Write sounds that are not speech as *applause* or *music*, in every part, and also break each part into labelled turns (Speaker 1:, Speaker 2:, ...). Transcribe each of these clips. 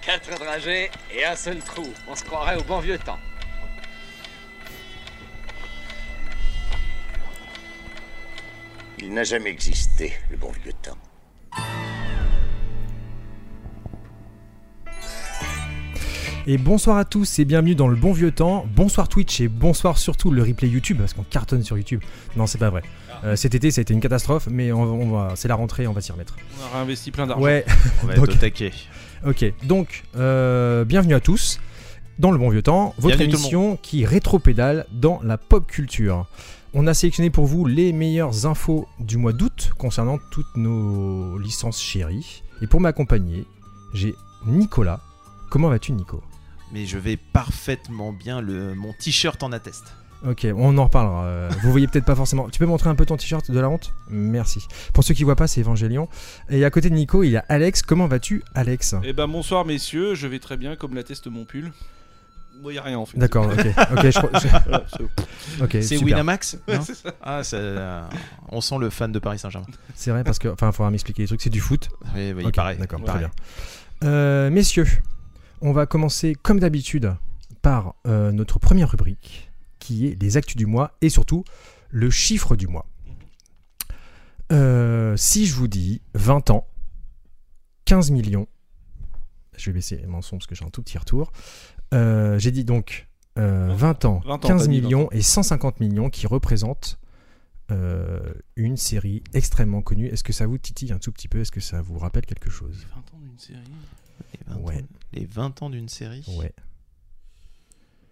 Speaker 1: Quatre dragées et un seul trou. On se croirait au bon vieux temps.
Speaker 2: Il n'a jamais existé, le bon vieux temps.
Speaker 3: Et bonsoir à tous et bienvenue dans le bon vieux temps. Bonsoir Twitch et bonsoir surtout le replay YouTube parce qu'on cartonne sur YouTube. Non, c'est pas vrai.
Speaker 4: Ah.
Speaker 3: Euh, cet été, ça a été une catastrophe, mais on, on va, c'est la rentrée, on va s'y remettre.
Speaker 5: On a réinvesti plein d'argent.
Speaker 3: Ouais, *laughs*
Speaker 4: On va
Speaker 3: Donc-
Speaker 4: être au taquet.
Speaker 3: ok. Donc, euh, bienvenue à tous dans le bon vieux temps, votre
Speaker 4: Bienvenue tout le
Speaker 3: émission qui rétropédale dans la pop culture. On a sélectionné pour vous les meilleures infos du mois d'août concernant toutes nos licences chéries. Et pour m'accompagner, j'ai Nicolas. Comment vas-tu, Nico
Speaker 4: Mais je vais parfaitement bien, le... mon t-shirt en atteste.
Speaker 3: Ok, on en reparlera. euh, Vous voyez peut-être pas forcément. Tu peux montrer un peu ton t-shirt de la honte Merci. Pour ceux qui voient pas, c'est Evangelion. Et à côté de Nico, il y a Alex. Comment vas-tu, Alex
Speaker 5: Eh ben bonsoir messieurs, je vais très bien comme l'atteste mon pull. Moi y a rien en fait.
Speaker 3: D'accord, ok. Ok, je crois- je-
Speaker 5: Voilà, c'est-
Speaker 3: ok,
Speaker 4: *laughs* C'est
Speaker 3: Eh, super.
Speaker 4: Winamax non
Speaker 5: c'est ça.
Speaker 4: Ah, ça, euh, on sent le fan de Paris Saint-Germain.
Speaker 3: C'est vrai parce que. Enfin, il faudra m'expliquer les trucs. C'est du foot.
Speaker 4: Oui, oui,
Speaker 3: Ok,
Speaker 4: pareil.
Speaker 3: D'accord,
Speaker 5: Ouais.
Speaker 3: très bien. Euh, messieurs, on va commencer comme d'habitude par euh, notre première rubrique qui est les actus du mois et surtout le chiffre du mois. Euh, si je vous dis 20 ans, 15 millions, je vais baisser mon son parce que j'ai un tout petit retour. Euh, j'ai dit donc euh, 20 ans,
Speaker 5: 20 ans,
Speaker 3: 15
Speaker 5: t'as dit 20
Speaker 3: millions et 150 millions qui représentent euh, une série extrêmement connue. Est-ce que ça vous titille un tout petit peu Est-ce que ça vous rappelle quelque chose
Speaker 5: 20 ans d'une série.
Speaker 4: Les 20 ans-
Speaker 3: Ouais.
Speaker 4: Les 20 ans d'une série
Speaker 3: Ouais.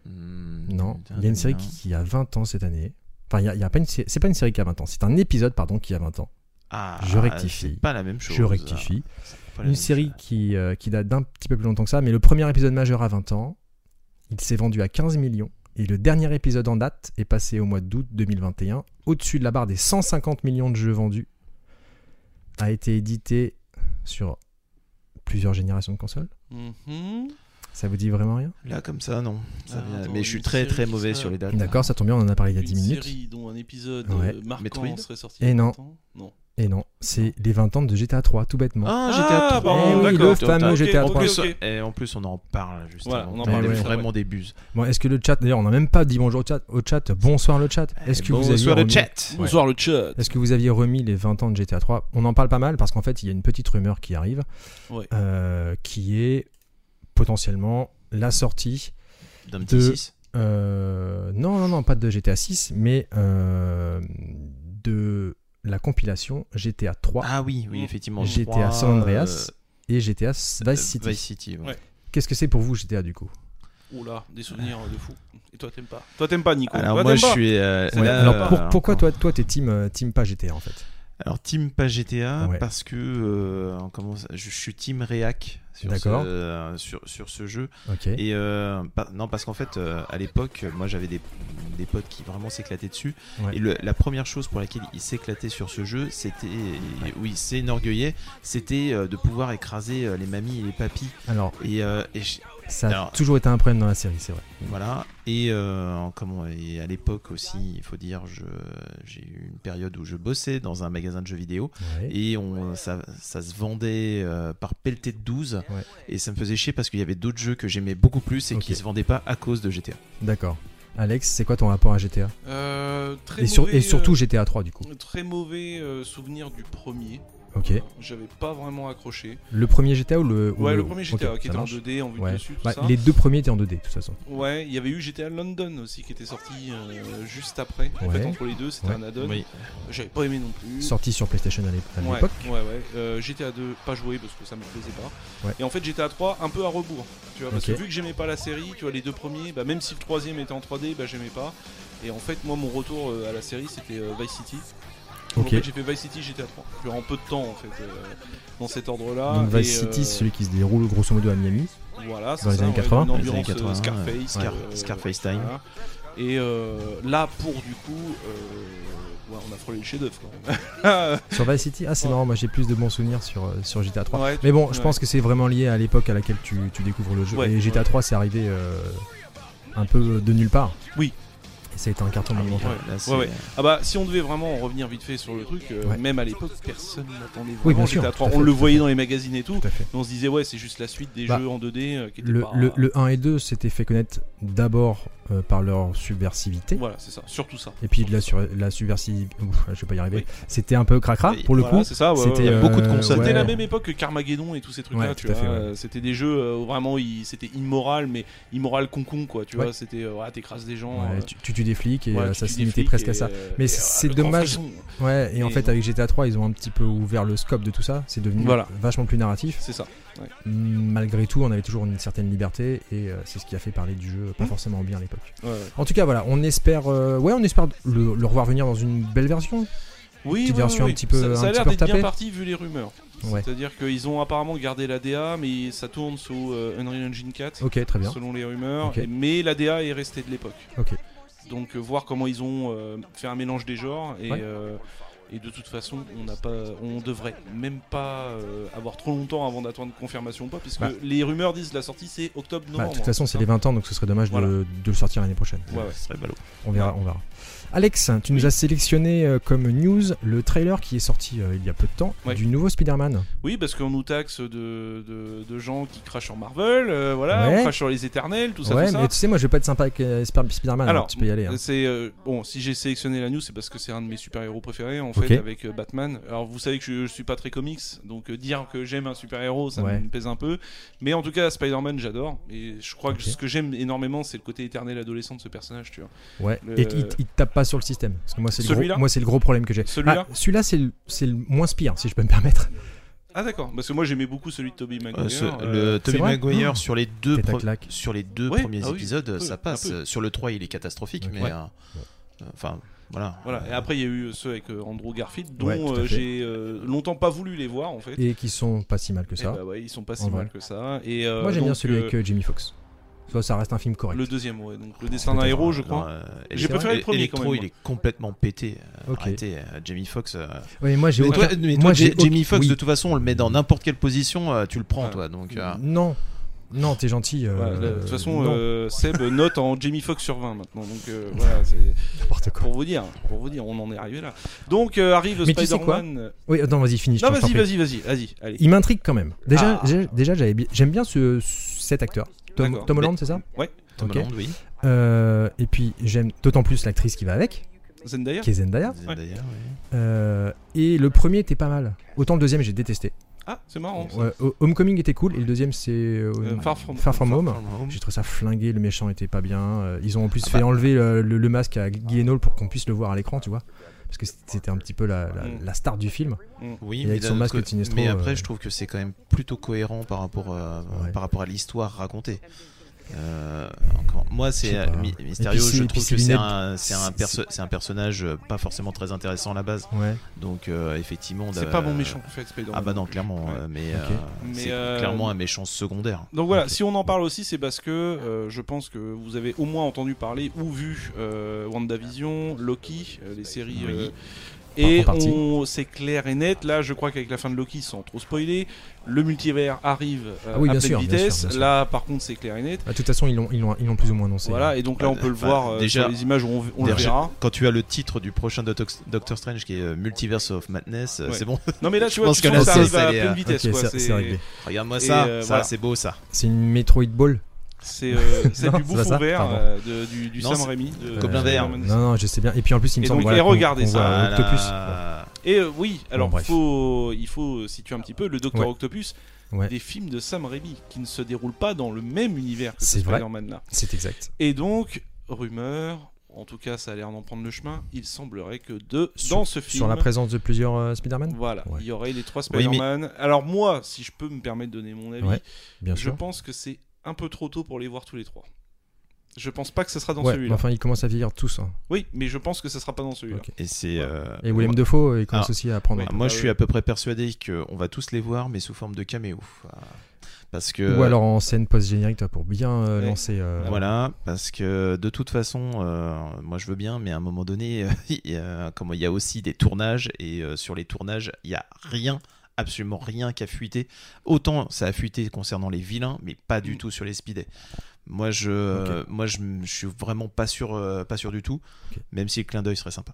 Speaker 4: Hmm,
Speaker 3: Non. Il y a une série qui, qui a 20 ans cette année. Enfin, il y a, il y a pas une sé- c'est pas une série qui a 20 ans, c'est un épisode pardon qui a 20 ans.
Speaker 4: Ah,
Speaker 3: Je rectifie.
Speaker 4: C'est pas la même chose. Ah,
Speaker 3: Je rectifie.
Speaker 4: Pas la
Speaker 3: Une
Speaker 4: même
Speaker 3: série
Speaker 4: chose.
Speaker 3: qui, euh, qui date d'un petit peu plus longtemps que ça, mais le premier épisode majeur à 20 ans, il s'est vendu à 15 millions. Et le dernier épisode en date est passé au mois d'août 2021, au-dessus de la barre des 150 millions de jeux vendus. A été édité sur plusieurs générations de consoles.
Speaker 5: Mhm.
Speaker 3: Ça vous dit vraiment rien
Speaker 4: Là, comme ça, non. Ça
Speaker 5: Ah,
Speaker 4: vient-
Speaker 5: attends,
Speaker 4: Mais je suis
Speaker 5: une
Speaker 4: très
Speaker 5: série
Speaker 4: très
Speaker 5: qui
Speaker 4: mauvais
Speaker 5: sera-
Speaker 4: sur les dates.
Speaker 3: D'accord, ça tombe bien, on en a parlé il y a 10
Speaker 5: Mhm. une
Speaker 3: minutes.
Speaker 5: série dont un épisode
Speaker 3: Ouais.
Speaker 5: euh, marquant
Speaker 4: Metroid
Speaker 5: serait sorti.
Speaker 3: Et
Speaker 5: il y a
Speaker 3: non.
Speaker 5: longtemps. Non.
Speaker 3: Et non, c'est les 20 ans de GTA 3, tout bêtement.
Speaker 4: Ah,
Speaker 5: Ah,
Speaker 4: GTA 3.
Speaker 5: pardon,
Speaker 3: Eh oui,
Speaker 5: d'accord.
Speaker 3: le fameux
Speaker 5: Ok,
Speaker 3: GTA
Speaker 5: ok,
Speaker 3: 3.
Speaker 5: ok.
Speaker 4: Plus- Et en plus, on en parle juste
Speaker 5: Voilà,
Speaker 4: avant.
Speaker 5: on en
Speaker 4: On
Speaker 3: parle
Speaker 4: est
Speaker 3: juste
Speaker 4: vraiment des buses.
Speaker 3: Bon, est-ce que le chat, d'ailleurs, on n'a même pas dit bonjour au chat. Au chat bonsoir le chat.
Speaker 4: Eh,
Speaker 3: Est-ce que, vous aviez
Speaker 4: Bonsoir le
Speaker 3: remis-
Speaker 4: chat
Speaker 5: Bonsoir le chat.
Speaker 3: est-ce que vous aviez remis les 20 ans de GTA 3 On en parle pas mal parce qu'en fait, il y a une petite rumeur qui arrive
Speaker 5: Ouais.
Speaker 3: euh, qui est potentiellement la sortie.
Speaker 4: D'un
Speaker 3: De-
Speaker 4: petit 6
Speaker 3: euh, non, non, non, pas de GTA 6, mais euh, de la compilation GTA 3
Speaker 4: Ah oui, oui,
Speaker 5: Mm.
Speaker 4: effectivement.
Speaker 3: GTA
Speaker 4: trois,
Speaker 3: San Andreas, et GTA Vice
Speaker 4: euh,
Speaker 3: City.
Speaker 4: Vice City, ouais.
Speaker 5: Ouais.
Speaker 3: Qu'est-ce que c'est pour vous GTA du coup
Speaker 5: Oh là, des souvenirs de fou. Et toi t'aimes pas Toi t'aimes pas Nico
Speaker 4: Alors
Speaker 5: Toi,
Speaker 4: moi
Speaker 5: t'aimes
Speaker 4: je
Speaker 5: pas
Speaker 4: suis. euh,
Speaker 5: C'est
Speaker 3: Ouais,
Speaker 4: là,
Speaker 3: Alors pour-
Speaker 4: euh,
Speaker 3: pourquoi
Speaker 4: encore.
Speaker 3: toi, toi t'es team, euh, team pas GTA en fait
Speaker 4: Alors team pas GTA
Speaker 3: Ouais.
Speaker 4: parce que euh, on commence- je suis team Reac sur ce,
Speaker 3: D'accord.
Speaker 4: euh, sur, sur ce jeu.
Speaker 3: Ok.
Speaker 4: Et euh, pas- non parce qu'en fait euh, à l'époque moi j'avais des, des potes qui vraiment s'éclataient dessus.
Speaker 3: Ouais.
Speaker 4: Et le- la première chose pour laquelle ils s'éclataient sur ce jeu, c'était oui c'est enorgueillé, c'était euh, de pouvoir écraser euh, les mamies et les papis.
Speaker 3: Alors
Speaker 4: Et, euh, et je-
Speaker 3: Ça a
Speaker 4: Alors-
Speaker 3: toujours été un problème dans la série, c'est vrai.
Speaker 4: Voilà, et, euh, comment, et à l'époque aussi, il faut dire, je- j'ai eu une période où je bossais dans un magasin de jeux vidéo
Speaker 3: Ouais.
Speaker 4: et on, ça, ça se vendait euh, par pelleté de 12
Speaker 3: Ouais.
Speaker 4: et ça me faisait chier parce qu'il y avait d'autres jeux que j'aimais beaucoup plus et
Speaker 3: Ok.
Speaker 4: qui se vendaient pas à cause de GTA.
Speaker 3: D'accord. Alex, c'est quoi ton rapport à GTA
Speaker 5: Euh, très
Speaker 3: et, sur-
Speaker 5: mauvais,
Speaker 3: et surtout
Speaker 5: euh,
Speaker 3: GTA 3 du coup.
Speaker 5: Très mauvais euh, souvenir du premier.
Speaker 3: Ok.
Speaker 5: Euh, J'avais pas vraiment accroché.
Speaker 3: Le premier GTA ou le. ou
Speaker 5: Ouais, le premier GTA
Speaker 3: Ok,
Speaker 5: qui
Speaker 3: ça
Speaker 5: était en
Speaker 3: marche.
Speaker 5: 2D, en vue
Speaker 3: Ouais.
Speaker 5: de dessus, tout
Speaker 3: Bah,
Speaker 5: ça.
Speaker 3: les deux premiers étaient en 2D de toute façon.
Speaker 5: Ouais, il y avait eu GTA London aussi qui était sorti euh, juste après. En
Speaker 3: Ouais.
Speaker 5: fait, entre les deux, c'était
Speaker 3: Ouais.
Speaker 5: un add-on. J'avais pas aimé non plus.
Speaker 3: Sorti sur PlayStation à l'é- à
Speaker 5: Mmh. ouais,
Speaker 3: l'époque.
Speaker 5: ouais, ouais. Euh, GTA 2, pas joué parce que ça me plaisait pas.
Speaker 3: Ouais.
Speaker 5: Et en fait, GTA 3, un peu à rebours. Tu vois, parce
Speaker 3: Ok.
Speaker 5: que vu que j'aimais pas la série, tu vois, les deux premiers, bah, même si le troisième était en 3D, bah, j'aimais pas. Et en fait, moi, mon retour euh, à la série, c'était euh, Vice City. Donc,
Speaker 3: Ok.
Speaker 5: En fait, j'ai fait Vice City, GTA 3. Tu vois, en peu de temps, en fait, euh, dans cet ordre-là.
Speaker 3: Donc Vice
Speaker 5: Et, euh,
Speaker 3: City, celui qui se déroule grosso modo à Miami.
Speaker 5: Voilà, c'est
Speaker 3: les
Speaker 5: ça,
Speaker 3: années
Speaker 5: ouais,
Speaker 3: 80.
Speaker 5: Une
Speaker 4: Dans les
Speaker 5: ambiance
Speaker 4: années 80,
Speaker 5: euh, Scarface.
Speaker 4: Scar-
Speaker 5: euh,
Speaker 4: Scarface Time.
Speaker 5: voilà. Et euh, là, pour du coup, euh, ouais, on a frôlé le chef-d'œuvre
Speaker 3: *laughs*
Speaker 5: quand
Speaker 3: Sur Vice City, ah c'est
Speaker 5: Ouais.
Speaker 3: marrant, moi j'ai plus de bons souvenirs sur, euh, sur GTA 3.
Speaker 5: même. Ouais, tu-
Speaker 3: Mais bon, je
Speaker 5: ouais.
Speaker 3: pense que c'est vraiment lié à l'époque à laquelle tu, tu découvres le jeu.
Speaker 5: Ouais,
Speaker 3: et GTA
Speaker 5: ouais.
Speaker 3: 3 c'est arrivé euh, un peu de nulle part.
Speaker 5: Oui.
Speaker 3: Et ça a été un carton
Speaker 4: Ah oui,
Speaker 3: monumental.
Speaker 4: là, c'est-
Speaker 5: ouais, ouais. Ah bah si on devait vraiment en revenir vite fait sur le truc, euh,
Speaker 3: Ouais.
Speaker 5: même à l'époque personne n'attendait vraiment
Speaker 3: Oui, bien sûr,
Speaker 5: GTA 3.
Speaker 3: tout à
Speaker 5: On
Speaker 3: fait,
Speaker 5: le
Speaker 3: tout à
Speaker 5: voyait dans les magazines et tout.
Speaker 3: Tout à fait.
Speaker 5: mais On se disait ouais c'est juste la suite des
Speaker 3: Bah,
Speaker 5: jeux en 2D euh, qui était
Speaker 3: Le,
Speaker 5: pas...
Speaker 3: le- le 1 et 2 s'étaient fait connaître d'abord euh, par leur subversivité.
Speaker 5: Voilà c'est ça, surtout ça.
Speaker 3: Et puis de la, sur, la subversive, Ouf, je vais pas y arriver.
Speaker 5: Oui.
Speaker 3: C'était un peu cracra
Speaker 4: Oui,
Speaker 3: pour le
Speaker 5: Voilà,
Speaker 3: coup.
Speaker 5: Ah, c'est ça, ouais,
Speaker 3: C'était
Speaker 5: ouais, ouais.
Speaker 3: euh,
Speaker 4: beaucoup de consoles.
Speaker 3: ouais.
Speaker 5: C'était la même époque que Carmageddon et tous ces trucs-là,
Speaker 3: Ouais,
Speaker 5: tu
Speaker 3: tout à
Speaker 5: vois.
Speaker 3: fait, ouais.
Speaker 5: euh, C'était des jeux euh, où vraiment ils- c'était immoral, mais immoral concon, quoi. Tu
Speaker 3: Ouais.
Speaker 5: vois, c'était euh, ouais, t'écrases des gens.
Speaker 3: Ouais,
Speaker 5: euh,
Speaker 3: tu, tu tues des flics et
Speaker 5: ouais,
Speaker 3: euh,
Speaker 5: tu
Speaker 3: ça
Speaker 5: tues
Speaker 3: se
Speaker 5: des
Speaker 3: limitait
Speaker 5: flics
Speaker 3: presque à
Speaker 5: et,
Speaker 3: ça.
Speaker 5: euh,
Speaker 3: Mais
Speaker 5: et,
Speaker 3: c'est
Speaker 5: euh, le grand
Speaker 3: dommage.
Speaker 5: frisson.
Speaker 3: Ouais, et en
Speaker 5: Et
Speaker 3: fait
Speaker 5: non.
Speaker 3: avec GTA 3 ils ont un petit peu ouvert le scope de tout ça, c'est devenu
Speaker 5: Voilà.
Speaker 3: vachement plus narratif.
Speaker 5: C'est ça.
Speaker 3: Mm, Malgré tout on avait toujours une certaine liberté et euh, c'est ce qui a fait parler du jeu pas
Speaker 5: Mhm.
Speaker 3: forcément bien à l'époque.
Speaker 5: Ouais, ouais.
Speaker 3: En tout cas voilà, on espère, euh, ouais on espère le, le revoir venir dans une belle version.
Speaker 5: Oui,
Speaker 3: Petite
Speaker 5: oui,
Speaker 3: version
Speaker 5: oui,
Speaker 3: un petit peu-
Speaker 5: Ça,
Speaker 3: un
Speaker 5: ça a
Speaker 3: petit
Speaker 5: l'air
Speaker 3: peu
Speaker 5: d'être bien
Speaker 3: retapée.
Speaker 5: parti vu les rumeurs.
Speaker 3: Ouais.
Speaker 5: C'est-à-dire qu'ils ont apparemment gardé la DA, mais ça tourne sous euh, Unreal Engine 4,
Speaker 3: Ok très bien.
Speaker 5: selon les rumeurs.
Speaker 3: Ok.
Speaker 5: et- Mais la DA est restée de l'époque.
Speaker 3: Ok.
Speaker 5: Donc euh, voir comment ils ont euh, fait un mélange des genres et.
Speaker 3: Ouais.
Speaker 5: euh, et de toute façon, on n'a pas, on devrait même pas euh, avoir trop longtemps avant d'attendre confirmation ou pas, puisque
Speaker 3: Bah.
Speaker 5: les rumeurs disent la sortie c'est octobre-novembre.
Speaker 3: Bah, de toute façon c'est
Speaker 5: hein.
Speaker 3: les 20 ans donc ce serait dommage
Speaker 5: Voilà.
Speaker 3: de, de le sortir l'année prochaine.
Speaker 5: Ouais, ouais.
Speaker 4: Ce serait ballot.
Speaker 3: On verra, on verra. Alex, tu nous as sélectionné euh, comme news le trailer qui est sorti euh, il y a peu de temps
Speaker 5: Ouais.
Speaker 3: du nouveau Spider-Man.
Speaker 5: Oui, parce qu'on nous taxe de, de, de gens qui crachent sur Marvel, euh, voilà,
Speaker 3: Ouais.
Speaker 5: on crache sur les Éternels, tout ça,
Speaker 3: ouais,
Speaker 5: tout ça.
Speaker 3: mais tu sais, moi je vais pas être sympa avec euh, Sp- Spider-Man, alors, tu peux y aller. hein.
Speaker 5: C'est euh, bon, si j'ai sélectionné la news, c'est parce que c'est un de mes super-héros préférés en
Speaker 3: Ok.
Speaker 5: fait avec euh, Batman. Alors vous savez que je, je suis pas très comics, donc euh, dire que j'aime un super-héros, ça
Speaker 3: Ouais.
Speaker 5: me pèse un peu. Mais en tout cas, Spider-Man, j'adore et je crois
Speaker 3: Ok.
Speaker 5: que ce que j'aime énormément, c'est le côté éternel adolescent de ce personnage, tu vois.
Speaker 3: Ouais.
Speaker 5: le-
Speaker 3: Et il, il te tape pas sur le système. Parce que moi c'est le,
Speaker 5: Celui-là
Speaker 3: gros- moi, c'est le gros problème que j'ai.
Speaker 5: Celui-là
Speaker 3: Ah, celui-là c'est le, c'est le moins pire, si je peux me permettre.
Speaker 5: Ah d'accord, parce que moi j'aimais beaucoup celui de Tobey Maguire.
Speaker 4: Euh, ce-
Speaker 5: euh,
Speaker 4: le Tobey
Speaker 3: vrai
Speaker 4: Maguire
Speaker 3: Mmh.
Speaker 4: sur les deux,
Speaker 3: Tête à
Speaker 4: pre-
Speaker 3: claque.
Speaker 4: sur les deux
Speaker 5: Ouais,
Speaker 4: premiers
Speaker 5: ah oui,
Speaker 4: épisodes,
Speaker 5: un peu,
Speaker 4: ça
Speaker 5: un
Speaker 4: passe.
Speaker 5: peu.
Speaker 4: Sur le 3, il est catastrophique,
Speaker 3: Ouais.
Speaker 4: mais.
Speaker 5: Ouais.
Speaker 4: euh, euh, Enfin, voilà.
Speaker 5: Voilà, et après il y a eu ceux avec euh, Andrew Garfield, dont
Speaker 3: Ouais, tout à
Speaker 5: euh,
Speaker 3: fait.
Speaker 5: j'ai euh, longtemps pas voulu les voir en fait.
Speaker 3: Et qui sont pas si mal que
Speaker 5: Eh
Speaker 3: ça.
Speaker 5: bah ouais, ils sont pas si
Speaker 3: En
Speaker 5: mal
Speaker 3: vrai.
Speaker 5: que ça. Et, euh,
Speaker 3: moi j'aime bien
Speaker 5: donc,
Speaker 3: celui
Speaker 5: euh,
Speaker 3: avec euh, Jimmy Fox. Ça, ça reste un film correct.
Speaker 5: Le deuxième, ouais. Donc le destin
Speaker 4: Ah,
Speaker 3: Peut-être
Speaker 5: d'un
Speaker 3: un-
Speaker 5: héros, je crois. J'ai
Speaker 4: J'ai
Speaker 5: préféré le premier, quand
Speaker 4: Electro,
Speaker 5: même,
Speaker 4: euh, il
Speaker 5: moi.
Speaker 4: est complètement pété. Euh,
Speaker 3: Ok.
Speaker 4: Arrêtez, euh, Jamie Fox. euh,
Speaker 3: Ouais, mais moi j'ai
Speaker 4: Mais
Speaker 3: aucun...
Speaker 4: toi, mais
Speaker 3: moi,
Speaker 4: toi,
Speaker 3: j'ai
Speaker 4: J- Jamie
Speaker 3: aucun-
Speaker 4: Fox,
Speaker 3: oui.
Speaker 4: de toute façon, on le met dans n'importe quelle position, euh, tu le prends,
Speaker 5: Ouais.
Speaker 4: toi. Donc, euh,
Speaker 3: Non, non, t'es gentil. euh,
Speaker 5: hein. Ouais, de toute façon,
Speaker 3: non,
Speaker 5: euh, Seb *laughs* note en Jamie Fox sur 20 maintenant. Donc euh, voilà, c'est
Speaker 3: n'importe quoi.
Speaker 5: pour vous dire, pour vous dire, on en est arrivé là. Donc euh, arrive
Speaker 3: Mais tu sais
Speaker 5: Spider-Man.
Speaker 3: Oui, attends, vas-y, finis. je
Speaker 5: Non,
Speaker 3: t'en- je t'en
Speaker 5: vas-y,
Speaker 3: prie.
Speaker 5: vas-y, vas-y, vas-y, allez.
Speaker 3: Il m'intrigue quand même. Déjà,
Speaker 5: Ah.
Speaker 3: j'ai- déjà, j'avais bien- j'aime bien ce, cet acteur. Tom,
Speaker 5: D'accord.
Speaker 3: Tom Holland, c'est ça
Speaker 4: Tom
Speaker 3: Ok.
Speaker 4: Holland, oui.
Speaker 3: Euh, Et puis j'aime d'autant plus l'actrice qui va avec,
Speaker 5: Zendaya
Speaker 3: qui est Zendaya.
Speaker 5: Ouais.
Speaker 4: D'ailleurs, oui.
Speaker 3: Euh, et le premier était pas mal. Autant le deuxième j'ai détesté.
Speaker 5: Ah, c'est marrant. ça.
Speaker 3: Ouais, Ho- Homecoming était cool et le deuxième c'est euh,
Speaker 5: Euh, Far
Speaker 3: Home.
Speaker 5: From-
Speaker 4: Far From Home.
Speaker 3: J'ai trouvé ça flingué, le méchant était pas bien. Euh, Ils ont en plus
Speaker 4: Ah
Speaker 3: fait
Speaker 4: bah.
Speaker 3: enlever euh, le, le masque à Guillenol pour qu'on puisse le voir à l'écran, tu vois. Parce que c'était un petit peu la, la-
Speaker 5: Mm.
Speaker 3: la star du film.
Speaker 4: Oui,
Speaker 3: Et
Speaker 4: mais
Speaker 3: avec son
Speaker 4: d'un autre
Speaker 3: masque
Speaker 4: co-
Speaker 3: de Sinestro,
Speaker 4: Mais
Speaker 3: euh,
Speaker 4: après, je trouve que c'est quand même plutôt cohérent par rapport, euh,
Speaker 3: Ouais.
Speaker 4: par rapport à l'histoire racontée. Euh, encore- Moi,
Speaker 3: Je
Speaker 4: c'est
Speaker 3: sais pas.
Speaker 4: euh, My-
Speaker 3: Et
Speaker 4: Mysterio.
Speaker 3: puis c'est-
Speaker 4: Je
Speaker 3: et puis
Speaker 4: trouve
Speaker 3: c'est
Speaker 4: que c'est
Speaker 3: lunettes.
Speaker 4: un, c'est un,
Speaker 3: C'est-
Speaker 4: perso- c'est un personnage euh, pas forcément très intéressant à la base.
Speaker 3: Ouais.
Speaker 4: Donc, euh, effectivement,
Speaker 5: C'est
Speaker 4: d'a-
Speaker 5: pas bon méchant, en fait, Spider-Man.
Speaker 4: Ah bah non, clairement.
Speaker 5: Ouais.
Speaker 4: euh, Mais
Speaker 3: Ok.
Speaker 4: euh,
Speaker 5: Mais,
Speaker 4: c'est
Speaker 5: euh,
Speaker 4: clairement un méchant secondaire.
Speaker 5: Donc voilà,
Speaker 3: Ok.
Speaker 5: si on en parle aussi, c'est parce que euh, je pense que vous avez au moins entendu parler ou vu euh, WandaVision, Loki, euh, les séries.
Speaker 4: Oui.
Speaker 5: euh, et
Speaker 3: en partie.
Speaker 5: on- c'est clair et net. Là, je crois qu'avec la fin de Loki, sans trop spoiler, le multivers arrive euh,
Speaker 3: Ah oui,
Speaker 5: à
Speaker 3: bien
Speaker 5: pleine
Speaker 3: sûr, bien
Speaker 5: vitesse.
Speaker 3: sûr, bien sûr.
Speaker 5: Là, par contre, c'est clair et net.
Speaker 3: Bah, de toute façon, ils l'ont ils l'ont- ils l'ont plus ou moins annoncé. hein.
Speaker 5: Voilà, et donc là,
Speaker 4: Bah,
Speaker 5: on peut le
Speaker 4: bah,
Speaker 5: voir euh,
Speaker 4: déjà-
Speaker 5: sur les images où on, on le
Speaker 4: Déjà,
Speaker 5: verra.
Speaker 4: Quand tu as le titre du prochain Dotox- Doctor Strange qui est euh, Multiverse of Madness, euh,
Speaker 5: Ouais.
Speaker 4: c'est bon. *laughs*
Speaker 5: Non, mais là,
Speaker 4: je
Speaker 5: tu vois,
Speaker 4: pense
Speaker 5: tu
Speaker 4: que
Speaker 5: sens
Speaker 4: là,
Speaker 5: que ça
Speaker 4: c'est-
Speaker 5: arrive
Speaker 4: ça
Speaker 5: à
Speaker 4: y est,
Speaker 5: pleine
Speaker 4: euh,
Speaker 5: vitesse.
Speaker 3: Ok,
Speaker 5: quoi.
Speaker 3: ça- c'est réglé.
Speaker 4: Regarde-moi
Speaker 5: Et,
Speaker 4: ça,
Speaker 5: euh,
Speaker 4: ça
Speaker 5: voilà.
Speaker 4: c'est beau ça.
Speaker 3: C'est une Metroid Ball.
Speaker 5: C'est euh,
Speaker 3: *laughs*
Speaker 5: c'est
Speaker 3: Non,
Speaker 5: du
Speaker 3: c'est pas
Speaker 5: bouffon
Speaker 3: ça,
Speaker 5: vert
Speaker 3: pardon.
Speaker 5: euh, de- du, du
Speaker 4: Non,
Speaker 5: Sam
Speaker 4: c'est-
Speaker 5: Raimi. de-
Speaker 4: Gobelin
Speaker 5: de
Speaker 4: vert. Ah
Speaker 5: Spider-Man.
Speaker 3: Non, non, je sais bien. Et puis en plus, il me
Speaker 5: Euh, Et
Speaker 3: semble
Speaker 5: donc,
Speaker 3: voilà,
Speaker 5: et
Speaker 3: qu'on-
Speaker 5: regardez
Speaker 3: qu'on
Speaker 5: ça.
Speaker 3: voit
Speaker 4: Voilà.
Speaker 3: Octopus.
Speaker 5: Et euh, oui, alors
Speaker 3: bref.
Speaker 5: faut, il faut situer un petit peu le Docteur
Speaker 3: Ouais.
Speaker 5: Octopus
Speaker 3: Ouais.
Speaker 5: des films de Sam Raimi qui ne se déroulent pas dans le même univers que
Speaker 3: C'est
Speaker 5: ce
Speaker 3: vrai.
Speaker 5: Spider-Man là.
Speaker 3: C'est exact.
Speaker 5: Et donc, rumeur, en tout cas ça a l'air d'en prendre le chemin, il semblerait que de,
Speaker 3: Sur-
Speaker 5: dans ce film,
Speaker 3: Sur la présence de plusieurs euh, Spider-Man
Speaker 5: voilà,
Speaker 3: Ouais.
Speaker 5: il y aurait les trois
Speaker 4: Oui, mais-
Speaker 5: Spider-Man. Alors moi, si je peux me permettre de donner mon avis,
Speaker 3: Ouais, Bien
Speaker 5: je
Speaker 3: sûr.
Speaker 5: pense que c'est un peu trop tôt pour les voir tous les trois. Je pense pas que ce sera dans
Speaker 3: Ouais, mais
Speaker 5: celui-là.
Speaker 3: enfin, ils commencent à vieillir tous. hein.
Speaker 5: Oui, mais je pense que ce sera pas dans celui-là.
Speaker 3: Ok.
Speaker 4: Et c'est. euh,
Speaker 3: Et William Defoe, il commence
Speaker 4: Ah.
Speaker 3: aussi à prendre.
Speaker 5: Ouais.
Speaker 4: Ah, Moi,
Speaker 5: Ah
Speaker 4: je
Speaker 5: oui.
Speaker 4: suis à peu près persuadé qu'on va tous les voir, mais sous forme de caméo. Ah. Parce que.
Speaker 3: Ou alors en scène post-générique, toi, pour bien euh,
Speaker 5: Ouais. Ah,
Speaker 3: lancer. euh,
Speaker 4: Voilà, parce que de toute façon, euh, moi je veux bien, mais à un moment donné, euh, *laughs* il y a- comment, il y a aussi des tournages, et euh, sur les tournages, il n'y a rien, absolument rien qui a fuité. Autant ça a fuité concernant les vilains, mais pas du
Speaker 5: Mm.
Speaker 4: tout sur les speedés. Moi, je, euh, moi, je, je suis vraiment pas sûr, euh, pas sûr du tout.
Speaker 3: Ok.
Speaker 4: Même si le clin d'œil serait sympa.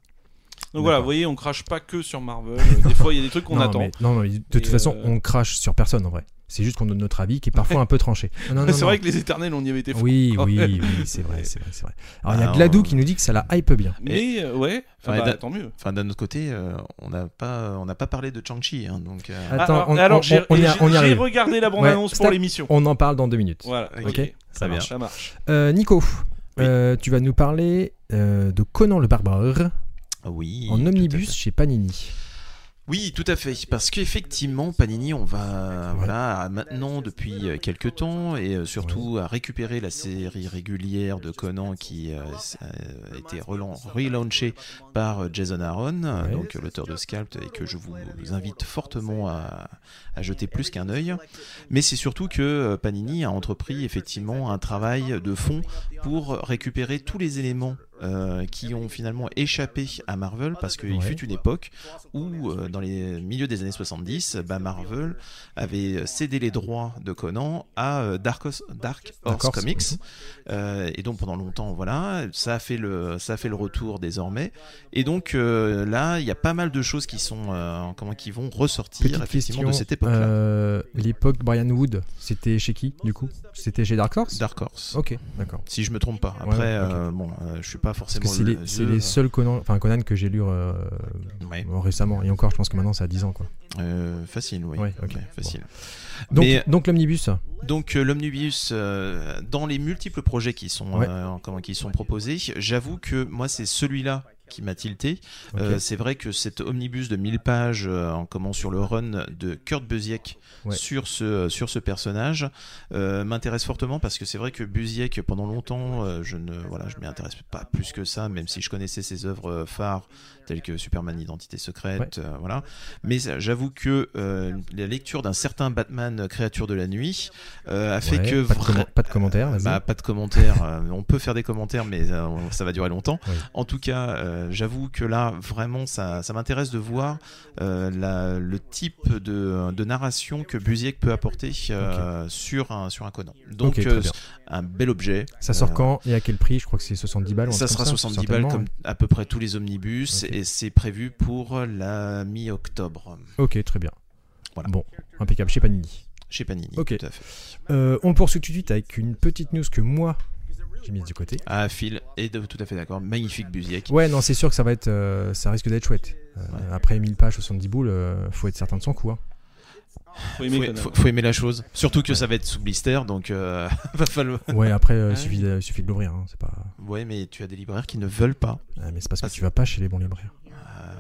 Speaker 5: Donc voilà,
Speaker 3: D'accord.
Speaker 5: vous voyez, on crache pas que sur Marvel. Euh, des fois, il y a des trucs
Speaker 3: *laughs*
Speaker 5: qu'on
Speaker 3: non,
Speaker 5: attend.
Speaker 3: mais- non, non, mais de toute
Speaker 5: Et,
Speaker 3: façon,
Speaker 5: euh,
Speaker 3: on crache sur personne en vrai. C'est juste qu'on donne notre avis qui est
Speaker 5: *laughs*
Speaker 3: parfois un peu tranché. Non, non, non,
Speaker 5: C'est
Speaker 3: non.
Speaker 5: vrai que les éternels, on y avait été fou.
Speaker 3: Oui,
Speaker 5: quand
Speaker 3: oui,
Speaker 5: même.
Speaker 3: oui, c'est vrai, c'est vrai, c'est vrai. Alors, il y a
Speaker 4: Ah,
Speaker 3: Gladou
Speaker 4: on-
Speaker 3: qui nous dit que ça la hype bien.
Speaker 5: Mais euh, ouais, enfin,
Speaker 4: Ouais,
Speaker 5: bah,
Speaker 4: d'un-
Speaker 5: tant mieux.
Speaker 4: Enfin, d'un autre côté, euh, on n'a pas, on n'a pas parlé de Chang-Chi, hein, donc. euh,
Speaker 3: Attends,
Speaker 5: Ah, alors,
Speaker 3: on,
Speaker 5: alors,
Speaker 3: on-
Speaker 5: j'ai-
Speaker 3: on y,
Speaker 5: j'ai-
Speaker 3: a- on y
Speaker 5: j'ai
Speaker 3: arrive.
Speaker 5: regardé la bande-annonce
Speaker 3: Ouais,
Speaker 5: pour
Speaker 3: stop.
Speaker 5: l'émission.
Speaker 3: On en parle dans deux minutes.
Speaker 5: Voilà, ok. Ça
Speaker 4: Ok, très bien.
Speaker 5: marche, ça marche.
Speaker 3: Euh, Nico,
Speaker 4: Oui.
Speaker 3: euh, tu vas nous parler euh, de Conan le Barbare
Speaker 4: Oui.
Speaker 3: Ah, en
Speaker 4: tout à
Speaker 3: omnibus
Speaker 4: fait.
Speaker 3: chez Panini.
Speaker 4: Oui, tout à fait. Parce qu'effectivement, Panini, on va voilà à maintenant depuis euh, quelques temps et euh, surtout à récupérer la série régulière de Conan qui euh, s- a été relan- relaunchée par euh, Jason Aaron, euh, donc euh, l'auteur de Scalped et que je vous invite fortement à, à jeter plus qu'un œil. Mais c'est surtout que euh, Panini a entrepris effectivement un travail de fond pour récupérer tous les éléments euh, qui ont finalement échappé à Marvel parce qu'il
Speaker 3: Ouais.
Speaker 4: fut une époque où euh, dans les milieux des années 70, bah, Marvel avait cédé les droits de Conan à euh, Dark, Horse- Dark Horse
Speaker 3: Horse.
Speaker 4: Comics. Euh, et donc pendant longtemps, voilà, ça a fait le, ça a fait le retour désormais. Et donc euh, là, il y a pas mal de choses qui sont, euh, comment, qui vont ressortir
Speaker 3: Petite
Speaker 4: effectivement
Speaker 3: question.
Speaker 4: de cette époque-là.
Speaker 3: euh, L'époque Brian Wood, c'était chez qui du coup C'était chez Dark Horse
Speaker 4: Dark Horse.
Speaker 3: Ok, d'accord.
Speaker 4: Si je me trompe pas.
Speaker 3: Ouais,
Speaker 4: Après,
Speaker 3: ouais, ok.
Speaker 4: euh, bon, euh, je suis pas
Speaker 3: Parce
Speaker 4: forcément.
Speaker 3: que c'est
Speaker 4: le-
Speaker 3: les,
Speaker 4: le-
Speaker 3: c'est les seuls Conan, enfin Conan que j'ai lu euh,
Speaker 4: Ouais,
Speaker 3: récemment. Et encore, je pense que maintenant, c'est à 10 ans. Quoi.
Speaker 4: euh, facile, oui.
Speaker 3: Ouais, ok.
Speaker 4: Ouais, facile.
Speaker 3: Donc,
Speaker 4: Mais-
Speaker 3: donc l'omnibus,
Speaker 4: Donc euh, l'omnibus, euh, dans les multiples projets qui sont,
Speaker 3: Ouais.
Speaker 4: euh, comment, qui sont proposés, j'avoue que moi c'est celui-là qui m'a tilté.
Speaker 3: Ok.
Speaker 4: Euh, c'est vrai que cet omnibus de 1000 pages, euh, en comment sur le run de Kurt Busiek
Speaker 3: Ouais.
Speaker 4: sur ce euh, sur ce personnage, euh, m'intéresse fortement parce que c'est vrai que Busiek pendant longtemps, euh, je ne voilà, je m'y intéresse pas plus que ça, même si je connaissais ses œuvres euh, phares telles que Superman Identité secrète, euh, voilà. Mais ça, j'avoue que euh, la lecture d'un certain Batman euh, Créature de la nuit euh, a fait
Speaker 3: Ouais,
Speaker 4: que
Speaker 3: pas, de
Speaker 4: vra-
Speaker 3: commen- pas de commentaires. vas-y.
Speaker 4: bah, pas de commentaires. euh, on peut faire des commentaires, mais euh, ça va durer longtemps.
Speaker 3: Oui.
Speaker 4: En tout cas, euh, j'avoue que là, vraiment, ça, ça m'intéresse de voir euh, la- le type de, de narration que Busiek peut apporter euh, sur, un, sur un Conan. Donc,
Speaker 3: Ok, très
Speaker 4: euh,
Speaker 3: bien.
Speaker 4: un bel objet.
Speaker 3: ça sort
Speaker 4: Euh,
Speaker 3: quand et à quel prix Je crois que c'est 70 balles. ou un
Speaker 4: ça
Speaker 3: truc
Speaker 4: sera
Speaker 3: Ah, comme
Speaker 4: 70 balles comme
Speaker 3: certainement, hein.
Speaker 4: à peu près tous les omnibus
Speaker 3: Ok.
Speaker 4: et c'est prévu pour la mi-octobre
Speaker 3: ouais. hein. Ok, très bien.
Speaker 4: Voilà.
Speaker 3: Bon, impeccable chez Panini.
Speaker 4: chez Panini.
Speaker 3: Ok.
Speaker 4: Tout à fait.
Speaker 3: Euh, on poursuit tout de suite avec une petite news que moi j'ai mise de côté.
Speaker 4: Ah, Phil est de- tout à fait d'accord. Magnifique Busiek.
Speaker 3: Ouais, non, c'est sûr que ça va être, euh, ça risque d'être chouette. Euh,
Speaker 4: Ouais.
Speaker 3: Après 1000 pages, 70 boules, euh, faut être certain de son coup.
Speaker 4: *laughs*
Speaker 3: hein.
Speaker 5: Faut aimer
Speaker 4: Faut,
Speaker 5: Conan.
Speaker 4: faut- faut aimer la chose. Surtout que ça va être sous blister, donc euh, *laughs* va falloir.
Speaker 3: Ouais, après euh,
Speaker 5: Ah
Speaker 3: il suffit, de- il suffit de l'ouvrir, hein, c'est pas.
Speaker 4: Ouais, mais tu as des libraires qui ne veulent pas.
Speaker 3: Ah, mais c'est parce que
Speaker 4: Ah,
Speaker 3: tu vas pas chez les bons libraires.
Speaker 4: Euh,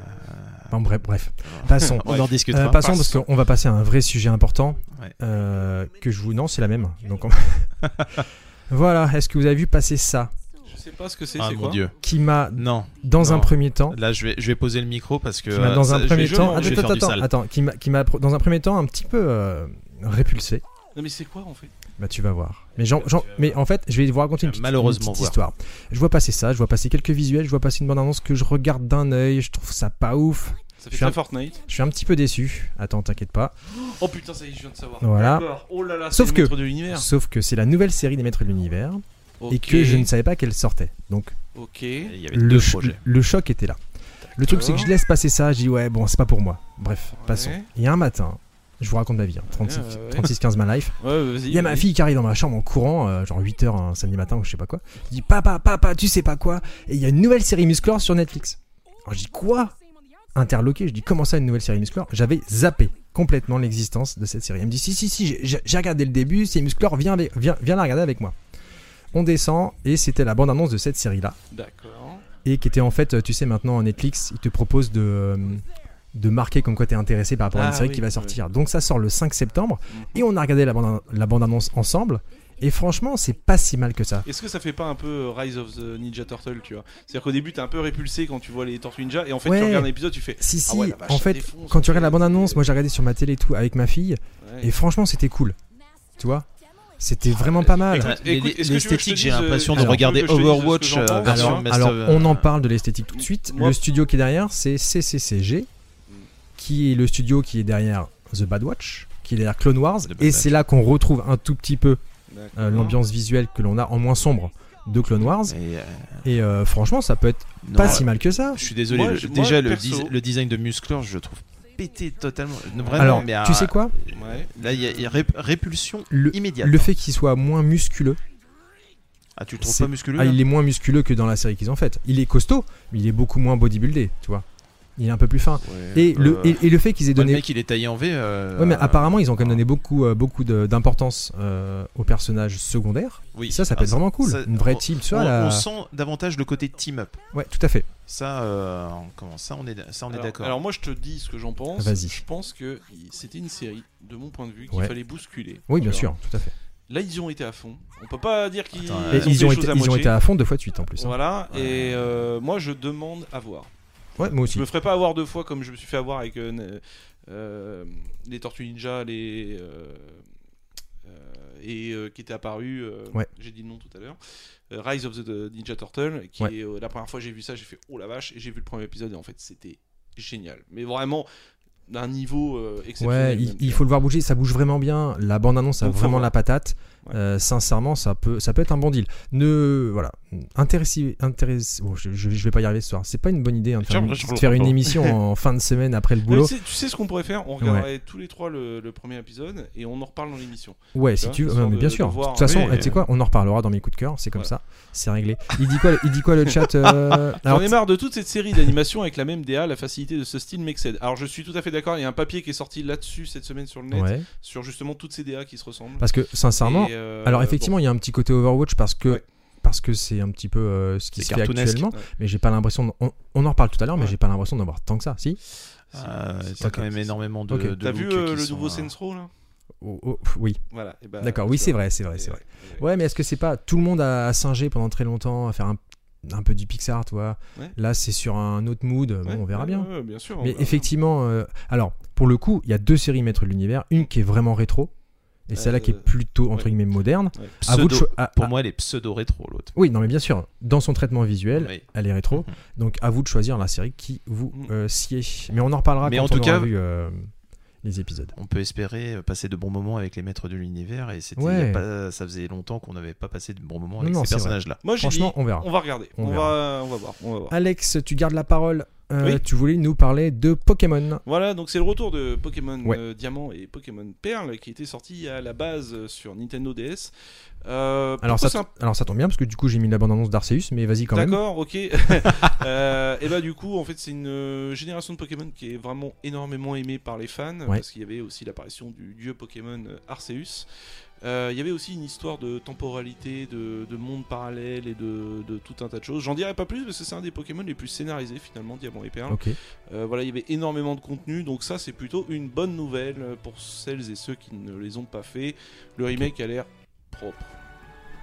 Speaker 3: Enfin, bref,
Speaker 4: *laughs*
Speaker 3: bref. Passons.
Speaker 4: On en discute
Speaker 3: Euh,
Speaker 4: pas.
Speaker 3: passons parce qu'on va passer à un vrai sujet important
Speaker 4: Ouais.
Speaker 3: euh, que je vous non c'est la même donc on- *laughs* voilà est-ce que vous avez vu passer ça
Speaker 5: Je sais pas ce que c'est,
Speaker 4: Ah
Speaker 5: c'est
Speaker 4: mon
Speaker 5: quoi
Speaker 4: dieu.
Speaker 3: qui m'a
Speaker 4: Non.
Speaker 3: dans un
Speaker 4: Non.
Speaker 3: premier temps
Speaker 4: Là, je vais, je vais poser le micro parce que.
Speaker 3: qui m'a
Speaker 4: euh,
Speaker 3: Hein dans
Speaker 4: ça-
Speaker 3: un
Speaker 4: je
Speaker 3: premier
Speaker 4: vais- je-
Speaker 3: temps
Speaker 4: je vais
Speaker 3: attends
Speaker 4: faire du
Speaker 3: attends
Speaker 4: sale.
Speaker 3: attends qui m'a qui m'a pro- dans un premier temps un petit peu euh, répulsé
Speaker 5: Non, mais c'est quoi en fait
Speaker 3: Bah tu vas voir. Mais, j'en- j'en- mais en fait, je vais vous raconter une
Speaker 4: Tu
Speaker 3: petite,
Speaker 4: vas malheureusement
Speaker 3: une petite
Speaker 4: voir.
Speaker 3: histoire. Je vois passer ça, je vois passer quelques visuels, je vois passer une bande-annonce que je regarde d'un œil, je trouve ça pas ouf.
Speaker 5: Ça
Speaker 3: Je
Speaker 5: fait
Speaker 3: suis
Speaker 5: très
Speaker 3: un-
Speaker 5: Fortnite.
Speaker 3: Je suis un petit peu déçu. Attends, t'inquiète pas.
Speaker 5: Oh putain, ça y est, je viens de savoir.
Speaker 3: Voilà.
Speaker 5: D'accord. Oh là là, c'est
Speaker 3: Sauf
Speaker 5: le
Speaker 3: que-
Speaker 5: maître de l'univers.
Speaker 3: Sauf que c'est la nouvelle série des Maîtres de l'Univers et
Speaker 5: Ok,
Speaker 3: que je ne savais pas qu'elle sortait. Donc
Speaker 5: Ok.
Speaker 4: Il y avait
Speaker 3: le,
Speaker 4: deux
Speaker 3: cho-
Speaker 4: projets.
Speaker 3: le choc était là. Le truc, c'est que je laisse passer ça, je dis ouais, bon, c'est pas pour moi. Bref,
Speaker 5: Ouais. Ah
Speaker 3: passons. Il y a un matin, je vous raconte ma vie, hein, 36,
Speaker 5: Ouais, ouais, ouais.
Speaker 3: 36-15 ma life.
Speaker 5: Ouais, vas-y.
Speaker 3: Il y a ma
Speaker 5: vas-y.
Speaker 3: fille qui arrive dans ma chambre en courant, euh, genre 8h un samedi matin ou je sais pas quoi. Je dis Papa, papa, tu sais pas quoi Et il y a une nouvelle série Musclor sur Netflix. Alors je dis Quoi Interloqué, je dis Comment ça une nouvelle série Musclor J'avais zappé complètement l'existence de cette série. Elle me dit Si, si, si, j'ai- j'ai j'ai regardé le début, c'est Musclor, viens, avec- viens, viens la regarder avec moi. On descend et c'était la bande-annonce de cette série-là
Speaker 5: D'accord.
Speaker 3: et qui était en fait, tu sais, maintenant Netflix, il te propose de, euh, de marquer comme quoi t'es intéressé par rapport à une
Speaker 5: Ah
Speaker 3: série
Speaker 5: oui,
Speaker 3: qui va
Speaker 5: oui. Mm.
Speaker 3: sortir. Donc ça sort le 5 septembre et on a regardé la bande, la bande annonce ensemble. Et franchement, c'est pas si mal que ça.
Speaker 5: Est-ce que ça fait pas un peu euh, Rise of the Ninja Turtle, tu vois C'est-à-dire qu'au début, t'es un peu répulsé quand tu vois les Tortues Ninja, et en fait,
Speaker 3: Ouais.
Speaker 5: tu regardes l'épisode, tu fais.
Speaker 3: Si, si,
Speaker 5: Ah ouais, la vache,
Speaker 3: en
Speaker 5: ça
Speaker 3: fait,
Speaker 5: défonce,
Speaker 3: quand tu regardes la
Speaker 5: c'est-
Speaker 3: bande annonce, moi j'ai regardé sur ma télé et tout avec ma fille
Speaker 5: Ouais.
Speaker 3: et euh, franchement, c'était cool. Tu vois C'était vraiment pas mal.
Speaker 5: Écoute, écoute, est-ce que tu veux que je te
Speaker 4: L'esthétique, j'ai
Speaker 5: dise,
Speaker 4: l'impression de
Speaker 5: alors,
Speaker 4: regarder
Speaker 5: tu veux que je te dise ce que
Speaker 4: Overwatch
Speaker 5: j'en
Speaker 4: euh,
Speaker 5: pense
Speaker 4: version
Speaker 3: Alors,
Speaker 5: Attention,
Speaker 4: Master-
Speaker 3: alors, on en parle de l'esthétique tout de suite.
Speaker 5: Moi-
Speaker 3: Le studio qui est derrière, c'est CCCG, qui est le studio qui est derrière The Bad Watch, qui est derrière Clone Wars.
Speaker 4: The Bad
Speaker 3: Et
Speaker 4: Batch.
Speaker 3: c'est là qu'on retrouve un tout petit peu euh, l'ambiance visuelle que l'on a en moins sombre de Clone Wars.
Speaker 4: Et, euh,
Speaker 3: Et euh, franchement, ça peut être
Speaker 4: non,
Speaker 3: pas si mal que ça.
Speaker 4: Je suis désolé.
Speaker 5: Moi,
Speaker 4: le-
Speaker 5: je- moi,
Speaker 4: déjà, le,
Speaker 5: perso-
Speaker 4: dis- le design de Musclor, je le trouve pété totalement. Non, Vraiment,
Speaker 3: Alors,
Speaker 4: mais euh,
Speaker 3: tu
Speaker 4: à-
Speaker 3: sais quoi
Speaker 5: Ouais.
Speaker 4: Là, il y a, il y a ré- répulsion
Speaker 3: le,
Speaker 4: immédiate.
Speaker 3: le fait qu'il soit moins musculeux,
Speaker 4: Ah, tu le trouves
Speaker 3: c'est-
Speaker 4: pas musculeux
Speaker 3: ah,
Speaker 4: là
Speaker 3: il est moins musculeux que dans la série qu'ils ont faite. Il est costaud, mais il est beaucoup moins bodybuildé, tu vois. Il est un peu plus fin.
Speaker 4: Ouais,
Speaker 3: Et,
Speaker 4: euh,
Speaker 3: le, et, et le fait qu'ils aient
Speaker 4: ouais, le
Speaker 3: donné.
Speaker 4: mec, il est taillé en V. euh,
Speaker 3: Ouais, mais apparemment, ils ont quand même
Speaker 4: euh,
Speaker 3: donné beaucoup, euh, beaucoup de- d'importance euh, aux personnages secondaires.
Speaker 4: Oui.
Speaker 3: Et ça, ça peut
Speaker 4: Ah,
Speaker 3: être vraiment cool.
Speaker 4: ça-
Speaker 3: Une vraie
Speaker 4: on-
Speaker 3: team, tu
Speaker 4: on,
Speaker 3: vois. la-
Speaker 4: on sent davantage le côté team-up.
Speaker 3: Ouais, tout à fait.
Speaker 4: Ça, euh, comment ça, on est, ça, on est
Speaker 5: Alors-
Speaker 4: d'accord.
Speaker 5: Alors moi je te dis ce que j'en pense.
Speaker 3: Vas-y.
Speaker 5: Je pense que il- c'était une série, de mon point de vue, qu'il
Speaker 3: Ouais.
Speaker 5: fallait bousculer.
Speaker 3: Oui, bien
Speaker 5: Tu
Speaker 3: sûr, tout à fait.
Speaker 5: Là ils y ont été à fond. On peut pas dire qu'ils
Speaker 4: Attends,
Speaker 3: Et euh, ils
Speaker 4: Ils ont
Speaker 5: Euh, fait
Speaker 3: ont,
Speaker 5: les
Speaker 3: été,
Speaker 5: choses à
Speaker 3: ils ont
Speaker 5: moitié.
Speaker 3: été à fond deux fois de suite en plus. hein.
Speaker 5: Voilà. Et euh, moi je demande à voir.
Speaker 3: Ouais, moi
Speaker 5: Je
Speaker 3: aussi.
Speaker 5: me ferai pas avoir deux fois comme je me suis fait avoir avec euh, n- euh, les Tortues Ninja, les euh, euh, et euh, qui était apparu. euh,
Speaker 3: Ouais.
Speaker 5: J'ai dit le nom tout à l'heure. euh, Rise of the Ninja Turtle. Qui
Speaker 3: Ouais.
Speaker 5: est, euh, la première fois que j'ai vu ça, j'ai fait oh la vache et j'ai vu le premier épisode et en fait c'était génial. Mais vraiment d'un niveau euh,
Speaker 3: Ouais,
Speaker 5: exceptionnel.
Speaker 3: il,
Speaker 5: même, tu
Speaker 3: il
Speaker 5: vois.
Speaker 3: faut le voir bouger, ça bouge vraiment bien. La bande-annonce a
Speaker 5: Donc, faut
Speaker 3: vraiment
Speaker 5: voir.
Speaker 3: la patate.
Speaker 5: Ouais.
Speaker 3: Euh, sincèrement, ça peut, ça peut être un bon deal. Ne, voilà, intéressez, intéressez. bon, je, je- je vais pas y arriver ce soir. C'est pas une bonne idée hein, de faire, une, de faire une
Speaker 5: *laughs*
Speaker 3: émission en fin de semaine après le
Speaker 5: Non, mais
Speaker 3: boulot.
Speaker 5: tu sais- tu sais ce qu'on pourrait faire On regarderait tous les trois le, le premier épisode et on en reparle dans l'émission.
Speaker 3: Ouais, si
Speaker 5: vois,
Speaker 3: tu veux,
Speaker 5: histoire
Speaker 3: ouais, mais
Speaker 5: de-
Speaker 3: bien
Speaker 5: de
Speaker 3: sûr. De
Speaker 5: voir.
Speaker 3: toute façon,
Speaker 4: Oui,
Speaker 3: eh, tu sais
Speaker 4: euh,
Speaker 3: quoi, on en reparlera dans mes coups de cœur. C'est comme
Speaker 5: voilà.
Speaker 3: ça, c'est réglé. Il dit quoi, le- il dit quoi le chat euh, alors,
Speaker 5: *laughs* J'en ai marre de toute cette série d'animation avec la même DA, la facilité de ce style m'excède. Alors je suis tout à fait d'accord, il y a un papier qui est sorti là-dessus cette semaine sur le net,
Speaker 3: Ouais,
Speaker 5: sur justement toutes ces DA qui se ressemblent.
Speaker 3: parce que sincèrement,
Speaker 5: Et, euh,
Speaker 3: alors effectivement, il y a un petit côté Overwatch parce que.
Speaker 5: Ouais.
Speaker 3: Parce que c'est un petit peu euh, ce qui
Speaker 4: C'est
Speaker 3: se fait
Speaker 4: cartoonesque.
Speaker 3: actuellement,
Speaker 5: Ouais.
Speaker 3: mais j'ai pas l'impression. d'en- On, on en reparle tout à l'heure, mais
Speaker 5: Ouais.
Speaker 3: j'ai pas l'impression d'en voir tant que ça. Si
Speaker 5: bon,
Speaker 4: Euh,
Speaker 5: c'est-
Speaker 4: T'as
Speaker 5: c'est-
Speaker 4: quand même énormément de.
Speaker 3: Ok.
Speaker 4: de
Speaker 5: T'as vu
Speaker 4: looks
Speaker 5: euh,
Speaker 4: qui
Speaker 5: le
Speaker 4: sont,
Speaker 5: nouveau
Speaker 4: euh,
Speaker 5: Sensro là
Speaker 3: Oh, oh, pff, oui,
Speaker 5: Voilà. et bah,
Speaker 3: d'accord, oui,
Speaker 5: tu
Speaker 3: c'est
Speaker 5: vois.
Speaker 3: vrai, c'est vrai,
Speaker 5: Et-
Speaker 3: c'est vrai.
Speaker 5: et-
Speaker 3: Ouais, mais est-ce que c'est pas tout le monde a, a singé pendant très longtemps à faire un, un peu du Pixar, tu vois
Speaker 5: Ouais.
Speaker 3: Là, c'est sur un autre mood, bon,
Speaker 5: Ouais,
Speaker 3: on verra
Speaker 5: ouais,
Speaker 3: bien.
Speaker 5: ouais, bien sûr. on
Speaker 3: mais
Speaker 5: verra
Speaker 3: effectivement, euh, alors pour le coup, il y a deux séries maîtres de l'univers, une qui est vraiment rétro et celle-là qui est
Speaker 5: Euh,
Speaker 3: plutôt entre
Speaker 5: ouais.
Speaker 3: guillemets moderne.
Speaker 5: bien. Ouais.
Speaker 3: À vous de
Speaker 4: pseudo-
Speaker 3: cho- Ah. à-
Speaker 4: Pour
Speaker 3: à-
Speaker 4: moi, elle est pseudo-rétro, l'autre.
Speaker 3: Oui, non, mais bien sûr, dans son traitement visuel,
Speaker 4: Oui.
Speaker 3: elle est rétro,
Speaker 4: Mhm.
Speaker 3: donc à vous de choisir la série qui vous
Speaker 5: Mhm.
Speaker 3: euh, sied. Mais on en reparlera
Speaker 4: Mais
Speaker 3: quand
Speaker 4: en tout
Speaker 3: on aura
Speaker 4: cas-
Speaker 3: vu euh, les épisodes.
Speaker 4: On peut espérer euh, passer de bons moments avec les maîtres de l'univers et c'était il y a
Speaker 3: Ouais.
Speaker 4: pas- ça faisait longtemps qu'on n'avait pas passé de bons moments avec
Speaker 3: Non, non,
Speaker 4: ces
Speaker 3: c'est vrai.
Speaker 4: personnages-là.
Speaker 5: Moi j'ai dit,
Speaker 3: Franchement, on verra.
Speaker 5: on va regarder,
Speaker 3: On
Speaker 5: on, va, on va voir, on va voir.
Speaker 3: Alex, tu gardes la parole. Euh,
Speaker 5: Oui.
Speaker 3: Tu voulais nous parler de Pokémon.
Speaker 5: Voilà, donc c'est le retour de Pokémon
Speaker 3: Ouais.
Speaker 5: euh, Diamant et Pokémon Perle qui était sorti à la base euh, sur Nintendo DS. Euh,
Speaker 3: Alors
Speaker 5: pourquoi
Speaker 3: ça,
Speaker 5: c'est un-
Speaker 3: t- alors ça tombe bien parce que du coup j'ai mis la bande-annonce d'Arceus, mais vas-y quand même.
Speaker 5: D'accord, ok. *laughs* Euh, et bah du coup, en fait, c'est une euh, génération de Pokémon qui est vraiment énormément aimée par les fans,
Speaker 3: Ouais.
Speaker 5: parce qu'il y avait aussi l'apparition du dieu Pokémon euh, Arceus. Euh, il y avait aussi une histoire de temporalité, de, de monde parallèle et de, de tout un tas de choses. J'en dirai pas plus parce que c'est un des Pokémon les plus scénarisés finalement, Diamant et Perle.
Speaker 3: Ok.
Speaker 5: Euh, voilà, il y avait énormément de contenu, donc ça c'est plutôt une bonne nouvelle euh, pour celles et ceux qui ne les ont pas fait. Le remake a l'air propre.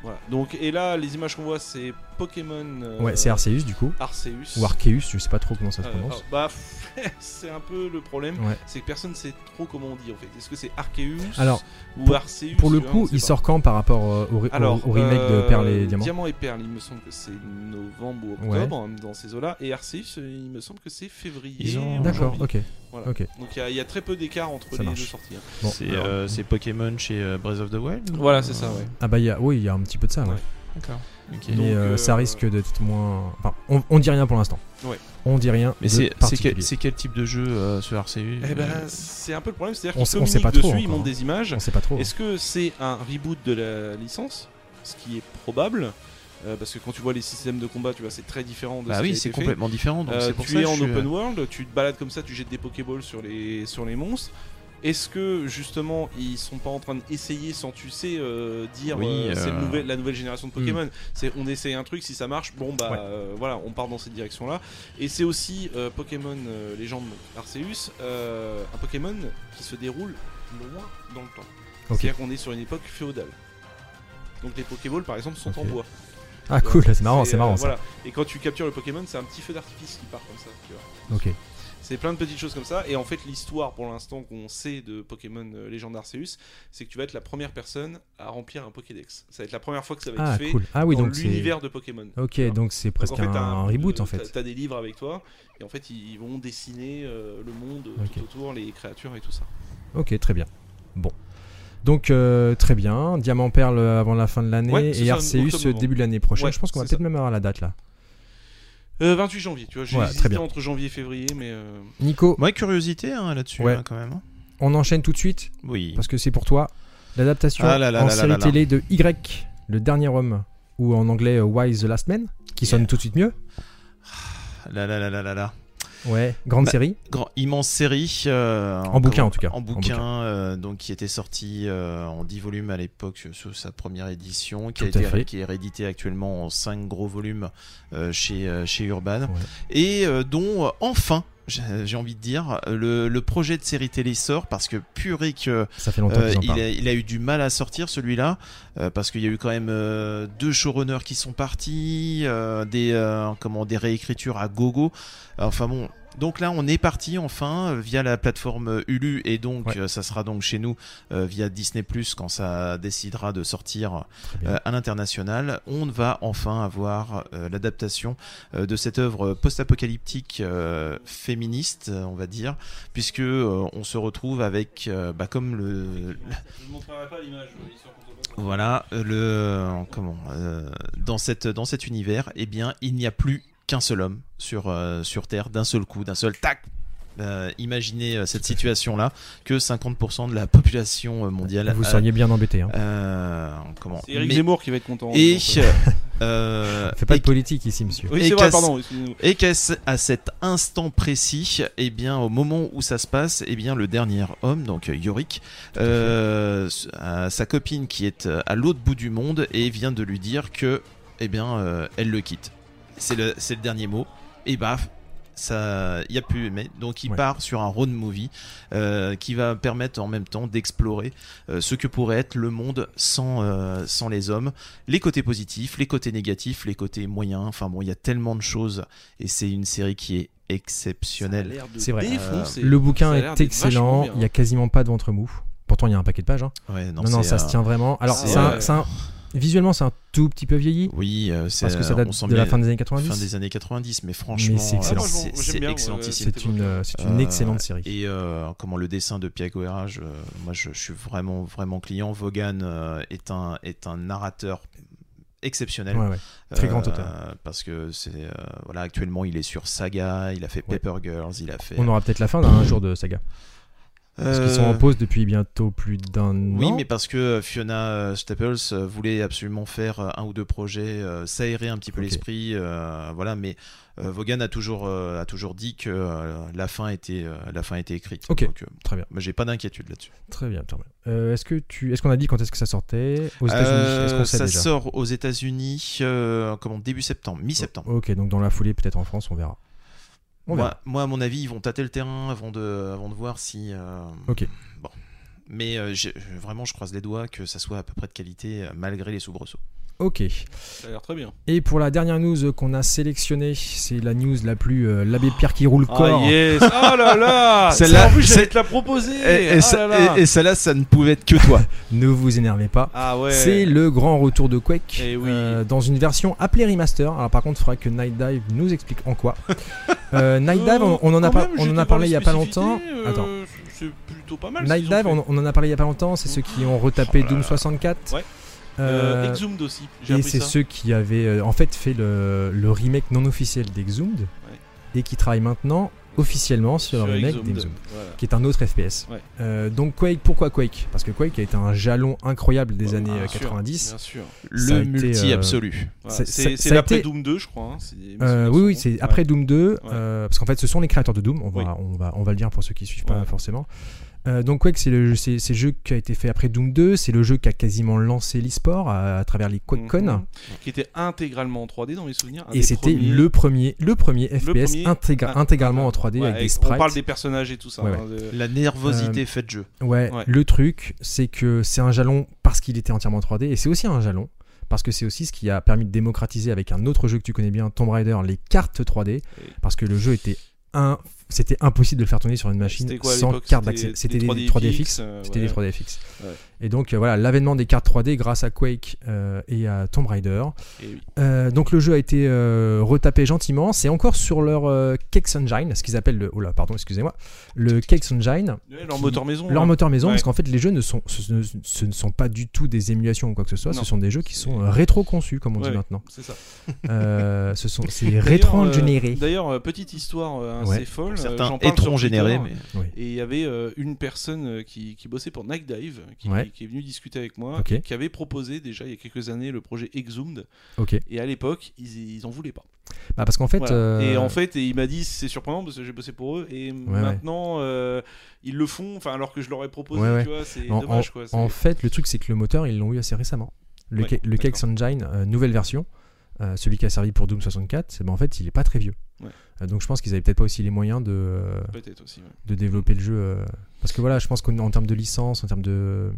Speaker 5: Voilà. Donc et là, les images qu'on voit, c'est Pokémon. euh,
Speaker 3: Ouais, c'est Arceus du coup
Speaker 5: Arceus.
Speaker 3: ou Arceus, je sais pas trop comment ça se
Speaker 5: Euh,
Speaker 3: prononce.
Speaker 5: oh, bah, *laughs* c'est un peu le problème,
Speaker 3: Ouais.
Speaker 5: c'est que personne sait trop comment on dit en fait. Est-ce que c'est Arceus
Speaker 3: Alors,
Speaker 5: ou Arceus
Speaker 3: Pour le
Speaker 5: tu vois, on
Speaker 3: coup,
Speaker 5: sait
Speaker 3: il
Speaker 5: pas.
Speaker 3: sort quand par rapport euh, au, re- au-
Speaker 5: Alors,
Speaker 3: au remake
Speaker 5: euh,
Speaker 3: de Perles et Diamants
Speaker 5: Diamant et Perle, il me semble que c'est novembre ou
Speaker 3: Ouais.
Speaker 5: octobre hein, dans ces eaux-là. Et Arceus, euh, il me semble que c'est février.
Speaker 4: Ils ont-
Speaker 5: ou
Speaker 3: D'accord,
Speaker 5: janvier.
Speaker 3: ok.
Speaker 5: Voilà.
Speaker 3: Ok.
Speaker 5: Donc il y a- il y, a très peu d'écart entre
Speaker 3: Ça
Speaker 5: les
Speaker 3: marche.
Speaker 5: deux sorties. hein.
Speaker 3: Bon,
Speaker 4: C'est
Speaker 3: alors-
Speaker 4: euh, c'est Pokémon chez euh, Breath of the Wild ou-
Speaker 5: Voilà, c'est ça, ouais.
Speaker 3: Ah bah il y a- oui, il y a un petit peu de ça. ouais.
Speaker 5: Ouais.
Speaker 4: D'accord. Ok.
Speaker 3: Mais
Speaker 5: Donc,
Speaker 3: euh,
Speaker 5: euh,
Speaker 3: ça risque d'être moins. Enfin, on, on dit rien pour l'instant.
Speaker 5: Ouais.
Speaker 3: On dit rien.
Speaker 4: Mais
Speaker 3: de
Speaker 4: c'est c'est
Speaker 3: particulier.
Speaker 4: quel, c'est quel type de jeu euh, ce Arceus
Speaker 5: Eh ben,
Speaker 4: euh,
Speaker 5: c'est un peu le problème, c'est-à-dire
Speaker 3: On
Speaker 5: qu'ils
Speaker 3: sait- on sait
Speaker 5: communiquent
Speaker 3: pas
Speaker 5: dessus,
Speaker 3: trop
Speaker 5: ils
Speaker 3: encore, hein.
Speaker 5: montrent des images.
Speaker 3: On sait pas trop.
Speaker 5: Est-ce que c'est un reboot de la licence Ce qui est probable, euh, parce que quand tu vois les systèmes de combat, tu vois, c'est très différent de
Speaker 4: Bah
Speaker 5: ce qui
Speaker 4: oui,
Speaker 5: a
Speaker 4: c'est
Speaker 5: été fait.
Speaker 4: complètement différent. Donc
Speaker 5: Euh,
Speaker 4: c'est pour
Speaker 5: tu
Speaker 4: ça
Speaker 5: es
Speaker 4: que
Speaker 5: en
Speaker 4: je suis,
Speaker 5: open
Speaker 4: euh,
Speaker 5: world, tu te balades comme ça, tu jettes des Pokéballs sur les, sur les monstres. Est-ce que justement ils sont pas en train d'essayer sans tu sais euh, dire
Speaker 4: Oui,
Speaker 5: euh, c'est le
Speaker 4: euh, hmm.
Speaker 5: nouvel- la nouvelle génération de Pokémon C'est on essaye un truc, si ça marche, bon bah
Speaker 3: Ouais.
Speaker 5: euh, voilà, on part dans cette direction là. Et c'est aussi euh, Pokémon euh, Légende Arceus, euh, un Pokémon qui se déroule loin dans le temps.
Speaker 3: Ok.
Speaker 5: C'est-à-dire qu'on est sur une époque féodale. Donc les Pokéballs par exemple sont en
Speaker 3: Ok.
Speaker 5: bois.
Speaker 3: Ah cool, c'est marrant, c'est
Speaker 5: euh,
Speaker 3: marrant
Speaker 5: voilà. Et quand tu captures le Pokémon, c'est un petit feu d'artifice qui part comme ça. Tu vois.
Speaker 3: ça. Ok.
Speaker 5: C'est plein de petites choses comme ça. Et en fait, l'histoire pour l'instant qu'on sait de Pokémon euh, Légende Arceus, c'est que tu vas être la première personne à remplir un Pokédex. Ça va être la première fois que ça va être
Speaker 3: Ah
Speaker 5: fait
Speaker 3: cool. Ah oui,
Speaker 5: dans
Speaker 3: donc c'est.
Speaker 5: l'univers de Pokémon.
Speaker 3: Ok, donc c'est
Speaker 5: Parce
Speaker 3: presque
Speaker 5: qu'en fait,
Speaker 3: un,
Speaker 5: t'as
Speaker 3: un reboot
Speaker 5: euh,
Speaker 3: en
Speaker 5: t'as-
Speaker 3: fait.
Speaker 5: T'as des livres avec toi, et en fait, ils vont dessiner euh, le monde euh,
Speaker 3: Ok.
Speaker 5: tout autour, les créatures et tout ça.
Speaker 3: Ok, très bien. Bon. Donc euh, très bien, Diamant Perle avant la fin de l'année
Speaker 5: Ouais, c'est
Speaker 3: et
Speaker 5: ça,
Speaker 3: Arceus
Speaker 5: octobre,
Speaker 3: début de l'année prochaine.
Speaker 5: Ouais,
Speaker 3: je pense qu'on va
Speaker 5: c'est
Speaker 3: peut-être même avoir la date là.
Speaker 5: Euh, 28 janvier, tu vois, j'ai
Speaker 3: Ouais, très
Speaker 5: hésité
Speaker 3: bien.
Speaker 5: entre janvier et février, mais euh,
Speaker 3: Nico,
Speaker 4: Ouais, curiosité hein, là-dessus,
Speaker 3: Ouais.
Speaker 4: hein, quand même. hein.
Speaker 3: on enchaîne tout de suite
Speaker 4: Oui.
Speaker 3: parce que c'est pour toi l'adaptation
Speaker 4: Ah là là
Speaker 3: en
Speaker 4: là là
Speaker 3: série
Speaker 4: là là.
Speaker 3: télé de Y, le dernier homme ou en anglais euh, Why is the Last Man qui sonne
Speaker 4: Yeah.
Speaker 3: tout de suite mieux.
Speaker 4: Là, là, là, là, là, là.
Speaker 3: Ouais, grande
Speaker 4: Bah,
Speaker 3: série.
Speaker 4: Grand, immense série. euh,
Speaker 3: En bouquin, en tout cas.
Speaker 4: En
Speaker 3: En
Speaker 4: bouquin,
Speaker 3: bouquin.
Speaker 4: euh, donc qui était sorti euh, en 10 volumes à l'époque sur, sur sa première édition, qui, a
Speaker 3: Tout à
Speaker 4: été-
Speaker 3: fait.
Speaker 4: qui est réédité actuellement en 5 gros volumes euh, chez, euh, chez Urban.
Speaker 3: Ouais.
Speaker 4: Et euh, dont, euh, enfin, j'ai j'ai envie de dire, le, le projet de série télé sort parce que purée que
Speaker 3: Ça fait longtemps
Speaker 4: euh,
Speaker 3: qu'ils en
Speaker 4: il,
Speaker 3: parlent.
Speaker 4: a, il a eu du mal à sortir celui-là euh, parce qu'il y a eu quand même euh, deux showrunners qui sont partis, euh, des euh, comment des réécritures à gogo. Enfin bon. Donc là, on est parti enfin euh, via la plateforme euh, Hulu et donc
Speaker 3: Ouais.
Speaker 4: euh, ça sera donc chez nous euh, via Disney Plus quand ça décidera de sortir
Speaker 3: bien.
Speaker 4: euh, à l'international. On va enfin avoir euh, l'adaptation euh, de cette œuvre post-apocalyptique euh, féministe, euh, on va dire, puisque euh, on se retrouve avec euh, bah, comme le
Speaker 5: je ne montrerai pas l'image, euh, histoire qu'on soit pas-
Speaker 4: voilà, euh, le comment euh, dans cette dans cet univers, eh bien, il n'y a plus qu'un seul homme sur euh, sur Terre d'un seul coup, d'un seul tac. Euh, imaginez euh, cette situation-là que 50% de la population euh, mondiale.
Speaker 3: Vous
Speaker 4: euh,
Speaker 3: seriez bien embêté. Hein.
Speaker 4: euh, comment
Speaker 5: C'est Eric
Speaker 4: mais-
Speaker 5: Zemmour qui va être content.
Speaker 4: Et
Speaker 5: je pense, euh.
Speaker 4: euh,
Speaker 3: Fais pas
Speaker 4: et-
Speaker 3: de politique ici, monsieur.
Speaker 5: Oui,
Speaker 4: et
Speaker 5: c'est vrai,
Speaker 4: casse-
Speaker 5: pardon, excusez-nous.
Speaker 4: et qu'à ce- à cet instant précis, eh bien, au moment où ça se passe, eh bien, le dernier homme, donc euh, Yorick, euh, s- a sa copine qui est euh, à l'autre bout du monde et vient de lui dire que, eh bien, euh, elle le quitte. C'est le, c'est le dernier mot. Et bah, ça, il y a plus. Mais donc, il
Speaker 3: Ouais.
Speaker 4: part sur un road movie euh, qui va permettre en même temps d'explorer euh, ce que pourrait être le monde sans, euh, sans les hommes, les côtés positifs, les côtés négatifs, les côtés moyens. Enfin bon, il y a tellement de choses et c'est une série qui est exceptionnelle.
Speaker 3: C'est vrai.
Speaker 5: Défoncer.
Speaker 3: Le bouquin
Speaker 5: Ça a l'air
Speaker 3: est
Speaker 5: d'être vachement
Speaker 3: excellent,
Speaker 5: bien.
Speaker 3: il y a quasiment pas de ventre mou. Pourtant, il y a un paquet de pages. hein.
Speaker 4: Ouais,
Speaker 3: Non, non,
Speaker 4: c'est,
Speaker 3: ça
Speaker 4: euh,
Speaker 3: se tient vraiment. Alors,
Speaker 5: c'est,
Speaker 3: c'est un-
Speaker 5: euh,
Speaker 3: c'est un- visuellement, c'est un tout petit peu vieilli.
Speaker 4: Oui, euh, c'est
Speaker 3: Parce que ça date
Speaker 4: on sent
Speaker 3: de la
Speaker 4: bien-
Speaker 3: fin des années
Speaker 4: fin
Speaker 3: 90.
Speaker 4: des années 90, mais franchement,
Speaker 3: c'est
Speaker 4: euh,
Speaker 3: excellent.
Speaker 4: c'est-
Speaker 5: Ah, moi, j'aime
Speaker 4: c'est
Speaker 5: bien, ouais,
Speaker 4: excellentissime.
Speaker 5: c'était
Speaker 3: C'est une, euh, c'est une
Speaker 4: Euh,
Speaker 3: excellente série.
Speaker 4: Et euh, comment le dessin de Pia Goera, je- moi je, je suis vraiment vraiment client. Vaughan euh, est un est un narrateur exceptionnel. Euh,
Speaker 3: Ouais, ouais. très grand auteur.
Speaker 4: Parce que c'est euh, voilà actuellement il est sur Saga, il a fait
Speaker 3: Ouais.
Speaker 4: Paper Girls, il a fait.
Speaker 3: On aura peut-être la fin
Speaker 4: *coughs*
Speaker 3: d'un jour de saga. Parce qu'ils sont
Speaker 4: Euh,
Speaker 3: en pause depuis bientôt plus d'un
Speaker 4: Oui,
Speaker 3: an.
Speaker 4: mais parce que euh, Fiona euh, Staples euh, voulait absolument faire euh, un ou deux projets, euh, s'aérer un petit peu
Speaker 3: Ok.
Speaker 4: l'esprit, euh, voilà. Mais euh, Vaughan a toujours euh, a toujours dit que euh, la fin était euh, la fin était écrite.
Speaker 3: Ok.
Speaker 4: Donc, euh,
Speaker 3: Très bien.
Speaker 4: moi, j'ai pas d'inquiétude là-dessus.
Speaker 3: Très bien. très bien. Euh, est-ce que tu, est-ce qu'on a dit quand est-ce que ça sortait aux États-Unis
Speaker 4: Euh,
Speaker 3: Est-ce qu'on sait
Speaker 4: ça
Speaker 3: déjà
Speaker 4: sort aux États-Unis, euh, comment début septembre, mi-septembre.
Speaker 3: Ok, donc dans la foulée, peut-être en France, on verra. On verra.
Speaker 4: Moi, moi, à mon avis, ils vont tâter le terrain avant de, avant de voir si. euh,
Speaker 3: Ok.
Speaker 4: Bon. Mais euh, j'ai- vraiment, je croise les doigts que ça soit à peu près de qualité euh, malgré les soubresauts.
Speaker 3: Ok.
Speaker 5: Ça a l'air très bien.
Speaker 3: Et pour la dernière news qu'on a sélectionnée, c'est la news la plus euh, l'abbé Pierre qui roule corps.
Speaker 5: Ah yes Ah là là
Speaker 4: Celle-là,
Speaker 5: En plus,
Speaker 4: c'est-
Speaker 5: j'allais te la proposer Ah là là
Speaker 4: celle-là, ça ne pouvait être que *laughs* toi.
Speaker 3: Ne vous énervez pas.
Speaker 5: Ah ouais
Speaker 3: C'est le grand retour de Quake
Speaker 5: Eh oui.
Speaker 3: euh, dans une version appelée remaster. Alors par contre, il faudra que Night Dive nous explique en
Speaker 4: *laughs*
Speaker 3: quoi. Euh, Night Dive, on, on en a,
Speaker 5: Quand
Speaker 3: par- on
Speaker 5: même, j'étais
Speaker 3: en
Speaker 5: voir
Speaker 3: a parlé
Speaker 5: les
Speaker 3: il y a pas longtemps.
Speaker 5: spécificités, euh,
Speaker 3: Attends.
Speaker 5: C'est plutôt pas mal. ce
Speaker 3: Night
Speaker 5: qu'ils ont
Speaker 3: Dive,
Speaker 5: fait.
Speaker 3: on, on en a parlé il y a pas longtemps. C'est ceux qui ont retapé
Speaker 5: Oh là
Speaker 3: Doom
Speaker 5: là.
Speaker 3: 64.
Speaker 5: Ouais.
Speaker 3: Euh,
Speaker 5: Euh, Exhumed aussi. J'ai
Speaker 3: et
Speaker 5: appris
Speaker 3: c'est
Speaker 5: ça.
Speaker 3: ceux qui avaient euh, en fait fait le, le remake non officiel d'Exhumed et qui travaillent maintenant officiellement sur,
Speaker 5: Sur
Speaker 3: le remake
Speaker 5: Exhumed.
Speaker 3: d'Exhumed.
Speaker 5: Voilà.
Speaker 3: qui est un autre FPS.
Speaker 5: Ouais.
Speaker 3: Euh, donc Quake, pourquoi Quake Parce que Quake a été un jalon incroyable des
Speaker 5: Bah,
Speaker 3: années
Speaker 5: bien
Speaker 3: euh,
Speaker 5: sûr,
Speaker 3: 90.
Speaker 5: Bien sûr.
Speaker 3: Ça a
Speaker 4: Le
Speaker 3: été,
Speaker 4: multi
Speaker 3: euh,
Speaker 4: absolu.
Speaker 5: Voilà,
Speaker 3: C'est- ça-
Speaker 5: C'est c'est
Speaker 3: ça a
Speaker 5: l'après
Speaker 3: été-
Speaker 5: Doom 2, je crois. hein, si mes
Speaker 3: Euh,
Speaker 5: souvenirs
Speaker 3: oui, oui,
Speaker 5: sont
Speaker 3: c'est
Speaker 5: bons.
Speaker 3: après Doom 2,
Speaker 5: Ouais.
Speaker 3: euh, parce qu'en fait, ce sont les créateurs de Doom. On va,
Speaker 5: Oui.
Speaker 3: on va, on va le dire pour ceux qui suivent pas
Speaker 5: Ouais.
Speaker 3: forcément. Euh, donc Quake, c'est le jeu, c'est, c'est le jeu qui a été fait après Doom 2. C'est le jeu qui a quasiment lancé l'e-sport à, à travers les QuakeCon.
Speaker 5: Mhm. Qui était intégralement en 3D dans mes souvenirs. un
Speaker 3: Et
Speaker 5: des
Speaker 3: c'était
Speaker 5: premiers.
Speaker 3: le premier, le premier FPS
Speaker 5: premier-
Speaker 3: intégra-
Speaker 5: ah,
Speaker 3: intégralement
Speaker 5: ah,
Speaker 3: en 3D
Speaker 5: Ouais,
Speaker 3: avec des
Speaker 5: avec-
Speaker 3: sprites.
Speaker 5: On parle des personnages et tout ça.
Speaker 3: Ouais,
Speaker 5: hein, de-
Speaker 4: La
Speaker 5: Euh,
Speaker 4: nervosité fait de jeu.
Speaker 3: Ouais,
Speaker 5: Ouais.
Speaker 3: le truc, c'est que c'est un jalon parce qu'il était entièrement 3D, et c'est aussi un jalon parce que c'est aussi ce qui a permis de démocratiser avec un autre jeu que tu connais bien, Tomb Raider, les cartes 3D,
Speaker 5: Et-
Speaker 3: parce que le jeu était un, c'était impossible de le faire tourner sur une machine
Speaker 5: C'était quoi, à
Speaker 3: sans
Speaker 5: l'époque
Speaker 3: carte
Speaker 5: C'était
Speaker 3: d'accès. C'était des 3D,
Speaker 5: des 3D
Speaker 3: fixes.
Speaker 5: fixes, euh,
Speaker 3: C'était
Speaker 5: ouais.
Speaker 3: des 3D fixes.
Speaker 5: Ouais.
Speaker 3: Et donc euh, voilà, l'avènement des cartes 3D grâce à Quake euh, et à Tomb Raider.
Speaker 5: Et oui.
Speaker 3: Euh, donc le jeu a été euh, retapé gentiment. C'est encore sur leur euh, Kex Engine, ce qu'ils appellent le. Oh là, pardon, excusez-moi. Le Kex Engine.
Speaker 5: Ouais, leur
Speaker 3: qui-
Speaker 5: moteur maison.
Speaker 3: Leur
Speaker 5: hein.
Speaker 3: moteur maison,
Speaker 5: Ouais.
Speaker 3: parce qu'en fait, les jeux ne sont, ce, ne- ce ne sont pas du tout des émulations ou quoi que ce soit.
Speaker 5: Non.
Speaker 3: Ce sont des jeux qui sont euh, rétro-conçus, comme on
Speaker 5: Ouais.
Speaker 3: dit
Speaker 5: *laughs*
Speaker 3: maintenant.
Speaker 5: C'est ça.
Speaker 3: Euh, ce sont c'est
Speaker 5: D'ailleurs, euh,
Speaker 3: rétro-engineerés.
Speaker 5: D'ailleurs, euh, petite histoire euh,
Speaker 3: Ouais.
Speaker 5: assez folle. euh,
Speaker 4: Certains
Speaker 5: j'en parle hein. sur
Speaker 4: étrons générés,
Speaker 5: Twitter.
Speaker 4: mais
Speaker 5: Et il y avait euh, une personne euh, qui, qui bossait pour Night Dive, qui,
Speaker 3: Ouais.
Speaker 5: qui est venue discuter avec moi,
Speaker 3: Ok.
Speaker 5: qui avait proposé déjà il y a quelques années le projet Exhumed.
Speaker 3: Ok.
Speaker 5: Et à l'époque, ils, ils en voulaient pas.
Speaker 3: Bah, parce qu'en fait,
Speaker 5: Voilà.
Speaker 3: euh,
Speaker 5: Et en fait, et il m'a dit c'est surprenant parce que j'ai bossé pour eux et maintenant euh, ils le font. Enfin, alors que je leur ai proposé,
Speaker 3: Ouais, ouais.
Speaker 5: tu vois, c'est
Speaker 3: En-
Speaker 5: dommage quoi. c'est-
Speaker 3: en fait, le truc, c'est que le moteur, ils l'ont eu assez récemment. Le,
Speaker 5: Ouais,
Speaker 3: Ke- le Kex Engine, euh, nouvelle version, euh, celui qui a servi pour Doom 64, ben, en fait, il est pas très vieux.
Speaker 5: Ouais.
Speaker 3: Euh, donc je pense qu'ils avaient peut-être pas aussi les moyens de, euh,
Speaker 5: Peut-être aussi. ouais.
Speaker 3: de développer le jeu. euh, parce que voilà, je pense qu'en en termes de licence, en termes de,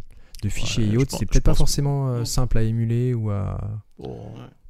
Speaker 3: de fichiers
Speaker 4: Ouais,
Speaker 3: et
Speaker 4: je
Speaker 3: autres,
Speaker 4: pense-
Speaker 3: c'est
Speaker 4: je
Speaker 3: peut-être pas
Speaker 4: pense-
Speaker 3: forcément euh,
Speaker 5: Non.
Speaker 3: simple à émuler ou à.
Speaker 4: bon,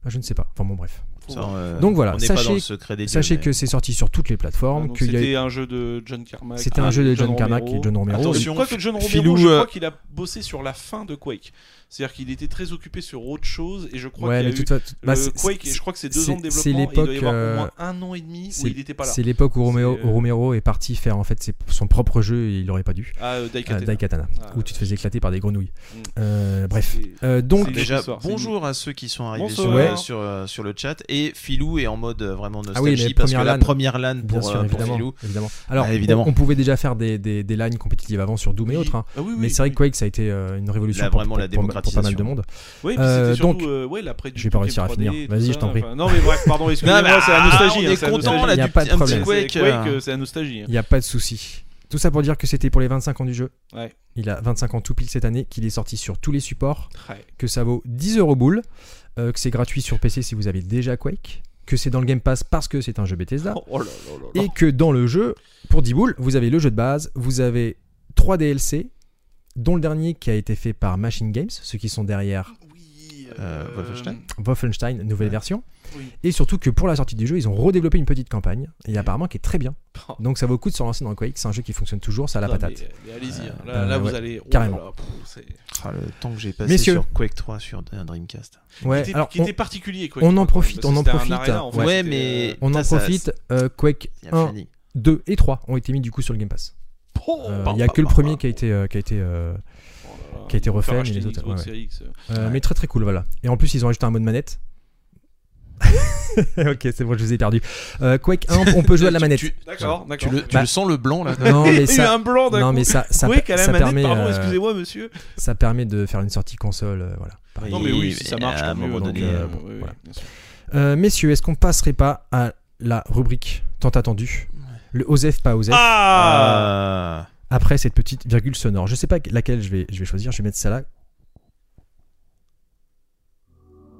Speaker 3: ah, je ne sais pas. Enfin bon, bref.
Speaker 4: ça, euh,
Speaker 3: Donc voilà,
Speaker 4: on n'est pas
Speaker 3: sachez-
Speaker 4: dans le secret des dieux,
Speaker 3: Sachez
Speaker 4: mais-
Speaker 3: que c'est sorti sur toutes les
Speaker 5: Ah,
Speaker 3: plateformes.
Speaker 5: donc
Speaker 3: qu'il y a-
Speaker 5: C'était un jeu de John Carmack.
Speaker 3: C'était
Speaker 4: Ah,
Speaker 3: un jeu de John Carmack et
Speaker 5: Romero.
Speaker 3: John Romero.
Speaker 4: Attention.
Speaker 5: Je crois que John Romero,
Speaker 4: Filou,
Speaker 5: je crois
Speaker 4: euh,
Speaker 5: qu'il a bossé sur la fin de Quake. C'est-à-dire qu'il était très occupé sur autre chose et je crois
Speaker 3: Ouais,
Speaker 5: qu'il y a
Speaker 3: mais
Speaker 5: eu
Speaker 3: tout ça- tout-
Speaker 5: le
Speaker 3: bah, c'est-
Speaker 5: Quake. Et je crois que c'est deux
Speaker 3: c'est-
Speaker 5: ans de
Speaker 3: c'est
Speaker 5: développement. et il doit y avoir
Speaker 3: l'époque, euh,
Speaker 5: au moins un an et demi où
Speaker 3: c'est-
Speaker 5: il n'était pas là.
Speaker 3: c'est l'époque où Romero,
Speaker 5: C'est, euh,
Speaker 3: Romero est parti faire en fait ses- son propre jeu et il aurait pas dû.
Speaker 5: Ah, euh,
Speaker 3: Euh,
Speaker 5: Daikatana.
Speaker 3: Daikatana,
Speaker 5: Ah,
Speaker 3: où tu te faisais éclater par des grenouilles.
Speaker 5: Mm.
Speaker 3: Euh, bref.
Speaker 5: C'est-
Speaker 3: Euh, donc,
Speaker 5: c'est-
Speaker 4: Déjà,
Speaker 5: Bonsoir, c'est
Speaker 4: bonjour à ceux qui sont arrivés sur,
Speaker 5: Bonsoir.
Speaker 4: euh, sur, euh, sur le chat. Et Filou est en mode euh, vraiment
Speaker 3: Ah oui,
Speaker 4: nostalgie
Speaker 3: mais
Speaker 4: parce que
Speaker 3: première
Speaker 4: la
Speaker 3: LAN.
Speaker 4: première LAN
Speaker 3: bien
Speaker 4: pour,
Speaker 3: sûr,
Speaker 4: euh, pour
Speaker 3: évidemment,
Speaker 4: Filou.
Speaker 3: évidemment. Alors,
Speaker 4: Ah, évidemment.
Speaker 3: On, on pouvait déjà faire des, des, des lines compétitives avant sur Doom et
Speaker 5: Oui.
Speaker 3: autres, hein.
Speaker 5: Ah oui, oui,
Speaker 3: mais c'est vrai que
Speaker 5: oui.
Speaker 3: Quake, ça a été euh, une révolution
Speaker 4: Là,
Speaker 3: pour,
Speaker 4: vraiment,
Speaker 3: pour-
Speaker 4: la
Speaker 3: pour- pour pas mal de
Speaker 4: démocratisation.
Speaker 3: monde.
Speaker 5: Oui, puis
Speaker 3: Euh,
Speaker 5: c'était surtout,
Speaker 3: donc,
Speaker 5: euh, ouais, l'après du
Speaker 3: je vais pas
Speaker 5: Duke
Speaker 3: réussir à
Speaker 5: M3D,
Speaker 3: finir.
Speaker 5: tout
Speaker 3: Vas-y, je
Speaker 5: ça.
Speaker 3: t'en prie.
Speaker 5: Enfin, non, mais bref, pardon,
Speaker 4: Non, mais
Speaker 5: excusez-moi, c'est la nostalgie.
Speaker 4: ah, on
Speaker 5: hein,
Speaker 4: est
Speaker 5: c'est la
Speaker 4: content,
Speaker 5: nostalgie.
Speaker 4: là,
Speaker 3: Il y a
Speaker 4: du
Speaker 3: pas
Speaker 4: petit-
Speaker 3: de
Speaker 4: un petit
Speaker 3: problème.
Speaker 5: C'est-
Speaker 4: Quake.
Speaker 5: Quake,
Speaker 4: euh,
Speaker 5: euh, c'est la nostalgie. hein.
Speaker 3: Il n'y a pas de souci. Tout ça pour dire que c'était pour les 25 ans du jeu.
Speaker 5: Ouais.
Speaker 3: Il a 25 ans tout pile cette année, qu'il est sorti sur tous les supports,
Speaker 5: Ouais.
Speaker 3: que ça vaut 10 euros boule, euh, que c'est gratuit sur PC si vous avez déjà Quake, que c'est dans le Game Pass parce que c'est un jeu Bethesda.
Speaker 5: Oh là là là là.
Speaker 3: et que dans le jeu, pour 10 boules, vous avez le jeu de base, vous avez 3 DLC, dont le dernier qui a été fait par Machine Games, ceux qui sont derrière
Speaker 5: Ah Oui,
Speaker 4: Euh, Wolfenstein
Speaker 3: Wolfenstein, nouvelle
Speaker 4: Ouais.
Speaker 3: version,
Speaker 5: Oui.
Speaker 3: et surtout que pour la sortie du jeu, ils ont redéveloppé une petite campagne, et apparemment qui est très bien.
Speaker 5: Oh.
Speaker 3: Donc ça vaut le coup de se lancer dans Quake, c'est un jeu qui fonctionne toujours, ça a la
Speaker 5: Non,
Speaker 3: patate.
Speaker 5: mais- mais allez-y, hein. là,
Speaker 3: Euh,
Speaker 5: là,
Speaker 3: ouais,
Speaker 5: vous allez. oh là
Speaker 3: carrément.
Speaker 5: là, pff, c'est-
Speaker 4: ah, le temps que j'ai passé
Speaker 3: Messieurs.
Speaker 4: sur Quake 3 sur un Dreamcast.
Speaker 3: Ouais,
Speaker 5: qui était,
Speaker 3: alors
Speaker 5: qui
Speaker 3: on,
Speaker 5: était particulier. Quoi,
Speaker 3: on
Speaker 5: qui-
Speaker 3: en profite,
Speaker 5: parce que
Speaker 3: on en
Speaker 5: c'était un
Speaker 3: profite.
Speaker 5: arena, en fait,
Speaker 4: Ouais,
Speaker 5: c'était,
Speaker 4: mais-
Speaker 5: euh,
Speaker 3: on en
Speaker 4: Putain, ça-
Speaker 3: profite, euh, Quake
Speaker 4: C'est
Speaker 3: 1,
Speaker 4: infini.
Speaker 3: 2 et 3 ont été mis du coup sur le Game Pass.
Speaker 5: oh,
Speaker 3: Euh, Il
Speaker 5: bah,
Speaker 3: n'y a que le premier qui a été... euh, qui a été euh,
Speaker 5: oh là là,
Speaker 3: qui a été
Speaker 5: ils vont
Speaker 3: refait,
Speaker 5: faire
Speaker 3: mais
Speaker 5: acheter
Speaker 3: les
Speaker 5: une
Speaker 3: autres,
Speaker 5: Xbox
Speaker 3: ouais,
Speaker 5: Series X, euh.
Speaker 3: Euh,
Speaker 4: Ouais.
Speaker 3: Mais très très cool, voilà. Et en plus, ils ont ajouté un mode
Speaker 5: *laughs*
Speaker 3: manette. ok, c'est bon, je vous ai perdu. Euh, Quake 1, on peut jouer à la manette.
Speaker 4: Tu,
Speaker 5: D'accord,
Speaker 4: tu
Speaker 5: d'accord.
Speaker 4: le, tu
Speaker 3: Bah.
Speaker 4: le sens le
Speaker 5: *laughs*
Speaker 4: blanc là
Speaker 3: Non,
Speaker 5: Il y a
Speaker 3: mais
Speaker 5: eu
Speaker 3: ça,
Speaker 5: un blanc d'un
Speaker 3: non,
Speaker 5: coup.
Speaker 3: mais ça, ça,
Speaker 5: Quake à la
Speaker 3: ça
Speaker 5: manette,
Speaker 3: permet,
Speaker 5: pardon,
Speaker 3: euh,
Speaker 5: excusez-moi, monsieur.
Speaker 3: ça permet de faire une sortie console. euh, voilà. Pareil.
Speaker 5: Non, mais
Speaker 4: Oui,
Speaker 5: oui, si ça
Speaker 4: mais
Speaker 5: marche,
Speaker 4: à un
Speaker 5: tant mieux,
Speaker 4: moment
Speaker 5: donc,
Speaker 4: donné,
Speaker 5: euh,
Speaker 4: euh,
Speaker 5: oui, oui,
Speaker 3: voilà.
Speaker 5: bien sûr.
Speaker 3: Euh, messieurs, est-ce qu'on passerait pas à la rubrique tant attendue Le OSEF, pas OSEF
Speaker 5: Ah
Speaker 4: Ah.
Speaker 3: Après cette petite virgule sonore. Je sais pas laquelle je vais, je vais choisir, je vais mettre ça là.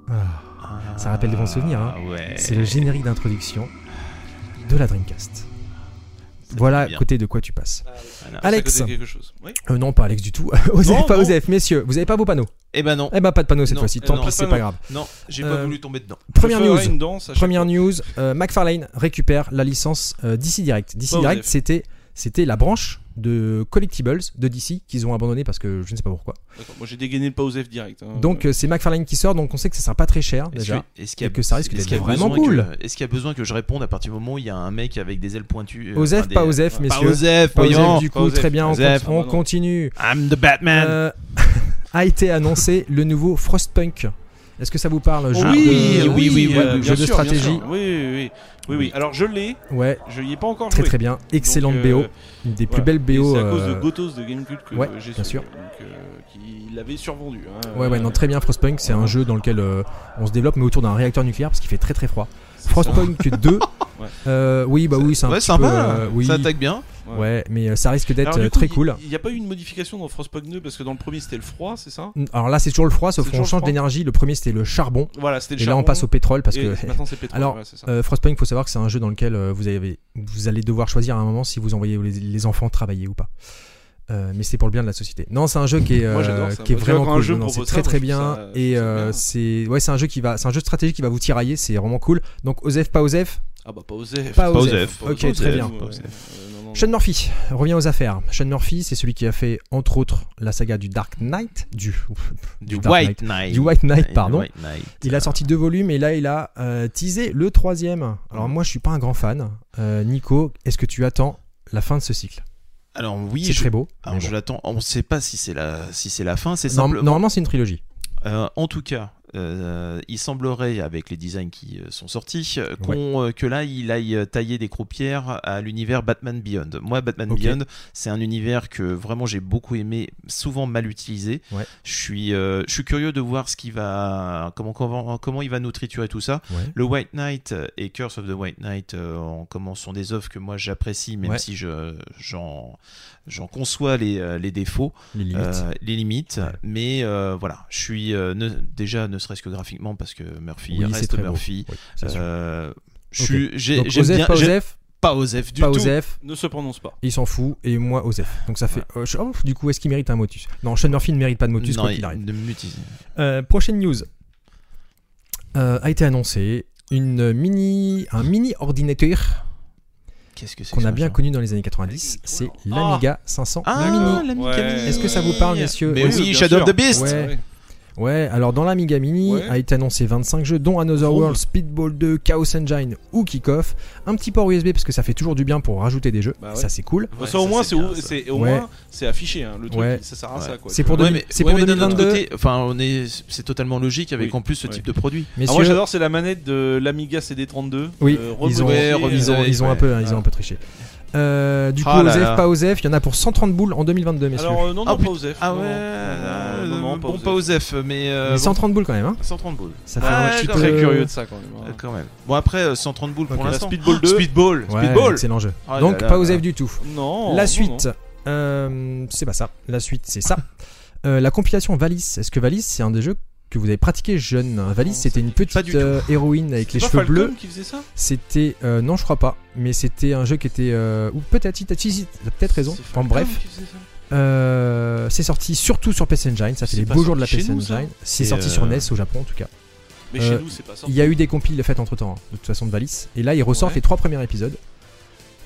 Speaker 3: Ah, Ça rappelle des bons souvenirs, hein.
Speaker 4: Ah ouais.
Speaker 3: c'est le générique d'introduction de la Dreamcast. Voilà
Speaker 4: bien.
Speaker 3: à côté de quoi tu passes.
Speaker 4: Voilà.
Speaker 3: Ah, Alex.
Speaker 5: Ça coûtait quelque chose. Oui.
Speaker 3: Euh, non, pas Alex du tout. *laughs* Osef,
Speaker 5: Non,
Speaker 3: pas
Speaker 5: non.
Speaker 3: Osef, messieurs, vous avez pas vos panneaux.
Speaker 4: Eh ben non,
Speaker 3: Eh ben, pas de panneaux cette
Speaker 4: Non,
Speaker 3: fois-ci,
Speaker 4: euh,
Speaker 3: tant
Speaker 4: non,
Speaker 3: pis,
Speaker 4: pas de
Speaker 3: c'est pas
Speaker 4: panneaux.
Speaker 3: grave.
Speaker 4: non, j'ai
Speaker 3: Euh,
Speaker 4: pas voulu tomber dedans.
Speaker 3: Première
Speaker 5: Je
Speaker 3: news.
Speaker 5: ferai une danse à chaque
Speaker 3: Première news, euh, McFarlane récupère la licence euh, DC Direct. DC
Speaker 5: Pas
Speaker 3: Direct,
Speaker 5: Osef.
Speaker 3: c'était c'était la branche de collectibles de DC qu'ils ont abandonné parce que je ne sais pas pourquoi.
Speaker 5: fois. D'accord, Moi, j'ai dégainé le Pausef direct. hein.
Speaker 3: Donc euh, c'est McFarlane qui sort, donc on sait que ça sera pas très cher
Speaker 4: Est-ce
Speaker 3: déjà.
Speaker 4: que- est-ce qu'il y a-
Speaker 3: et que ça risque
Speaker 4: est-ce
Speaker 3: d'être
Speaker 4: qu'il y a
Speaker 3: vraiment
Speaker 4: besoin
Speaker 3: cool.
Speaker 4: que- Est-ce qu'il y a besoin que je réponde à partir du moment où il y a un mec avec des ailes pointues euh,
Speaker 3: Osef,
Speaker 4: enfin, des-
Speaker 3: pas Osef,
Speaker 4: Pas
Speaker 3: messieurs.
Speaker 4: Osef,
Speaker 3: Pas Osef,
Speaker 4: voyons.
Speaker 3: du coup,
Speaker 5: Pas Osef.
Speaker 3: très bien, on,
Speaker 4: Osef.
Speaker 3: con- on
Speaker 5: Ah, non.
Speaker 3: continue.
Speaker 4: I'm the Batman.
Speaker 3: Euh, a été annoncé le nouveau Frostpunk. Est-ce que ça vous parle
Speaker 5: Oh,
Speaker 3: jeu
Speaker 5: oui,
Speaker 3: de-
Speaker 5: oui, oui, oui,
Speaker 3: jeu
Speaker 5: bien
Speaker 3: de
Speaker 5: sûr, bien
Speaker 3: stratégie.
Speaker 5: sûr. Oui, oui, oui, oui, oui. Alors, je l'ai.
Speaker 3: Ouais,
Speaker 5: Je n'y ai pas encore
Speaker 3: très
Speaker 5: joué.
Speaker 3: très bien. Excellente
Speaker 5: Donc,
Speaker 3: BO.
Speaker 5: euh,
Speaker 3: Une des
Speaker 5: voilà.
Speaker 3: plus belles
Speaker 5: Et
Speaker 3: BO.
Speaker 5: C'est à cause de
Speaker 3: euh,
Speaker 5: Gotos de Gamecube que
Speaker 3: ouais,
Speaker 5: euh, j'ai
Speaker 3: bien
Speaker 5: su.
Speaker 3: sûr.
Speaker 5: Donc, euh, qui l'avait survendu. hein.
Speaker 3: Ouais, ouais, non, très bien. Frostpunk, c'est un jeu dans lequel euh, on se développe, mais autour d'un réacteur nucléaire parce qu'il fait très très froid.
Speaker 5: C'est *laughs*
Speaker 3: Frostpunk 2,
Speaker 5: Ouais.
Speaker 3: euh, oui, bah oui, c'est un
Speaker 4: ouais,
Speaker 3: petit
Speaker 4: sympa.
Speaker 3: peu, euh, oui,
Speaker 4: Ça attaque bien.
Speaker 5: ouais.
Speaker 3: ouais, mais euh, ça risque d'être
Speaker 5: Alors, du
Speaker 3: euh,
Speaker 5: coup,
Speaker 3: très
Speaker 5: il-
Speaker 3: cool.
Speaker 5: Il n'y a pas eu une modification dans Frostpunk 2 parce que dans le premier c'était le froid, c'est ça
Speaker 3: Alors là, c'est toujours le froid, sauf
Speaker 5: C'est
Speaker 3: qu'on
Speaker 5: toujours
Speaker 3: change
Speaker 5: le
Speaker 3: d'énergie. Le premier, c'était le charbon,
Speaker 5: Voilà, c'était le
Speaker 3: et là, on
Speaker 5: charbon,
Speaker 3: passe au pétrole parce
Speaker 5: et
Speaker 3: que.
Speaker 5: *laughs* Maintenant c'est pétrole.
Speaker 3: Alors,
Speaker 5: ouais, c'est ça.
Speaker 3: Euh, Frostpunk, faut savoir que c'est un jeu dans lequel euh, vous, avez, vous allez devoir choisir à un moment si vous envoyez les, les enfants travailler ou pas. Euh, mais c'est pour le bien de la société. Non, c'est un jeu qui est, euh,
Speaker 5: Moi, j'adore ça.
Speaker 3: qui est
Speaker 5: Moi, tu vois,
Speaker 3: vraiment
Speaker 5: quand un
Speaker 3: cool.
Speaker 5: jeu
Speaker 3: Non, non,
Speaker 5: propose
Speaker 3: c'est
Speaker 5: ça,
Speaker 3: très
Speaker 5: moi,
Speaker 3: très
Speaker 5: je trouve
Speaker 3: bien.
Speaker 5: ça- je
Speaker 3: et
Speaker 5: trouve ça
Speaker 3: euh,
Speaker 5: bien.
Speaker 3: c'est ouais, c'est un jeu qui va, c'est un jeu de stratégie qui va vous tirailler. C'est vraiment cool. Donc Osef pas Osef,
Speaker 5: Ah bah pas Osef.
Speaker 3: Pas
Speaker 4: Pas
Speaker 3: Osef.
Speaker 4: Osef.
Speaker 3: Ok,
Speaker 4: Pas
Speaker 3: très
Speaker 4: Osef.
Speaker 3: bien.
Speaker 4: Pas
Speaker 5: Ouais,
Speaker 4: Osef.
Speaker 5: euh, non, non,
Speaker 3: Sean Murphy, revient aux affaires. Sean Murphy, c'est celui qui a fait, entre autres, la saga du Dark Knight. Du, ouf,
Speaker 4: Du
Speaker 3: Dark
Speaker 4: White Knight.
Speaker 3: Du White Knight,
Speaker 4: Du
Speaker 3: pardon.
Speaker 4: White Knight.
Speaker 3: Il a sorti deux volumes et là, il a euh, teasé le troisième. Alors,
Speaker 4: Mhm.
Speaker 3: moi, je suis pas un grand fan. Euh, Nico, est-ce que tu attends la fin de ce cycle
Speaker 4: Alors oui,
Speaker 3: C'est
Speaker 4: je,
Speaker 3: très beau.
Speaker 4: alors,
Speaker 3: mais
Speaker 4: je
Speaker 3: bon.
Speaker 4: l'attends. On ne sait pas si c'est la, si c'est la fin. C'est
Speaker 3: Norm-
Speaker 4: simplement.
Speaker 3: Normalement, c'est une trilogie.
Speaker 4: Euh, en tout cas, euh, il semblerait, avec les designs qui euh, sont sortis, euh, qu'on, euh, que là, il aille euh, tailler des croupières à l'univers Batman Beyond. Moi, Batman
Speaker 3: Ok.
Speaker 4: Beyond, c'est un univers que vraiment j'ai beaucoup aimé, souvent mal utilisé.
Speaker 3: Ouais.
Speaker 4: Je suis, euh, je suis curieux de voir ce qui va, comment, comment, comment il va nous triturer tout ça.
Speaker 3: Ouais.
Speaker 4: Le White Knight et Curse of the White Knight euh, en comment sont des œuvres que moi j'apprécie, même
Speaker 3: Ouais.
Speaker 4: si je, j'en, j'en conçois les, euh, les défauts.
Speaker 3: Les limites.
Speaker 4: Euh, les limites,
Speaker 3: Ouais.
Speaker 4: mais euh, voilà, je suis euh, ne- déjà ne serait-ce que graphiquement parce que Murphy
Speaker 3: Oui, c'est
Speaker 4: reste
Speaker 3: très beau.
Speaker 4: Murphy.
Speaker 3: Oui, c'est sûr.
Speaker 4: Euh, je
Speaker 3: Ok.
Speaker 4: suis, j'ai-
Speaker 3: Donc,
Speaker 4: j'aime
Speaker 3: Osef,
Speaker 4: bien,
Speaker 3: pas
Speaker 4: j'ai-
Speaker 3: Osef,
Speaker 4: pas Osef du
Speaker 3: pas
Speaker 4: tout.
Speaker 3: Osef,
Speaker 5: ne se prononce pas.
Speaker 3: il s'en fout, et moi, Osef. Donc ça fait. euh, je- oh, du coup, est-ce qu'il mérite un motus Non, Sean Murphy ne mérite pas de motus,
Speaker 4: Non,
Speaker 3: quoi
Speaker 4: il-
Speaker 3: qu'il arrive.
Speaker 4: ne mutise.
Speaker 3: Euh, prochaine news. Euh, a été annoncé une mini, un mini ordinateur
Speaker 4: Qu'est-ce que c'est
Speaker 3: qu'on
Speaker 4: ça,
Speaker 3: a bien
Speaker 4: ça
Speaker 3: connu dans les années 90, c'est l'Amiga 500
Speaker 4: Ah,
Speaker 3: Mini.
Speaker 4: l'Amiga
Speaker 5: Ouais.
Speaker 4: Mini.
Speaker 3: Est-ce que ça vous parle, messieurs
Speaker 4: Mais
Speaker 5: Oui,
Speaker 4: oui,
Speaker 5: bien
Speaker 4: Shadow
Speaker 5: sûr.
Speaker 4: of the Beast.
Speaker 3: Ouais. Ouais, alors dans l'Amiga Mini
Speaker 5: Ouais.
Speaker 3: a été annoncé 25 jeux, dont Another
Speaker 5: Chrome.
Speaker 3: World, Speedball 2, Chaos Engine ou Kickoff. Un petit port USB parce que ça fait toujours du bien pour rajouter des jeux,
Speaker 5: Bah ouais.
Speaker 3: ça c'est cool.
Speaker 5: Bon,
Speaker 4: Ouais,
Speaker 5: ça au
Speaker 4: ça,
Speaker 5: moins
Speaker 4: c'est
Speaker 5: c'est
Speaker 4: bien,
Speaker 5: ou-
Speaker 4: ça.
Speaker 5: c'est au
Speaker 3: Ouais.
Speaker 5: moins c'est affiché hein, le truc
Speaker 3: Ouais.
Speaker 5: il- ça sert à ça quoi.
Speaker 3: C'est
Speaker 5: tu
Speaker 3: pour
Speaker 5: vois.
Speaker 3: deux-
Speaker 4: Ouais,
Speaker 3: 2000
Speaker 4: mais,
Speaker 3: c'est
Speaker 4: ouais,
Speaker 3: pour
Speaker 4: mais d'un autre
Speaker 3: 2022.
Speaker 4: côté, enfin, on est, c'est totalement logique avec
Speaker 5: Oui.
Speaker 4: en plus ce
Speaker 5: Ouais.
Speaker 4: type de produit.
Speaker 5: Ah, moi
Speaker 3: Messieurs,
Speaker 5: j'adore c'est la manette de l'Amiga CD32.
Speaker 3: oui,
Speaker 5: euh,
Speaker 3: ils, ont,
Speaker 4: remodifié,
Speaker 3: ils, ont,
Speaker 4: euh,
Speaker 3: ils ont un
Speaker 4: ouais.
Speaker 3: peu, ils ont un peu triché. Euh, du coup,
Speaker 4: Ah là
Speaker 3: Osef,
Speaker 4: là.
Speaker 3: pas Osef, il y en a pour 130 boules en 2022, messieurs.
Speaker 5: Alors euh, non non
Speaker 4: Ah,
Speaker 5: pas
Speaker 4: putain.
Speaker 5: Osef.
Speaker 4: Ah
Speaker 5: non,
Speaker 4: ouais,
Speaker 5: non.
Speaker 4: euh,
Speaker 5: Non, non,
Speaker 4: bon
Speaker 5: Osef.
Speaker 4: pas Osef, mais euh,
Speaker 3: Mais
Speaker 4: bon,
Speaker 3: 130 boules quand même, hein
Speaker 4: 130 boules.
Speaker 3: Ça fait un
Speaker 4: Ah,
Speaker 3: petit
Speaker 4: j'aurais
Speaker 3: peu
Speaker 5: Très curieux de ça quand même. hein.
Speaker 4: Euh, quand même. Bon après euh, 130 boules
Speaker 3: Ok.
Speaker 4: pour
Speaker 5: La
Speaker 4: l'instant.
Speaker 5: Speedball 2.
Speaker 4: Speedball,
Speaker 3: Ouais,
Speaker 4: Speedball.
Speaker 3: excellent jeu.
Speaker 4: Ah là
Speaker 3: Donc
Speaker 4: là
Speaker 3: pas
Speaker 4: là.
Speaker 3: Osef du tout.
Speaker 4: Oh,
Speaker 5: Non.
Speaker 3: la
Speaker 5: non,
Speaker 3: suite,
Speaker 5: non.
Speaker 3: euh, c'est pas ça. La suite, c'est ça. Euh, la compilation Valis. Est-ce que Valis, c'est un des jeux que vous avez pratiqué jeune Valis,
Speaker 5: Non,
Speaker 3: c'était une petite
Speaker 4: pas du tout.
Speaker 3: euh, héroïne avec les
Speaker 5: C'est pas
Speaker 3: cheveux
Speaker 5: Falcom
Speaker 3: bleus.
Speaker 5: qui faisait ça
Speaker 3: C'était. euh, non, je crois pas. Mais c'était un jeu qui était. euh, ou peut-être. si, t'as- si, si, T'as peut-être raison.
Speaker 5: C'est
Speaker 3: Enfin,
Speaker 5: Falcom
Speaker 3: bref.
Speaker 5: qui faisait ça
Speaker 3: Euh, c'est sorti surtout sur PS Engine. Ça fait
Speaker 4: C'est
Speaker 3: les
Speaker 4: pas
Speaker 3: beaux jours de la
Speaker 4: sorti
Speaker 3: PS
Speaker 4: chez nous, ça
Speaker 3: Engine. C'est
Speaker 4: C'est,
Speaker 3: sorti sur
Speaker 4: euh,
Speaker 3: NES au Japon en tout cas.
Speaker 5: Mais
Speaker 3: Euh,
Speaker 5: chez nous c'est pas ça.
Speaker 3: Il y a eu des compiles faites entre temps, de toute façon, de Valis. Et là, ils ressortent
Speaker 5: Ouais.
Speaker 3: les trois premiers épisodes.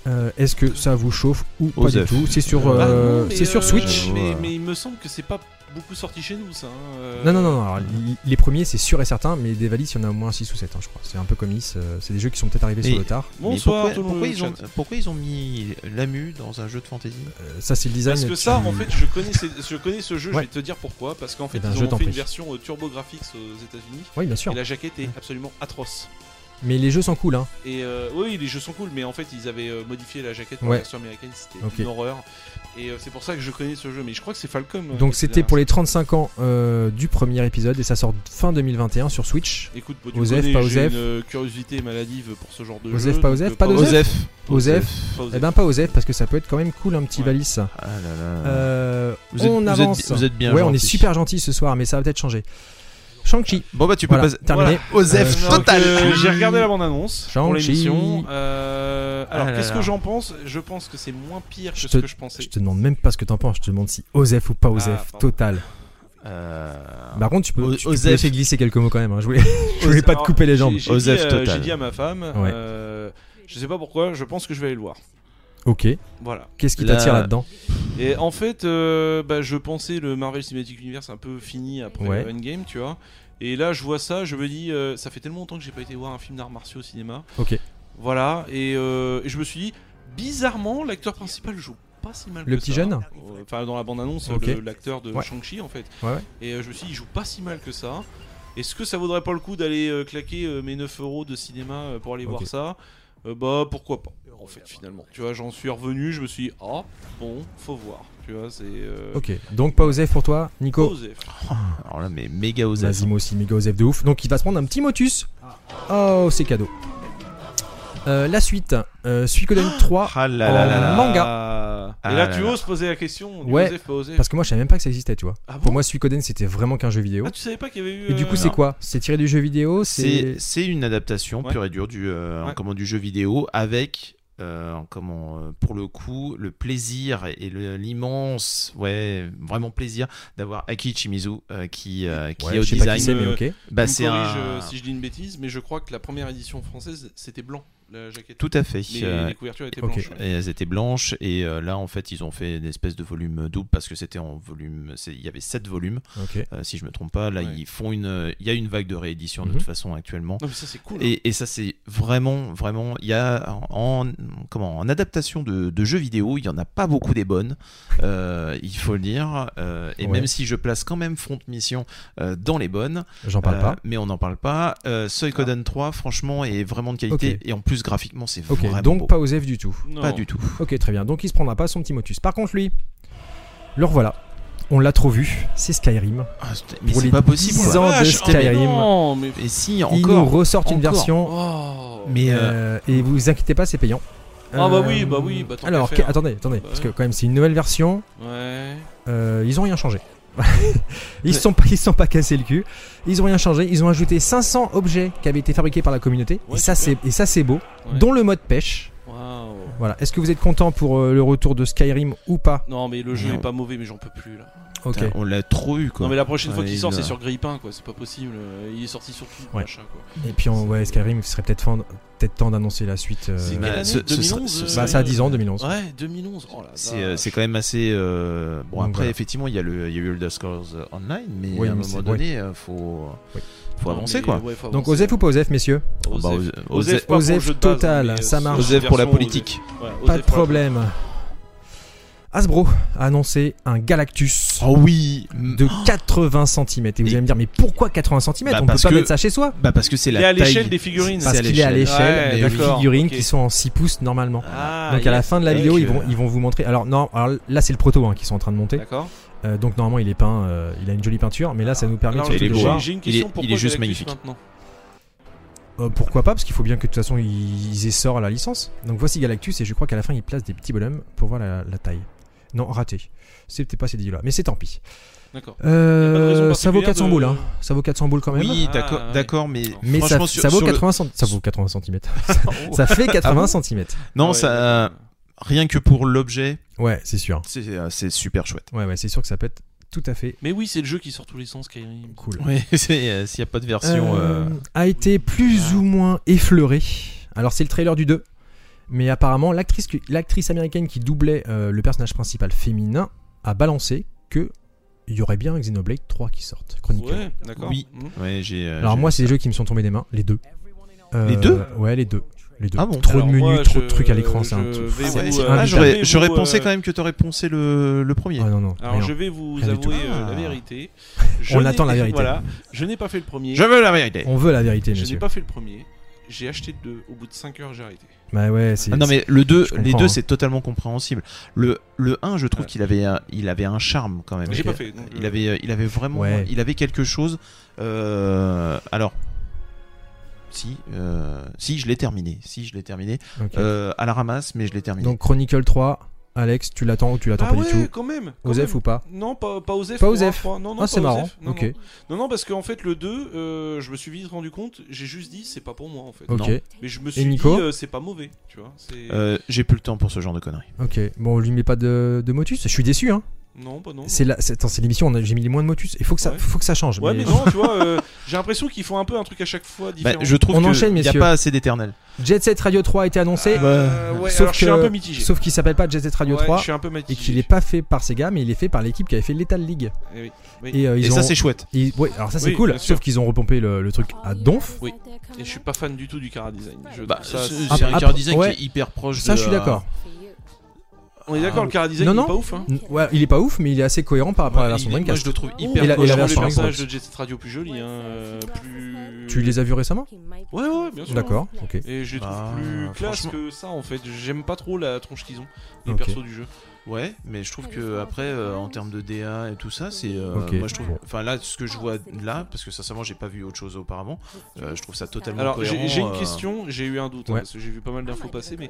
Speaker 3: Euh, Est-ce que ça vous chauffe ou pas
Speaker 4: Osef.
Speaker 3: du tout C'est sur,
Speaker 4: Ah
Speaker 3: euh,
Speaker 5: Ah non, mais,
Speaker 3: c'est sur
Speaker 5: euh,
Speaker 3: Switch.
Speaker 5: Mais,
Speaker 4: Ouais.
Speaker 5: mais il me semble que c'est pas beaucoup sorti chez nous ça. hein, euh.
Speaker 3: Non, non, non, non, alors, li- les premiers, c'est sûr et certain, mais des Valis, il y en a au moins 6 ou 7, je crois. C'est un peu comme Is, euh, c'est des jeux qui sont peut-être arrivés
Speaker 4: Et-
Speaker 3: sur le tard.
Speaker 4: Mais
Speaker 5: Bonsoir
Speaker 4: pourquoi,
Speaker 5: tout le
Speaker 4: pourquoi
Speaker 5: monde.
Speaker 4: ils ont, pourquoi ils ont mis l'AMU dans un jeu de fantasy
Speaker 3: Euh, ça, c'est le design.
Speaker 5: Parce que
Speaker 3: tu-
Speaker 5: ça, en fait, je connais, ces- je connais ce jeu,
Speaker 3: Ouais.
Speaker 5: je vais te dire pourquoi. Parce qu'en
Speaker 3: Eh
Speaker 5: fait,
Speaker 3: ben,
Speaker 5: ils
Speaker 3: je
Speaker 5: ont
Speaker 3: t'en
Speaker 5: fait une
Speaker 3: prie.
Speaker 5: version euh, Turbo Graphics aux États-Unis.
Speaker 3: Oui, bien sûr.
Speaker 5: Et la jaquette est absolument atroce.
Speaker 3: Mais les jeux sont cool, hein.
Speaker 5: Et euh, oui, les jeux sont cool, mais en fait, ils avaient euh, modifié la jaquette pour
Speaker 3: Ouais.
Speaker 5: la version américaine, c'était
Speaker 3: Ok.
Speaker 5: une horreur. Et euh, c'est pour ça que je connais ce jeu, mais je crois que c'est Falcom. euh,
Speaker 3: Donc,
Speaker 5: qui
Speaker 3: c'était
Speaker 5: était
Speaker 3: pour
Speaker 5: derrière
Speaker 3: les 35 ans euh, du premier épisode, et ça sort fin 2021 sur Switch.
Speaker 5: ça. Écoute, bon, tu
Speaker 3: Osef,
Speaker 5: connais,
Speaker 3: pas
Speaker 5: j'ai
Speaker 3: Osef.
Speaker 5: une euh, curiosité maladive pour ce genre de
Speaker 3: Osef,
Speaker 5: jeu.
Speaker 3: pas
Speaker 5: donc,
Speaker 3: Osef,
Speaker 5: euh,
Speaker 3: pas d'Osef. Osef.
Speaker 5: pas Osef.
Speaker 3: Eh ben, pas Osef, parce que ça peut être quand même cool un petit
Speaker 5: Ouais.
Speaker 3: Valis.
Speaker 4: Ah là là.
Speaker 3: Euh,
Speaker 4: Vous êtes-
Speaker 3: on
Speaker 4: vous êtes-
Speaker 3: avance.
Speaker 4: vous êtes bien
Speaker 3: Ouais, on est
Speaker 4: gentil.
Speaker 3: super gentil ce soir, mais ça va peut-être changer. Shang-Chi,
Speaker 5: Ah,
Speaker 4: Bon bah tu peux
Speaker 3: voilà,
Speaker 4: passer.
Speaker 3: terminé.
Speaker 4: Osef
Speaker 3: Euh,
Speaker 4: total.
Speaker 5: Euh, J'ai regardé la bande-annonce pour
Speaker 3: Shang-Chi.
Speaker 5: l'émission. Euh, alors,
Speaker 4: Ah là
Speaker 5: qu'est-ce
Speaker 4: là.
Speaker 5: que j'en pense Je pense que c'est moins pire que
Speaker 3: Je
Speaker 5: ce
Speaker 3: te-
Speaker 5: que je pensais.
Speaker 3: Je te demande même pas ce que t'en penses, je te demande si Osef ou pas Osef,
Speaker 5: Ah, pardon. Ah.
Speaker 3: total.
Speaker 4: Euh,
Speaker 3: Par contre, tu peux,
Speaker 4: O-
Speaker 3: tu- tu peux
Speaker 4: Osef.
Speaker 3: laisser glisser quelques mots quand même, hein. je, voulais, *laughs* je voulais pas te
Speaker 5: Alors,
Speaker 3: couper les
Speaker 5: j'ai-
Speaker 3: jambes.
Speaker 5: J'ai dit,
Speaker 4: Osef
Speaker 5: euh,
Speaker 4: total.
Speaker 5: j'ai dit à ma femme,
Speaker 3: Ouais.
Speaker 5: euh, je sais pas pourquoi, je pense que je vais aller le voir.
Speaker 3: Ok,
Speaker 5: Voilà.
Speaker 3: qu'est-ce qui
Speaker 4: Là-
Speaker 3: t'attire là-dedans
Speaker 5: Et en fait, euh, bah, je pensais le Marvel Cinematic Universe un peu fini après
Speaker 3: Ouais.
Speaker 5: euh, Endgame, tu vois. Et là, je vois ça, je me dis, euh, ça fait tellement longtemps que j'ai pas été voir un film d'arts martiaux au cinéma.
Speaker 3: Ok.
Speaker 5: Voilà. Et, euh, et je me suis dit, bizarrement, l'acteur principal joue pas si mal
Speaker 3: Le
Speaker 5: que
Speaker 3: petit
Speaker 5: ça.
Speaker 3: jeune
Speaker 5: Euh, Enfin, dans la bande-annonce,
Speaker 3: Ok.
Speaker 5: le- l'acteur de
Speaker 3: Ouais.
Speaker 5: Shang-Chi, en fait.
Speaker 3: Ouais, ouais.
Speaker 5: Et euh, je me suis dit, il joue pas si mal que ça. Est-ce que ça vaudrait pas le coup d'aller euh, claquer euh, mes 9 euros de cinéma euh, pour aller
Speaker 3: Ok.
Speaker 5: voir ça Euh, Bah, pourquoi pas, en fait, finalement. Tu vois, j'en suis revenu, je me suis dit, ah, bon, faut voir. Tu vois, c'est. euh,
Speaker 3: Ok, donc pas Osef pour toi, Nico
Speaker 5: Joseph.
Speaker 4: Alors là mais méga Osef.
Speaker 3: Vas-y, moi aussi, méga Osef de ouf. Donc il va se prendre un petit motus.
Speaker 5: Ah.
Speaker 3: Oh, c'est cadeau. Euh, la suite, euh, Suikoden 3.
Speaker 4: Ah là là là
Speaker 3: En
Speaker 4: là.
Speaker 3: manga.
Speaker 5: Et là,
Speaker 4: Ah
Speaker 5: tu
Speaker 4: là
Speaker 5: oses poser la question. du
Speaker 3: Ouais,
Speaker 5: Joseph, pas Joseph.
Speaker 3: Parce que moi, je savais même pas que ça existait, tu vois.
Speaker 5: Ah bon
Speaker 3: Pour moi, Suikoden, c'était vraiment qu'un jeu vidéo.
Speaker 5: Ah, tu savais pas qu'il y avait eu.
Speaker 3: Et du
Speaker 5: euh,
Speaker 3: coup, c'est
Speaker 4: non.
Speaker 3: quoi C'est tiré du jeu vidéo C'est.
Speaker 4: C'est c'est une adaptation
Speaker 5: Ouais.
Speaker 4: pure et dure du euh,
Speaker 5: Ouais.
Speaker 4: comment, du jeu vidéo avec euh, comment euh, pour le coup le plaisir et le- l'immense ouais vraiment plaisir d'avoir Aki Shimizu euh, qui euh, qui
Speaker 3: Ouais,
Speaker 4: est au
Speaker 3: je sais pas qui
Speaker 4: design
Speaker 3: c'est, mais
Speaker 5: euh,
Speaker 3: ok.
Speaker 4: bah
Speaker 5: tu me
Speaker 4: c'est
Speaker 5: corriges,
Speaker 4: un
Speaker 5: euh, si je dis une bêtise, mais je crois que la première édition française, c'était blanc. la jaquette.
Speaker 4: Tout à fait.
Speaker 5: Mais
Speaker 4: Euh,
Speaker 5: les couvertures étaient
Speaker 3: ok.
Speaker 5: blanches. ouais.
Speaker 4: Et elles étaient blanches et euh, là en fait ils ont fait une espèce de volume double parce que c'était en volume, c'est- il y avait 7 volumes
Speaker 3: Ok.
Speaker 4: euh, si je me trompe pas. Là
Speaker 5: Ouais.
Speaker 4: ils font une, il y a une vague de réédition de
Speaker 3: Mhm.
Speaker 4: toute façon actuellement.
Speaker 5: Non, mais ça, c'est cool. hein.
Speaker 4: Et, et ça c'est vraiment vraiment il y a en comment en adaptation de, de jeux vidéo il y en a pas beaucoup des bonnes euh, il faut le dire euh, et
Speaker 3: Ouais.
Speaker 4: même si je place quand même Front Mission euh, dans les bonnes
Speaker 3: J'en parle
Speaker 4: euh,
Speaker 3: pas.
Speaker 4: mais on n'en parle pas euh, Suikoden 3 franchement est vraiment de qualité et en plus graphiquement c'est
Speaker 3: Ok,
Speaker 4: vraiment
Speaker 3: donc
Speaker 4: beau.
Speaker 3: pas Osef du tout.
Speaker 5: Non.
Speaker 4: Pas du tout
Speaker 3: Ok, très bien. Donc il se prendra pas son petit motus. Par contre, lui, le revoilà. On l'a trop vu. C'est Skyrim.
Speaker 4: Ah, c'était- mais
Speaker 3: Pour
Speaker 4: c'est
Speaker 3: les
Speaker 4: pas possible
Speaker 3: 10
Speaker 4: quoi.
Speaker 3: ans
Speaker 5: Ah,
Speaker 3: de
Speaker 5: vache, oh, mais
Speaker 3: Skyrim.
Speaker 5: non, mais-
Speaker 4: et si
Speaker 3: Ils nous
Speaker 4: encore
Speaker 3: ressortent une
Speaker 4: encore.
Speaker 3: version.
Speaker 5: Oh.
Speaker 4: mais euh,
Speaker 3: euh, et vous inquiétez pas, c'est payant.
Speaker 5: Ah,
Speaker 3: Euh,
Speaker 5: bah oui, bah oui, bah tant qu'à
Speaker 3: alors,
Speaker 5: faire.
Speaker 3: que- attendez, attendez,
Speaker 5: Bah
Speaker 3: parce que
Speaker 5: ouais.
Speaker 3: quand même, c'est une nouvelle version.
Speaker 5: oh, Ouais.
Speaker 3: Euh, ils ont rien changé. *laughs* ils
Speaker 4: Ouais.
Speaker 3: se sont pas, ils se sont pas cassés le cul. Ils ont rien changé. Ils ont ajouté 500 objets qui avaient été fabriqués par la communauté.
Speaker 5: Ouais,
Speaker 3: et ça, c'est
Speaker 5: super.
Speaker 3: et ça, c'est beau.
Speaker 5: Ouais.
Speaker 3: Dont le mode pêche.
Speaker 5: Waouh.
Speaker 3: Voilà. Est-ce que vous êtes content pour euh, le retour de Skyrim ou pas
Speaker 5: Non, mais le jeu
Speaker 4: Mais
Speaker 5: est
Speaker 4: on-
Speaker 5: pas mauvais, mais j'en peux plus là.
Speaker 3: Ok.
Speaker 4: putain, on l'a trop eu quoi
Speaker 5: Non, mais la prochaine fois
Speaker 4: Ouais,
Speaker 5: qu'il
Speaker 4: il
Speaker 5: sort,
Speaker 4: doit-
Speaker 5: c'est sur Grippin, quoi. C'est pas possible. euh, Il est sorti sur tout,
Speaker 3: Ouais. Euh,
Speaker 5: machin, quoi.
Speaker 3: Et puis on- ouais, Skyrim, ce serait peut-être fin- peut-être temps d'annoncer la suite. euh,
Speaker 5: C'est
Speaker 4: bah,
Speaker 5: quelle année
Speaker 4: ce- ce sera-
Speaker 5: 2011,
Speaker 4: ce
Speaker 5: euh,
Speaker 4: sera-
Speaker 3: bah, ça a 10 ans, 2011.
Speaker 5: Ouais, 2011. Oh, la
Speaker 4: C'est euh,
Speaker 5: vache.
Speaker 4: c'est quand même assez. euh, Bon,
Speaker 3: Donc
Speaker 4: après,
Speaker 3: voilà.
Speaker 4: effectivement, il y, a le- il y a eu Elder Scrolls euh, Online, mais
Speaker 3: Oui,
Speaker 4: à un
Speaker 3: mais
Speaker 4: moment
Speaker 3: c'est-
Speaker 4: donné, euh, faut,
Speaker 3: Oui.
Speaker 4: faut
Speaker 5: Non,
Speaker 4: avancer
Speaker 5: mais,
Speaker 4: quoi.
Speaker 5: ouais, faut
Speaker 3: Donc
Speaker 5: avancer.
Speaker 3: Osef ou pas Osef, messieurs
Speaker 4: Oh, bah,
Speaker 5: Osef.
Speaker 4: Osef- Osef-
Speaker 5: Osef pas pour
Speaker 3: Osef
Speaker 5: le jeu de base,
Speaker 3: total,
Speaker 5: mais,
Speaker 3: ça
Speaker 5: euh,
Speaker 3: marche.
Speaker 5: sur
Speaker 4: Osef pour la
Speaker 5: version
Speaker 4: politique.
Speaker 5: Osef. Ouais,
Speaker 3: Pas de
Speaker 5: Osef pour la-
Speaker 3: problème. Hasbro a annoncé un Galactus
Speaker 4: Oh oui
Speaker 3: de 80 cm. Et vous
Speaker 4: Et-
Speaker 3: allez me dire, mais pourquoi 80 cm
Speaker 4: Bah,
Speaker 3: On peut
Speaker 4: parce
Speaker 3: pas
Speaker 4: que-
Speaker 3: mettre ça chez soi
Speaker 4: Bah, parce que c'est
Speaker 5: Il
Speaker 4: la
Speaker 5: est à
Speaker 4: taille.
Speaker 5: l'échelle des figurines.
Speaker 4: C'est
Speaker 3: Parce
Speaker 4: à
Speaker 3: qu'il est à
Speaker 4: l'échelle.
Speaker 3: l'échelle
Speaker 5: Ouais,
Speaker 3: de
Speaker 5: d'accord,
Speaker 3: figurines
Speaker 5: ok.
Speaker 3: qui sont en 6 pouces normalement.
Speaker 5: Ah,
Speaker 3: donc à la
Speaker 5: yes.
Speaker 3: fin de la
Speaker 4: Avec,
Speaker 3: vidéo, ils,
Speaker 4: euh,
Speaker 3: vont, ils vont vous montrer. Alors, non, alors là, c'est le proto hein, qui sont en train de monter.
Speaker 5: D'accord.
Speaker 3: Euh, donc normalement, il est peint, euh, il a une jolie peinture, mais là, ça nous permet
Speaker 5: Alors,
Speaker 4: il est
Speaker 3: surtout de
Speaker 4: beau,
Speaker 3: voir.
Speaker 4: hein.
Speaker 5: j'ai une
Speaker 4: Il est-
Speaker 5: question.
Speaker 4: il est
Speaker 5: Pourquoi
Speaker 4: juste
Speaker 5: Galactus
Speaker 4: magnifique.
Speaker 5: maintenant
Speaker 3: Euh, pourquoi pas Parce qu'il faut bien que de toute façon ils essorent la licence. Donc voici Galactus et je crois qu'à la fin ils placent des petits bonhommes pour voir la, la taille. Non, raté. C'était pas ces dix là mais c'est tant pis.
Speaker 5: D'accord.
Speaker 3: Euh,
Speaker 5: Y a pas de raison
Speaker 3: ça vaut 400 boules,
Speaker 5: particulière
Speaker 3: hein. Ça vaut 400 boules quand même.
Speaker 4: Oui,
Speaker 5: Ah,
Speaker 4: d'accord,
Speaker 5: ouais.
Speaker 4: d'accord, mais.
Speaker 3: Mais ça,
Speaker 4: franchement, sur-
Speaker 3: ça vaut
Speaker 4: sur le-
Speaker 3: 80 cent- ça vaut 80 cm.
Speaker 5: *laughs* Ah
Speaker 3: ça fait 80 cm.
Speaker 4: Non,
Speaker 5: Ouais,
Speaker 4: ça. euh,
Speaker 5: d'accord.
Speaker 4: Rien que pour l'objet,
Speaker 3: Ouais, c'est sûr.
Speaker 4: c'est euh, c'est super chouette.
Speaker 3: Ouais, ouais, c'est sûr que ça peut être tout à fait
Speaker 5: Mais oui, c'est le jeu qui sort tous les sens, Skyrim.
Speaker 3: cool.
Speaker 4: Ouais, *laughs* c'est, euh, S'il n'y a pas de version.
Speaker 3: Euh,
Speaker 4: euh,
Speaker 3: a été plus ou moins effleuré. Alors c'est le trailer du 2. Mais apparemment, l'actrice qui- l'actrice américaine qui doublait euh, le personnage principal féminin a balancé que il y aurait bien un Xenoblade 3 qui sorte. Chronicle.
Speaker 5: Ouais, d'accord.
Speaker 4: Oui.
Speaker 5: Mhm.
Speaker 4: Ouais, j'ai. euh,
Speaker 3: Alors
Speaker 4: j'ai-
Speaker 3: moi, c'est des jeux qui me sont tombés des mains, les deux. Euh,
Speaker 4: Les deux
Speaker 3: Ouais, les deux. Les deux.
Speaker 4: Ah bon
Speaker 3: Trop
Speaker 5: Alors
Speaker 3: de menus,
Speaker 5: moi,
Speaker 3: trop de
Speaker 5: je-
Speaker 3: trucs à l'écran, c'est un
Speaker 5: je
Speaker 3: truc.
Speaker 5: vais
Speaker 4: Ah
Speaker 3: c'est-
Speaker 4: ouais,
Speaker 5: vous,
Speaker 3: c'est
Speaker 5: euh,
Speaker 4: ah,
Speaker 3: invitable.
Speaker 4: j'aurais j'aurais
Speaker 5: vous,
Speaker 4: pensé
Speaker 5: euh,
Speaker 4: quand même que t'aurais poncé le, le premier.
Speaker 3: Ah non, non.
Speaker 5: Alors
Speaker 3: rien.
Speaker 5: je vais vous
Speaker 3: Rien du
Speaker 5: avouer
Speaker 4: tout.
Speaker 5: euh,
Speaker 4: Ah.
Speaker 5: la vérité.
Speaker 3: *laughs* On
Speaker 5: n'ai-
Speaker 3: attend la vérité.
Speaker 5: Voilà, je n'ai pas fait le premier.
Speaker 4: Je veux la vérité.
Speaker 3: On veut la vérité,
Speaker 5: Je n'ai
Speaker 3: monsieur.
Speaker 5: pas fait le premier. J'ai acheté le deux. Au bout de 5 heures, j'ai arrêté.
Speaker 3: Bah ouais, c'est.
Speaker 4: Ah non mais le 2,
Speaker 3: Je
Speaker 4: les
Speaker 3: comprends,
Speaker 4: deux
Speaker 3: hein.
Speaker 4: c'est totalement compréhensible. Le le 1, je trouve
Speaker 5: Ouais.
Speaker 4: qu'il avait un, il avait un charme quand même.
Speaker 5: J'ai
Speaker 3: Ok.
Speaker 5: pas fait. donc,
Speaker 4: Il
Speaker 5: euh,
Speaker 4: avait il avait vraiment
Speaker 3: Ouais.
Speaker 4: il avait quelque chose euh, alors si euh, si je l'ai terminé, si je l'ai terminé
Speaker 3: Ok.
Speaker 4: Euh, à la ramasse mais je l'ai terminé.
Speaker 3: Donc Chronicle 3, Alex, tu l'attends ou tu l'attends
Speaker 5: Ah
Speaker 3: pas
Speaker 5: ouais,
Speaker 3: du tout
Speaker 5: quand même. quand
Speaker 3: Osef
Speaker 5: même.
Speaker 3: ou pas
Speaker 5: Non, pas, pas Osef.
Speaker 3: Pas
Speaker 5: pour
Speaker 3: Osef.
Speaker 5: un point. Non, non,
Speaker 3: Ah,
Speaker 5: pas
Speaker 3: c'est marrant.
Speaker 5: Osef. Non,
Speaker 3: ok.
Speaker 5: non. Non, non, parce qu'en fait, le 2, euh, je me suis vite rendu compte. J'ai juste dit, c'est pas pour moi en fait.
Speaker 3: Ok.
Speaker 4: Non.
Speaker 5: Mais je me suis
Speaker 3: Nico
Speaker 5: dit, euh, c'est pas mauvais. Tu vois, c'est.
Speaker 4: Euh, j'ai plus le temps pour ce genre de conneries.
Speaker 3: Ok, bon, on lui met pas de, de motus. Je suis déçu, hein.
Speaker 5: Non, bah non.
Speaker 3: C'est la- c'est attends, c'est l'émission, on a- j'ai mis les moins de motus. Il faut que ça,
Speaker 5: Ouais.
Speaker 3: faut que ça change.
Speaker 5: Ouais,
Speaker 3: mais-
Speaker 5: mais non, tu vois, euh, j'ai l'impression qu'ils font un peu un truc à chaque fois
Speaker 4: Bah,
Speaker 5: différent.
Speaker 4: je trouve
Speaker 3: On
Speaker 4: qu'il
Speaker 3: enchaîne,
Speaker 4: n'y a
Speaker 3: messieurs.
Speaker 4: pas assez d'éternel.
Speaker 3: Jet Set Radio 3 a été annoncé,
Speaker 5: Euh, ouais,
Speaker 3: sauf
Speaker 5: alors, je suis un
Speaker 3: que-
Speaker 5: peu mitigé.
Speaker 3: sauf qu'il s'appelle pas Jet Set Radio
Speaker 5: Ouais,
Speaker 3: 3
Speaker 5: je suis un peu
Speaker 3: et
Speaker 5: mitigé.
Speaker 3: qu'il est pas fait par Sega, mais il est fait par l'équipe qui avait fait Lethal League.
Speaker 5: Eh oui.
Speaker 3: Et, euh, ils
Speaker 4: Et
Speaker 3: ont-
Speaker 4: ça c'est chouette.
Speaker 3: ils- ouais, alors ça c'est
Speaker 5: Oui,
Speaker 3: cool,
Speaker 5: bien sûr.
Speaker 3: sauf qu'ils ont repompé le, le truc à Ah, donf.
Speaker 5: Oui. Et je suis pas fan du tout du cara design. Je
Speaker 4: Bah,
Speaker 5: ça, c'est-
Speaker 4: c'est c'est
Speaker 3: Ah,
Speaker 4: un
Speaker 3: ah,
Speaker 4: car design
Speaker 3: ouais.
Speaker 4: qui est hyper proche
Speaker 3: Ça,
Speaker 4: de,
Speaker 3: je suis
Speaker 4: euh,
Speaker 5: Ah.
Speaker 3: d'accord.
Speaker 5: on est d'accord, le cara design
Speaker 3: Non,
Speaker 5: il
Speaker 3: non.
Speaker 5: est pas ouf. Hein.
Speaker 3: N- Ouais, il est pas ouf, mais il est assez cohérent par rapport à la version
Speaker 4: il est- moi, je
Speaker 3: 24.
Speaker 4: le trouve
Speaker 3: et
Speaker 4: hyper
Speaker 3: la- et la
Speaker 5: Moi, je trouve
Speaker 4: cohérent.
Speaker 3: version
Speaker 5: les personnages
Speaker 3: Xbox.
Speaker 5: de Jet Set Radio plus jolis, hein, euh, plus.
Speaker 3: Tu les as vus récemment
Speaker 5: Ouais, ouais, bien sûr.
Speaker 3: D'accord, ok.
Speaker 5: Et je les trouve
Speaker 4: Bah,
Speaker 5: plus classe
Speaker 4: franchement.
Speaker 5: que ça en fait. J'aime pas trop la tronche qu'ils ont, les
Speaker 3: Ok.
Speaker 5: persos du jeu.
Speaker 4: Ouais, mais je trouve que après, euh, en termes de DA et tout ça, c'est. euh,
Speaker 3: Ok.
Speaker 4: Moi, je trouve.
Speaker 3: Bon.
Speaker 4: Enfin, là, ce que je vois là, parce que sincèrement, j'ai pas vu autre chose auparavant. euh, je trouve ça totalement
Speaker 5: Alors
Speaker 4: cohérent,
Speaker 5: j'ai j'ai une
Speaker 4: euh,
Speaker 5: question, j'ai eu un doute, hein,
Speaker 3: Ouais.
Speaker 5: parce que j'ai vu pas mal d'infos passer, mais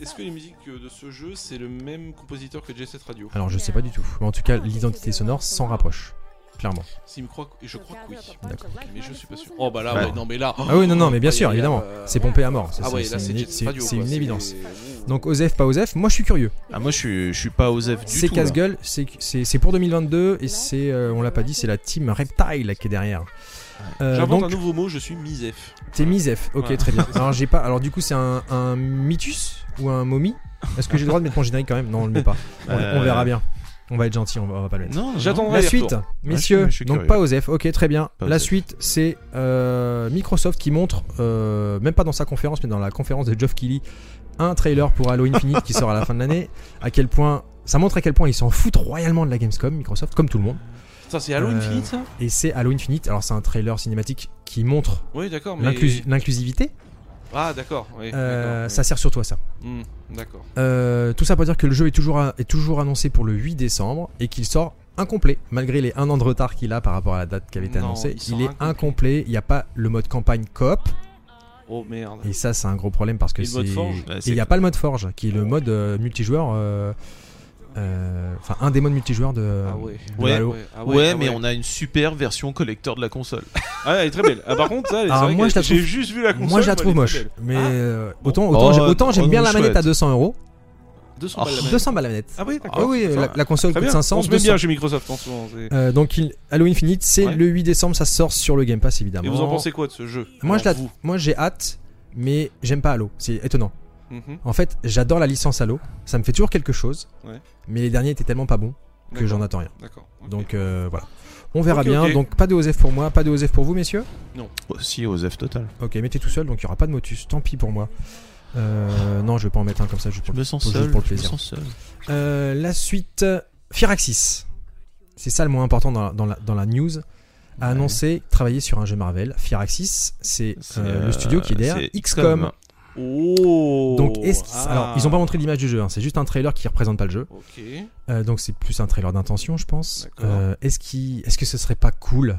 Speaker 5: est-ce que les musiques euh, de ce jeu c'est le même compositeur que Jet Set Radio
Speaker 3: Alors je sais pas du tout, mais en tout cas l'identité sonore s'en rapproche, clairement.
Speaker 5: S'il me croit, que- et je crois que oui.
Speaker 3: D'accord.
Speaker 5: Mais je suis pas sûr. Oh bah là,
Speaker 4: Bah.
Speaker 5: ouais, non mais là.
Speaker 3: Ah oui non non mais bien
Speaker 5: Ah,
Speaker 3: sûr
Speaker 5: il y a,
Speaker 3: évidemment,
Speaker 5: euh,
Speaker 3: c'est pompé à mort, ça,
Speaker 5: Ah ouais,
Speaker 3: c'est
Speaker 5: là
Speaker 3: c'est
Speaker 5: c'est
Speaker 3: une,
Speaker 5: Jet Set
Speaker 3: c'est-
Speaker 5: Radio.
Speaker 3: c'est
Speaker 5: quoi,
Speaker 3: une évidence.
Speaker 5: c'est-
Speaker 3: Donc Osef, pas Osef, moi je suis curieux.
Speaker 4: Ah, moi, je suis, je suis pas Osef du
Speaker 3: C'est
Speaker 4: tout. là.
Speaker 3: casse-gueule, c'est- c'est c'est pour 2022 et c'est, euh, on l'a pas dit, c'est la team Reptile qui est derrière. Euh,
Speaker 5: J'invente
Speaker 3: donc
Speaker 5: un nouveau mot, je suis misef.
Speaker 3: t'es Misef, ok
Speaker 5: Ouais.
Speaker 3: très bien. Alors j'ai pas, alors du coup c'est un, un Mitus ou un Momie Est-ce que j'ai le droit de mettre mon générique quand même Non, on le met pas. On,
Speaker 4: Euh,
Speaker 3: on verra bien. On va être gentil, on va, on va pas le mettre.
Speaker 4: Non, non,
Speaker 5: J'attends-
Speaker 4: non.
Speaker 5: On
Speaker 3: La
Speaker 5: va aller
Speaker 3: suite,
Speaker 5: retour.
Speaker 3: messieurs,
Speaker 4: Ouais, je suis- je suis
Speaker 3: donc
Speaker 4: curieux.
Speaker 3: pas Osef, ok très bien.
Speaker 4: Pas
Speaker 3: la
Speaker 4: Osef.
Speaker 3: suite, c'est euh, Microsoft qui montre, euh, même pas dans sa conférence, mais dans la conférence de Geoff Keighley, un trailer pour Halo Infinite qui sort à la fin de l'année. À quel point, ça montre à quel point ils s'en foutent royalement de la Gamescom, Microsoft, comme tout le monde.
Speaker 5: Ça, c'est Halo
Speaker 3: Euh,
Speaker 5: Infinite, ça
Speaker 3: Et c'est Halo Infinite, alors c'est un trailer cinématique qui montre
Speaker 5: Oui, d'accord, mais.
Speaker 3: l'inclus- l'inclusivité.
Speaker 5: Ah, d'accord. oui,
Speaker 3: Euh,
Speaker 5: d'accord,
Speaker 3: ça sert surtout à ça.
Speaker 5: oui. Hmm, D'accord.
Speaker 3: Euh, tout ça pour dire que le jeu est toujours, à- est toujours annoncé pour le 8 décembre et qu'il sort incomplet, malgré les 1 an de retard qu'il a par rapport à la date qui avait été
Speaker 5: Non,
Speaker 3: annoncée.
Speaker 5: il
Speaker 3: Il,
Speaker 5: sort
Speaker 3: est
Speaker 5: incomplet.
Speaker 3: incomplet, il n'y a pas le mode campagne coop,
Speaker 5: Oh merde.
Speaker 3: et ça c'est un gros problème parce que
Speaker 5: Et le
Speaker 3: c'est.
Speaker 5: mode forge
Speaker 4: Ouais,
Speaker 3: Et il n'y a pas le mode forge, qui est le mode euh, multijoueur. euh, euh, Enfin, un des modes multijoueurs de.
Speaker 5: Ah ouais.
Speaker 3: de
Speaker 4: Ouais,
Speaker 3: Halo.
Speaker 5: ah
Speaker 4: Ouais,
Speaker 5: ah
Speaker 4: mais on a une super version collector de
Speaker 5: *laughs*
Speaker 4: la console.
Speaker 5: Ah, elle est très belle. Ah, par contre, ça, elle est-
Speaker 3: Ah,
Speaker 5: c'est vrai
Speaker 3: moi,
Speaker 5: qu'elle-
Speaker 3: je la trouve-
Speaker 5: j'ai juste vu la console.
Speaker 3: Moi je la
Speaker 5: mais
Speaker 3: trouve
Speaker 5: elle est
Speaker 3: moche,
Speaker 5: très belle.
Speaker 3: mais
Speaker 5: Ah,
Speaker 3: euh,
Speaker 5: bon.
Speaker 3: autant, autant, j'ai-
Speaker 4: Oh,
Speaker 3: autant j'aime bien
Speaker 4: non,
Speaker 3: la manette
Speaker 4: chouette.
Speaker 3: à 200 euros.
Speaker 5: 200
Speaker 4: Oh,
Speaker 5: balles la manette.
Speaker 3: 200 balles la manette.
Speaker 5: Ah oui,
Speaker 3: Ah
Speaker 5: d'accord.
Speaker 3: oui,
Speaker 5: Ça
Speaker 3: la,
Speaker 5: va.
Speaker 3: la console
Speaker 5: Très
Speaker 3: coûte
Speaker 5: bien.
Speaker 3: 500.
Speaker 5: On se met
Speaker 3: 200.
Speaker 5: bien chez Microsoft en ce moment. c'est-
Speaker 3: Euh, donc il- Halo Infinite, c'est
Speaker 5: Ouais.
Speaker 3: le 8 décembre, ça sort sur le Game Pass évidemment.
Speaker 5: Et vous en pensez quoi de ce jeu
Speaker 3: Ah, Moi, je la-
Speaker 5: Alors, vous.
Speaker 3: Moi j'ai hâte, mais j'aime pas Halo. C'est étonnant.
Speaker 5: Mhm.
Speaker 3: En fait, j'adore la licence Halo, ça me fait toujours quelque chose,
Speaker 5: Ouais.
Speaker 3: mais les derniers étaient tellement pas bons que
Speaker 5: D'accord,
Speaker 3: j'en attends rien.
Speaker 5: D'accord. ok.
Speaker 3: Donc euh, voilà. On verra
Speaker 5: Ok,
Speaker 3: bien.
Speaker 5: ok.
Speaker 3: Donc pas de OSEF pour moi, pas de OSEF pour vous messieurs.
Speaker 4: Oh, si, Osef total.
Speaker 3: Ok, mettez tout seul, donc il y aura pas de motus, tant pis pour moi. Euh, non, je vais pas en mettre un comme ça, juste
Speaker 4: Je
Speaker 3: pour
Speaker 4: me sens
Speaker 3: Juste
Speaker 4: seul.
Speaker 3: pour le
Speaker 4: je me
Speaker 3: plaisir.
Speaker 4: sens seul.
Speaker 3: Euh, la suite, euh, Firaxis, c'est ça le moins important dans la, dans la- dans la news, a annoncé travailler sur un jeu Marvel. Firaxis, c'est
Speaker 4: C'est,
Speaker 3: euh,
Speaker 4: euh,
Speaker 3: le studio qui est derrière
Speaker 4: c'est
Speaker 3: XCOM.
Speaker 5: Oh
Speaker 3: Donc, est-ce-
Speaker 5: ah.
Speaker 3: alors, ils n'ont pas montré l'image du jeu, hein, c'est juste un trailer qui représente pas le jeu.
Speaker 5: Ok.
Speaker 3: Euh, donc, c'est plus un trailer d'intention, je pense.
Speaker 5: D'accord.
Speaker 3: Euh, est-ce, qu'il- est-ce que ce serait pas cool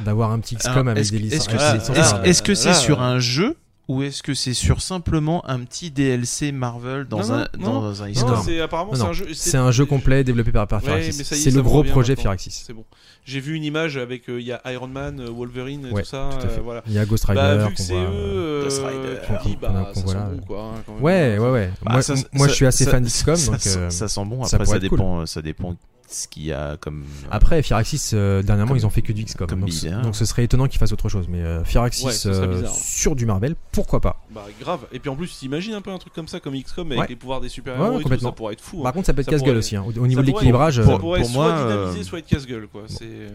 Speaker 3: d'avoir un petit XCOM
Speaker 4: Alors,
Speaker 3: avec
Speaker 4: est-ce
Speaker 3: des
Speaker 4: que-
Speaker 3: licences
Speaker 4: Est-ce que
Speaker 5: Ah,
Speaker 4: c'est
Speaker 5: ah,
Speaker 4: est-ce-
Speaker 5: ah,
Speaker 4: est-ce que c'est
Speaker 5: ah,
Speaker 4: sur
Speaker 5: ah.
Speaker 4: un jeu ou est-ce que c'est sur simplement un petit DLC Marvel dans
Speaker 5: Non,
Speaker 4: un
Speaker 5: non, non.
Speaker 4: dans un
Speaker 5: Non,
Speaker 4: histoire
Speaker 5: c'est apparemment
Speaker 3: Non,
Speaker 5: c'est
Speaker 3: non.
Speaker 5: un jeu.
Speaker 3: C'est un jeu complet développé par, par
Speaker 5: Ouais,
Speaker 3: Firaxis.
Speaker 5: mais ça y est,
Speaker 3: c'est
Speaker 5: ça
Speaker 3: le
Speaker 5: me
Speaker 3: gros
Speaker 5: revient
Speaker 3: projet
Speaker 5: maintenant.
Speaker 3: Firaxis.
Speaker 5: C'est bon. J'ai vu une image avec euh, il y a Iron Man, euh, Wolverine et
Speaker 3: Ouais,
Speaker 5: tout ça.
Speaker 3: tout à fait.
Speaker 5: euh, voilà.
Speaker 3: Il y a Ghost Rider.
Speaker 5: Bah, vu que
Speaker 3: qu'on
Speaker 5: c'est
Speaker 3: voit,
Speaker 5: eux,
Speaker 3: euh,
Speaker 5: euh,
Speaker 4: Ghost Rider.
Speaker 5: qui-
Speaker 3: Qu'on-
Speaker 5: bah,
Speaker 3: qu'on
Speaker 5: ça
Speaker 3: voit
Speaker 5: sent
Speaker 3: là,
Speaker 5: bon,
Speaker 3: ouais.
Speaker 5: quoi. hein, quand même.
Speaker 3: Ouais, ouais, ouais.
Speaker 4: Bah,
Speaker 3: moi,
Speaker 4: ça-
Speaker 3: moi,
Speaker 4: ça-
Speaker 3: je suis assez
Speaker 4: ça-
Speaker 3: fan d'XCOM.
Speaker 4: ça-
Speaker 3: donc,
Speaker 4: ça,
Speaker 3: euh,
Speaker 4: ça sent bon.
Speaker 3: ça
Speaker 4: Après,
Speaker 3: pourrait
Speaker 4: ça
Speaker 3: être Ah
Speaker 4: dépend, ça dépend ce qu'il y a comme.
Speaker 3: Après, Firaxis, euh, dernièrement,
Speaker 4: Comme-
Speaker 3: ils ont fait que du XCOM.
Speaker 4: comme
Speaker 3: Donc,
Speaker 4: bide,
Speaker 3: c-
Speaker 4: hein.
Speaker 3: donc ce serait étonnant qu'ils fassent autre chose. Mais euh, Firaxis
Speaker 5: Ouais, ce serait
Speaker 3: euh,
Speaker 5: bizarre.
Speaker 3: sur du Marvel, pourquoi pas
Speaker 5: Bah grave. Et puis en plus, t'imagines un peu un truc comme ça, comme XCOM avec
Speaker 3: Ouais.
Speaker 5: les pouvoirs des super
Speaker 3: Ouais,
Speaker 5: héros, et tout,
Speaker 3: complètement.
Speaker 5: ça pourrait être fou. hein.
Speaker 3: Par contre, ça peut être
Speaker 5: Ça
Speaker 3: casse-gueule
Speaker 5: pourrait-
Speaker 3: aussi. hein. Au, au niveau
Speaker 5: pourrait-
Speaker 3: de l'équilibrage,
Speaker 5: ça
Speaker 3: euh,
Speaker 5: pourrait
Speaker 4: pour
Speaker 5: soit
Speaker 4: moi,
Speaker 5: dynamiser,
Speaker 4: euh,
Speaker 5: soit être casse-gueule, quoi. C'est euh,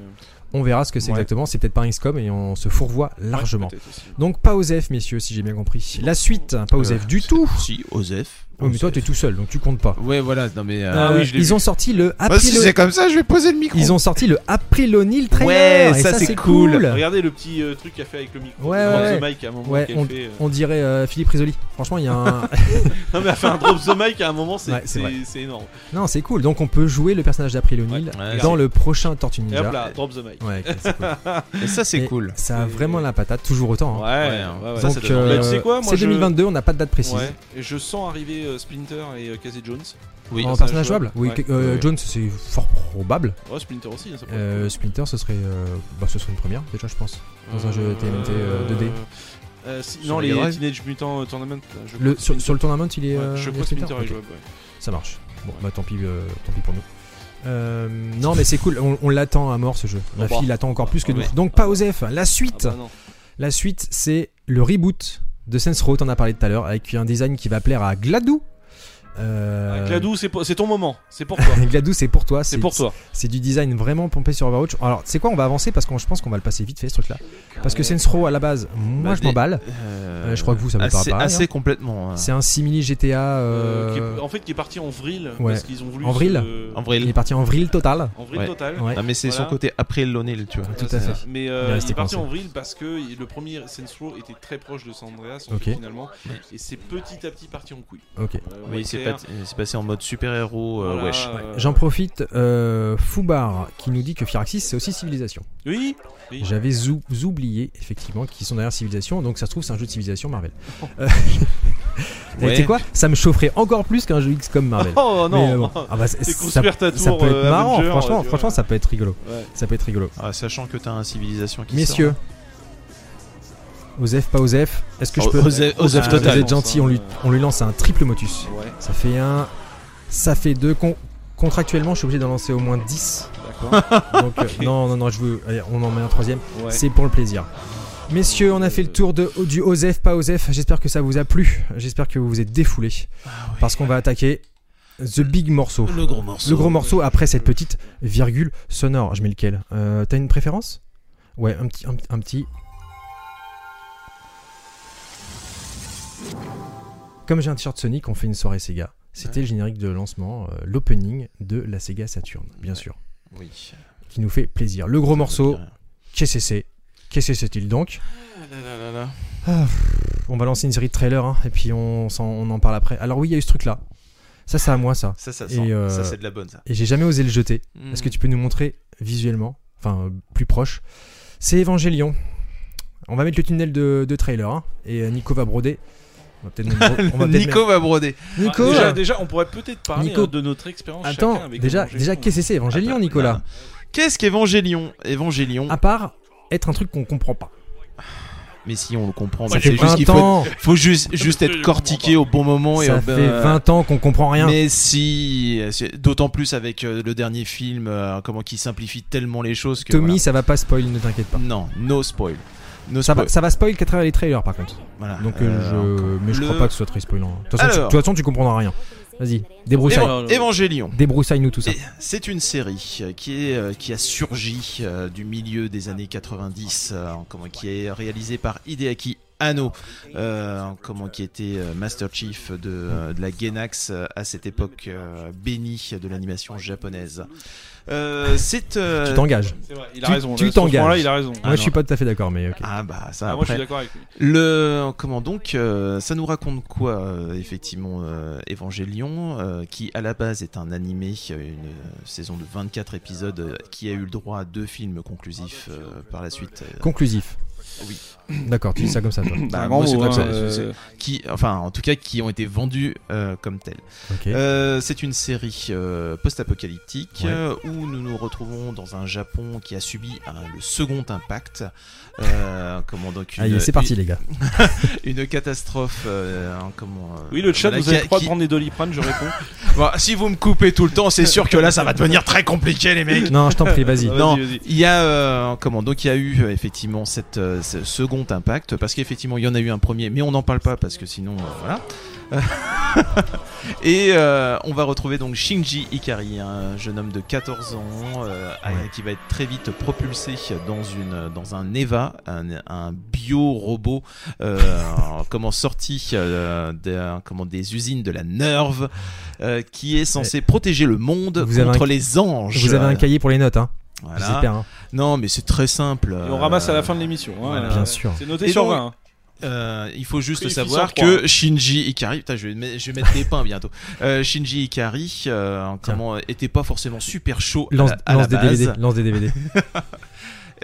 Speaker 3: on verra ce que c'est
Speaker 4: Ouais.
Speaker 3: exactement. C'est peut-être pas un XCOM et on se fourvoie
Speaker 5: ouais,
Speaker 3: largement.
Speaker 5: peut-être aussi.
Speaker 3: Donc, pas Osef, messieurs, si j'ai bien compris. La suite, hein, pas Osef du tout.
Speaker 4: Si, Osef.
Speaker 3: Oh, mais toi, t'es tout seul, donc tu comptes pas.
Speaker 4: Ouais, voilà. Non, mais. euh,
Speaker 5: Ah oui, je l'ai
Speaker 3: ils
Speaker 5: vu.
Speaker 3: ont sorti le
Speaker 4: Bah, si
Speaker 3: April.
Speaker 4: c'est comme ça, je vais poser le micro.
Speaker 3: Ils ont sorti le April O'Neil
Speaker 4: Ouais,
Speaker 3: trailer. et
Speaker 4: ça,
Speaker 3: ça,
Speaker 4: c'est
Speaker 3: c'est
Speaker 4: cool.
Speaker 3: cool.
Speaker 5: Regardez le petit euh, truc qu'elle fait avec le micro.
Speaker 3: Ouais,
Speaker 5: drop
Speaker 3: ouais,
Speaker 5: the mic à un moment
Speaker 3: Ouais,
Speaker 5: qu'elle fait. euh. *laughs*
Speaker 3: On dirait euh, Philippe Risoli. Franchement, il y a un.
Speaker 5: Non, mais elle fait un drop the mic à un moment, c'est
Speaker 3: Ouais, c'est vrai.
Speaker 5: c'est- c'est énorme.
Speaker 3: non, c'est cool. Donc, on peut jouer le personnage d'April O'Neil
Speaker 4: Ouais,
Speaker 3: dans le prochain Tortue
Speaker 5: Et hop
Speaker 3: Ninja.
Speaker 5: là, drop the mic. *laughs*
Speaker 3: Ouais, ok, c'est cool.
Speaker 4: Et ça, c'est
Speaker 3: Et
Speaker 4: cool.
Speaker 3: Ça a
Speaker 5: C'est-
Speaker 3: vraiment la patate, toujours autant. hein.
Speaker 4: ouais, ouais,
Speaker 3: Donc,
Speaker 4: ça, ça donne
Speaker 3: euh,
Speaker 4: envie.
Speaker 5: Mais tu sais quoi, moi,
Speaker 3: c'est
Speaker 5: je-
Speaker 3: 2022, on n'a pas de date précise.
Speaker 5: Ouais, et je sens arriver euh, Splinter et euh, Casey Jones.
Speaker 4: Oui.
Speaker 3: en
Speaker 5: personnage
Speaker 3: personnage jouable,
Speaker 5: jouable.
Speaker 3: Oui, que- euh,
Speaker 4: Ouais.
Speaker 3: Jones, c'est fort probable.
Speaker 5: Ouais, Splinter aussi, hein, ça peut être
Speaker 3: Euh, Splinter, ce serait, euh, bah, ce serait une première déjà, je pense.
Speaker 5: cool.
Speaker 3: dans un jeu TMNT, euh, 2D.
Speaker 5: euh, si-
Speaker 4: Sur
Speaker 5: non, les
Speaker 4: Mega Drive
Speaker 5: Teenage Mutant euh, Tournament. là, je
Speaker 3: Le,
Speaker 5: crois
Speaker 3: sur,
Speaker 5: que
Speaker 3: sur le tournament, il est.
Speaker 5: Splinter-
Speaker 3: euh,
Speaker 5: ouais, je
Speaker 3: il y
Speaker 5: crois
Speaker 3: a
Speaker 5: que
Speaker 3: Splinter
Speaker 5: Splinter est
Speaker 3: Ok,
Speaker 5: jouable. ouais.
Speaker 3: Ça marche. Bon,
Speaker 5: Ouais.
Speaker 3: bah tant pis, euh, tant pis pour nous. Euh, non, mais c'est cool. On, on l'attend à mort ce jeu. Ma
Speaker 5: Bon, bah.
Speaker 3: fille l'attend encore plus que nous.
Speaker 4: Ouais.
Speaker 3: Donc pas Osef. La
Speaker 5: Ah
Speaker 3: suite.
Speaker 5: bah non.
Speaker 3: La suite, c'est le reboot de Saints Row. T'en as parlé tout à l'heure avec un design qui va plaire à Gladou. Euh,
Speaker 5: Ah, Gladou, c'est pour- c'est ton moment, c'est pour toi.
Speaker 3: *laughs* Gladou, c'est pour toi.
Speaker 5: C'est pour toi.
Speaker 3: C'est du design vraiment pompé sur Overwatch. Alors, c'est quoi On va avancer parce que je pense qu'on va le passer vite fait ce truc-là. Parce que Saints Row à la base, moi
Speaker 4: Bah,
Speaker 3: je m'emballe.
Speaker 4: Euh,
Speaker 3: Euh, je crois que vous, ça vous parle
Speaker 4: assez-
Speaker 3: pareil,
Speaker 4: Assez
Speaker 3: hein.
Speaker 4: complètement. hein.
Speaker 3: C'est un simili GTA.
Speaker 5: Euh, qui
Speaker 3: euh,
Speaker 5: est- en fait, qui est parti en vril
Speaker 3: ouais.
Speaker 5: parce qu'ils ont voulu.
Speaker 3: En vril
Speaker 5: se-
Speaker 4: En
Speaker 3: Il est
Speaker 4: vrai,
Speaker 3: parti en vril total.
Speaker 5: En vril
Speaker 4: Ouais.
Speaker 5: total.
Speaker 3: Ouais.
Speaker 4: non, mais c'est son
Speaker 5: Voilà.
Speaker 4: côté après Lonel, tu vois.
Speaker 3: Tout
Speaker 5: Ouais,
Speaker 3: à
Speaker 5: c'est
Speaker 3: fait.
Speaker 5: ça. Mais euh,
Speaker 3: Il est
Speaker 5: il,
Speaker 3: resté
Speaker 5: est parti
Speaker 3: coincé.
Speaker 5: en vril parce que le premier Saints Row était très proche de San Andreas en
Speaker 3: Ok.
Speaker 5: fait, finalement, et c'est petit à petit parti en couille.
Speaker 3: Ok.
Speaker 5: Euh, on
Speaker 4: Oui,
Speaker 5: va
Speaker 4: c'est
Speaker 5: faire-
Speaker 4: pas- euh, c'est passé en mode super-héros, euh,
Speaker 5: voilà,
Speaker 4: wesh.
Speaker 5: euh,
Speaker 3: J'en profite, euh, Foubar qui nous dit que Firaxis c'est aussi Civilisation.
Speaker 5: Oui. oui.
Speaker 3: J'avais zou- oublié effectivement qu'ils sont derrière Civilisation, donc ça se trouve c'est un jeu de Civilisation Marvel. Euh, Et
Speaker 4: Ouais.
Speaker 3: tu sais quoi Ça me chaufferait encore plus qu'un jeu XCOM Marvel.
Speaker 5: *laughs* Oh
Speaker 3: Mais, euh,
Speaker 5: non.
Speaker 3: bon. Ah bah, c'est-
Speaker 5: C'est
Speaker 3: ça,
Speaker 5: construire ta tour.
Speaker 3: ça peut être
Speaker 5: euh,
Speaker 3: marrant,
Speaker 5: Avenger,
Speaker 3: franchement,
Speaker 5: tu vois.
Speaker 3: franchement ça peut être rigolo.
Speaker 5: Ouais.
Speaker 3: Ça peut être rigolo.
Speaker 4: Ah, sachant que t'as un civilisation qui
Speaker 3: Messieurs, Osef, pas Osef. Est-ce que je
Speaker 4: Oh,
Speaker 3: peux.
Speaker 4: Osef- Osef
Speaker 3: Ah,
Speaker 4: total.
Speaker 3: Vous êtes gentil, on lui, on
Speaker 5: euh,
Speaker 3: lui lance un triple motus.
Speaker 5: Ouais,
Speaker 3: Ça fait un. Ça fait deux. Con- Contractuellement, je suis obligé d'en lancer au moins
Speaker 5: *laughs*
Speaker 3: 10.
Speaker 5: d'accord.
Speaker 3: Donc, euh, non, non, non, je veux. Allez, on en met un troisième.
Speaker 5: Ouais.
Speaker 3: C'est pour le plaisir. Messieurs, on a fait le tour de, du Osef, pas Osef. J'espère que ça vous a plu. J'espère que vous vous êtes défoulés. Parce qu'on va attaquer The Big Morceau.
Speaker 4: Le gros morceau.
Speaker 3: Le gros morceau après cette petite virgule sonore. Je mets lequel Euh, T'as une préférence Ouais, un petit, un, petit- un petit. Comme j'ai un t-shirt Sonic, on fait une soirée Sega. C'était le générique de lancement, euh, l'opening de la Sega Saturn, bien sûr,
Speaker 4: Oui.
Speaker 3: qui nous fait plaisir. Le gros morceau, qu'est-ce que c'est Qu'est-ce que c'est-il donc On va lancer une série de trailers, hein, et puis on, s'en- on en parle après. Alors oui, il y a eu ce truc-là. Ça, c'est à moi, ça.
Speaker 4: Ça, ça
Speaker 3: Et,
Speaker 4: sent.
Speaker 3: euh,
Speaker 4: Ça, c'est de la bonne, ça.
Speaker 3: Et j'ai jamais osé le jeter.
Speaker 4: Mm.
Speaker 3: Est-ce que tu peux nous montrer visuellement, enfin euh, plus proche C'est Evangelion. On va mettre le tunnel de, de trailer hein, et euh, Nico va broder. On va peut-être même bro- on
Speaker 4: *laughs*
Speaker 3: va peut-être
Speaker 4: Nico va broder.
Speaker 3: même- Nico
Speaker 5: déjà,
Speaker 3: euh,
Speaker 5: déjà, on pourrait peut-être parler
Speaker 3: Nico.
Speaker 5: hein, de notre expérience. chacun
Speaker 3: Attends,
Speaker 5: avec
Speaker 3: déjà,
Speaker 5: Evangelion.
Speaker 3: déjà qu'est-ce que c'est Evangelion,
Speaker 4: Attends,
Speaker 3: Nicolas
Speaker 4: Qu'est-ce qu'Évangélion Évangélion.
Speaker 3: À part être un truc qu'on comprend pas.
Speaker 4: Mais si on le comprend,
Speaker 5: Ça
Speaker 4: mais
Speaker 5: fait
Speaker 4: c'est juste
Speaker 3: 20
Speaker 4: qu'il faut,
Speaker 3: ans
Speaker 4: faut juste, juste être cortiqué au bon moment. et
Speaker 3: Ça
Speaker 4: au-
Speaker 3: fait
Speaker 4: euh,
Speaker 3: 20 ans qu'on comprend rien.
Speaker 4: Mais si, c'est- d'autant plus avec euh, le dernier film, euh, comment qui simplifie tellement les choses que.
Speaker 3: Tommy,
Speaker 4: voilà. Mm.
Speaker 3: ça va pas spoil, ne t'inquiète pas.
Speaker 4: Non, no spoil. No
Speaker 3: Ça
Speaker 4: spoil.
Speaker 3: va, ça va spoil qu'à travers les trailers par contre.
Speaker 4: Voilà.
Speaker 3: Donc euh,
Speaker 4: Euh,
Speaker 3: je, mais je crois
Speaker 4: Le-
Speaker 3: pas que ce soit très spoilant. De toute façon, tu- de
Speaker 4: Alors.
Speaker 3: toute façon, tu comprendras rien. Vas-y, débroussaille,
Speaker 4: Évan- Évangélion.
Speaker 3: débroussaille-nous tout ça.
Speaker 4: Et C'est une série euh, qui, est, euh, qui a surgi euh, du milieu des années 90, euh, comment- qui est réalisée par Hideaki Anno, euh, comment, qui était euh, Master Chief de, euh, de la Gainax euh, à cette époque euh, bénie de l'animation japonaise. Euh, c'est euh,
Speaker 3: Tu t'engages.
Speaker 5: C'est vrai, il a
Speaker 3: Tu-
Speaker 5: raison.
Speaker 3: tu
Speaker 5: là, sur ce
Speaker 3: t'engages.
Speaker 5: point-là, il a raison.
Speaker 4: Ah
Speaker 3: Moi, je
Speaker 4: non.
Speaker 3: suis pas tout à fait d'accord, mais ok.
Speaker 4: Ah bah ça
Speaker 5: Ah, moi, je
Speaker 4: après.
Speaker 5: suis d'accord avec lui.
Speaker 4: Le comment donc euh, ça nous raconte quoi euh, effectivement euh, Evangelion euh, qui à la base est un animé euh, une euh, saison de 24 épisodes euh, qui a eu le droit à deux films conclusifs euh, par la suite euh,
Speaker 3: Conclusif.
Speaker 4: Oui.
Speaker 3: D'accord, tu dis ça comme ça, toi.
Speaker 4: bah,
Speaker 5: C'est un grand
Speaker 4: moi, c'est
Speaker 5: mot,
Speaker 4: comme ça,
Speaker 5: hein,
Speaker 4: c'est-
Speaker 5: euh,
Speaker 4: qui enfin en tout cas qui ont été vendus euh, comme tels.
Speaker 3: Ok.
Speaker 4: Euh, c'est une série euh, post-apocalyptique
Speaker 3: Ouais.
Speaker 4: euh, où nous nous retrouvons dans un Japon qui a subi un- le second impact. Euh, comment donc une-
Speaker 3: Allez, c'est parti, les
Speaker 4: euh,
Speaker 3: gars.
Speaker 4: une catastrophe. euh, hein, comment, euh,
Speaker 5: Oui, le chat,
Speaker 4: voilà,
Speaker 5: vous avez
Speaker 4: qui-
Speaker 5: le droit de
Speaker 4: qui-
Speaker 5: prendre des doliprane, je réponds.
Speaker 4: Bon, Bah, si vous me coupez tout le temps, c'est sûr que là, ça va devenir très compliqué, les mecs.
Speaker 3: Non, je t'en prie, vas-y.
Speaker 4: *laughs*
Speaker 5: Vas-y,
Speaker 4: Non,
Speaker 5: vas-y.
Speaker 4: il y a euh, comment donc il y a eu euh, effectivement cette euh, ce second impact parce qu'effectivement il y en a eu un premier, mais on n'en parle pas parce que sinon euh, voilà. *laughs* Et euh, on va retrouver donc Shinji Ikari, un jeune homme de 14 ans euh, à- qui va être très vite propulsé dans une dans un Eva, un, un bio-robot, euh, comment sorti euh, d'un- comment, des usines de la Nerve, euh, qui est censé protéger le monde
Speaker 3: Vous avez
Speaker 4: contre
Speaker 3: un-
Speaker 4: les anges.
Speaker 3: Vous avez un cahier pour les notes, hein.
Speaker 4: Voilà.
Speaker 3: J'espère, hein.
Speaker 4: Non, mais c'est très simple. euh,
Speaker 5: Et on ramasse à la fin de l'émission. hein.
Speaker 4: voilà.
Speaker 3: bien sûr.
Speaker 5: C'est noté
Speaker 4: Et
Speaker 5: sur
Speaker 4: donc,
Speaker 5: 20. hein.
Speaker 4: Euh, il faut juste
Speaker 5: Oui,
Speaker 4: savoir
Speaker 5: 603.
Speaker 4: que Shinji Ikari, putain, je vais, mettre- je vais mettre des pains bientôt. Euh, Shinji Ikari, euh, comment, était pas forcément super chaud à
Speaker 3: Lance,
Speaker 4: la- à,
Speaker 3: lance
Speaker 4: la
Speaker 3: des
Speaker 4: base.
Speaker 3: DVD. Lance des DVD.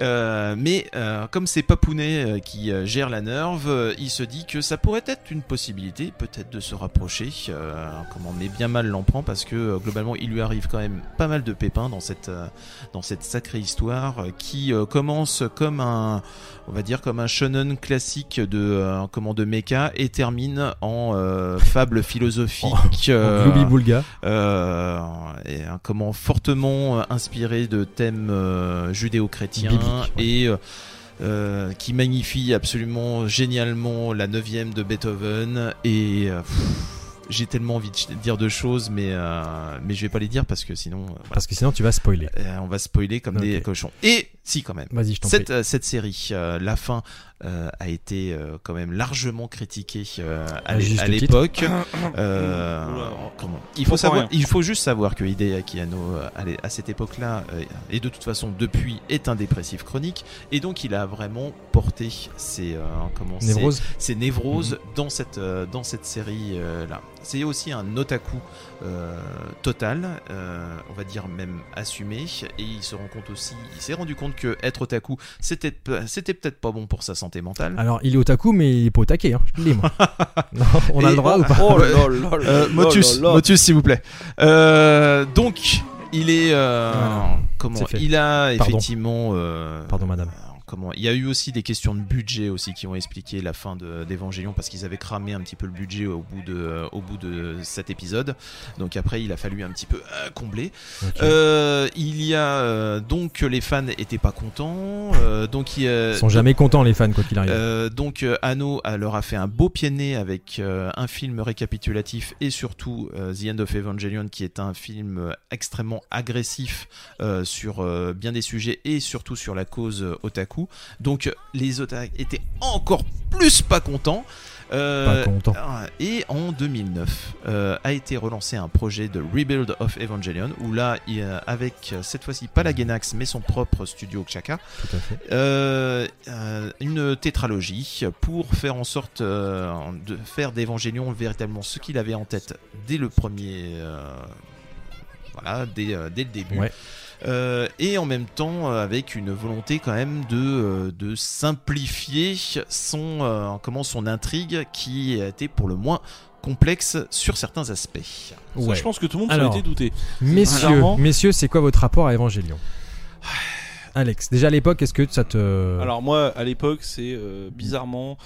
Speaker 4: Euh, mais euh, comme c'est Papounet euh, qui euh, gère la nerve, euh, il se dit que ça pourrait être une possibilité, peut-être de se rapprocher. euh, comment, mais bien mal l'en prend parce que euh, globalement, il lui arrive quand même pas mal de pépins dans cette euh, dans cette sacrée histoire euh, qui euh, commence comme un, on va dire comme un shonen classique de euh, comment de mecha et termine en euh, fable philosophique. euh,
Speaker 3: Gloubi Boulga.
Speaker 4: euh, et, euh, comment fortement euh, inspiré de thèmes euh, judéo-chrétiens
Speaker 3: Biblique, ouais.
Speaker 4: et euh, euh, qui magnifie absolument génialement la neuvième de Beethoven et euh, pff, j'ai tellement envie de ch- dire deux choses mais euh, mais je vais pas les dire parce que sinon euh, voilà.
Speaker 3: Parce que sinon, tu vas spoiler.
Speaker 4: Euh, on va spoiler comme des
Speaker 3: Ok.
Speaker 4: cochons et si quand même
Speaker 3: Vas-y, je t'en prie.
Speaker 4: cette, euh, cette série, euh, la fin euh, a été euh, quand même largement critiquée euh, à,
Speaker 3: À
Speaker 4: l'é-
Speaker 3: juste
Speaker 4: à
Speaker 3: titre.
Speaker 4: l'époque.
Speaker 5: *coughs*
Speaker 4: Euh,
Speaker 5: Oula.
Speaker 4: comment il faut
Speaker 5: Comprends
Speaker 4: savoir,
Speaker 5: rien.
Speaker 4: il faut juste savoir que Hideaki Anno euh, allez, à cette époque-là euh, et de toute façon depuis est un dépressif chronique et donc il a vraiment porté ses euh, comment ses-
Speaker 3: Névrose.
Speaker 4: ses névroses dans cette euh, dans cette série euh, là. C'est aussi un otaku euh, total, euh, on va dire même assumé, et il se rend compte aussi, il s'est rendu compte que être otaku, c'était p- c'était peut-être pas bon pour sa santé mentale.
Speaker 3: Alors, il est au taku, mais il est pas au taquet, hein. Je te le dis,
Speaker 4: *laughs*
Speaker 3: moi. Non, on a
Speaker 4: Et-
Speaker 3: le droit ou pas
Speaker 5: Oh là là là là
Speaker 4: Euh,
Speaker 5: là
Speaker 4: Motus,
Speaker 5: là là.
Speaker 4: Motus, s'il vous plaît. Euh, donc, il est euh,
Speaker 3: Voilà.
Speaker 4: comment
Speaker 3: Ah C'est fait.
Speaker 4: Il a
Speaker 3: Pardon.
Speaker 4: effectivement euh,
Speaker 3: Pardon, madame.
Speaker 4: euh, comment Il y a eu aussi des questions de budget aussi qui ont expliqué la fin de- d'Evangelion parce qu'ils avaient cramé un petit peu le budget au bout de euh, au bout de cet épisode. Donc après, il a fallu un petit peu euh, combler.
Speaker 3: Ok.
Speaker 4: Euh, il y a euh, donc que les fans étaient pas contents. euh, donc il, euh,
Speaker 3: Ils sont jamais contents les fans quoi qu'il arrive.
Speaker 4: euh, donc euh, Anno euh, leur a fait un beau pied de nez avec euh, un film récapitulatif et surtout euh, The End of Evangelion qui est un film euh, extrêmement agressif euh, sur euh, bien des sujets et surtout sur la cause euh, otaku. Donc euh, les otaku étaient encore plus pas contents.
Speaker 3: pas
Speaker 4: Euh,
Speaker 3: contents.
Speaker 4: ah, Et en 2009 euh, a été relancé un projet de Rebuild of Evangelion où là, il, euh, avec euh, cette fois-ci pas la Gainax mais son propre studio Chaka,
Speaker 3: Tout à fait.
Speaker 4: euh, euh, une tétralogie pour faire en sorte euh, de faire d'Evangélion véritablement ce qu'il avait en tête dès le premier. euh, voilà, dès, euh, dès le début.
Speaker 3: Ouais.
Speaker 4: Euh, et en même temps euh, avec une volonté quand même de, euh, de simplifier son, euh, comment, son intrigue qui était pour le moins complexe sur certains aspects.
Speaker 5: Ça,
Speaker 3: Ouais.
Speaker 5: je pense que tout le monde
Speaker 3: Alors.
Speaker 5: s'en était douté.
Speaker 3: Messieurs,
Speaker 5: Clairement.
Speaker 3: messieurs, c'est quoi votre rapport à
Speaker 5: *sighs*
Speaker 3: Evangelion Alex, déjà à l'époque, est-ce que ça te
Speaker 5: Alors moi, à l'époque, c'est euh, bizarrement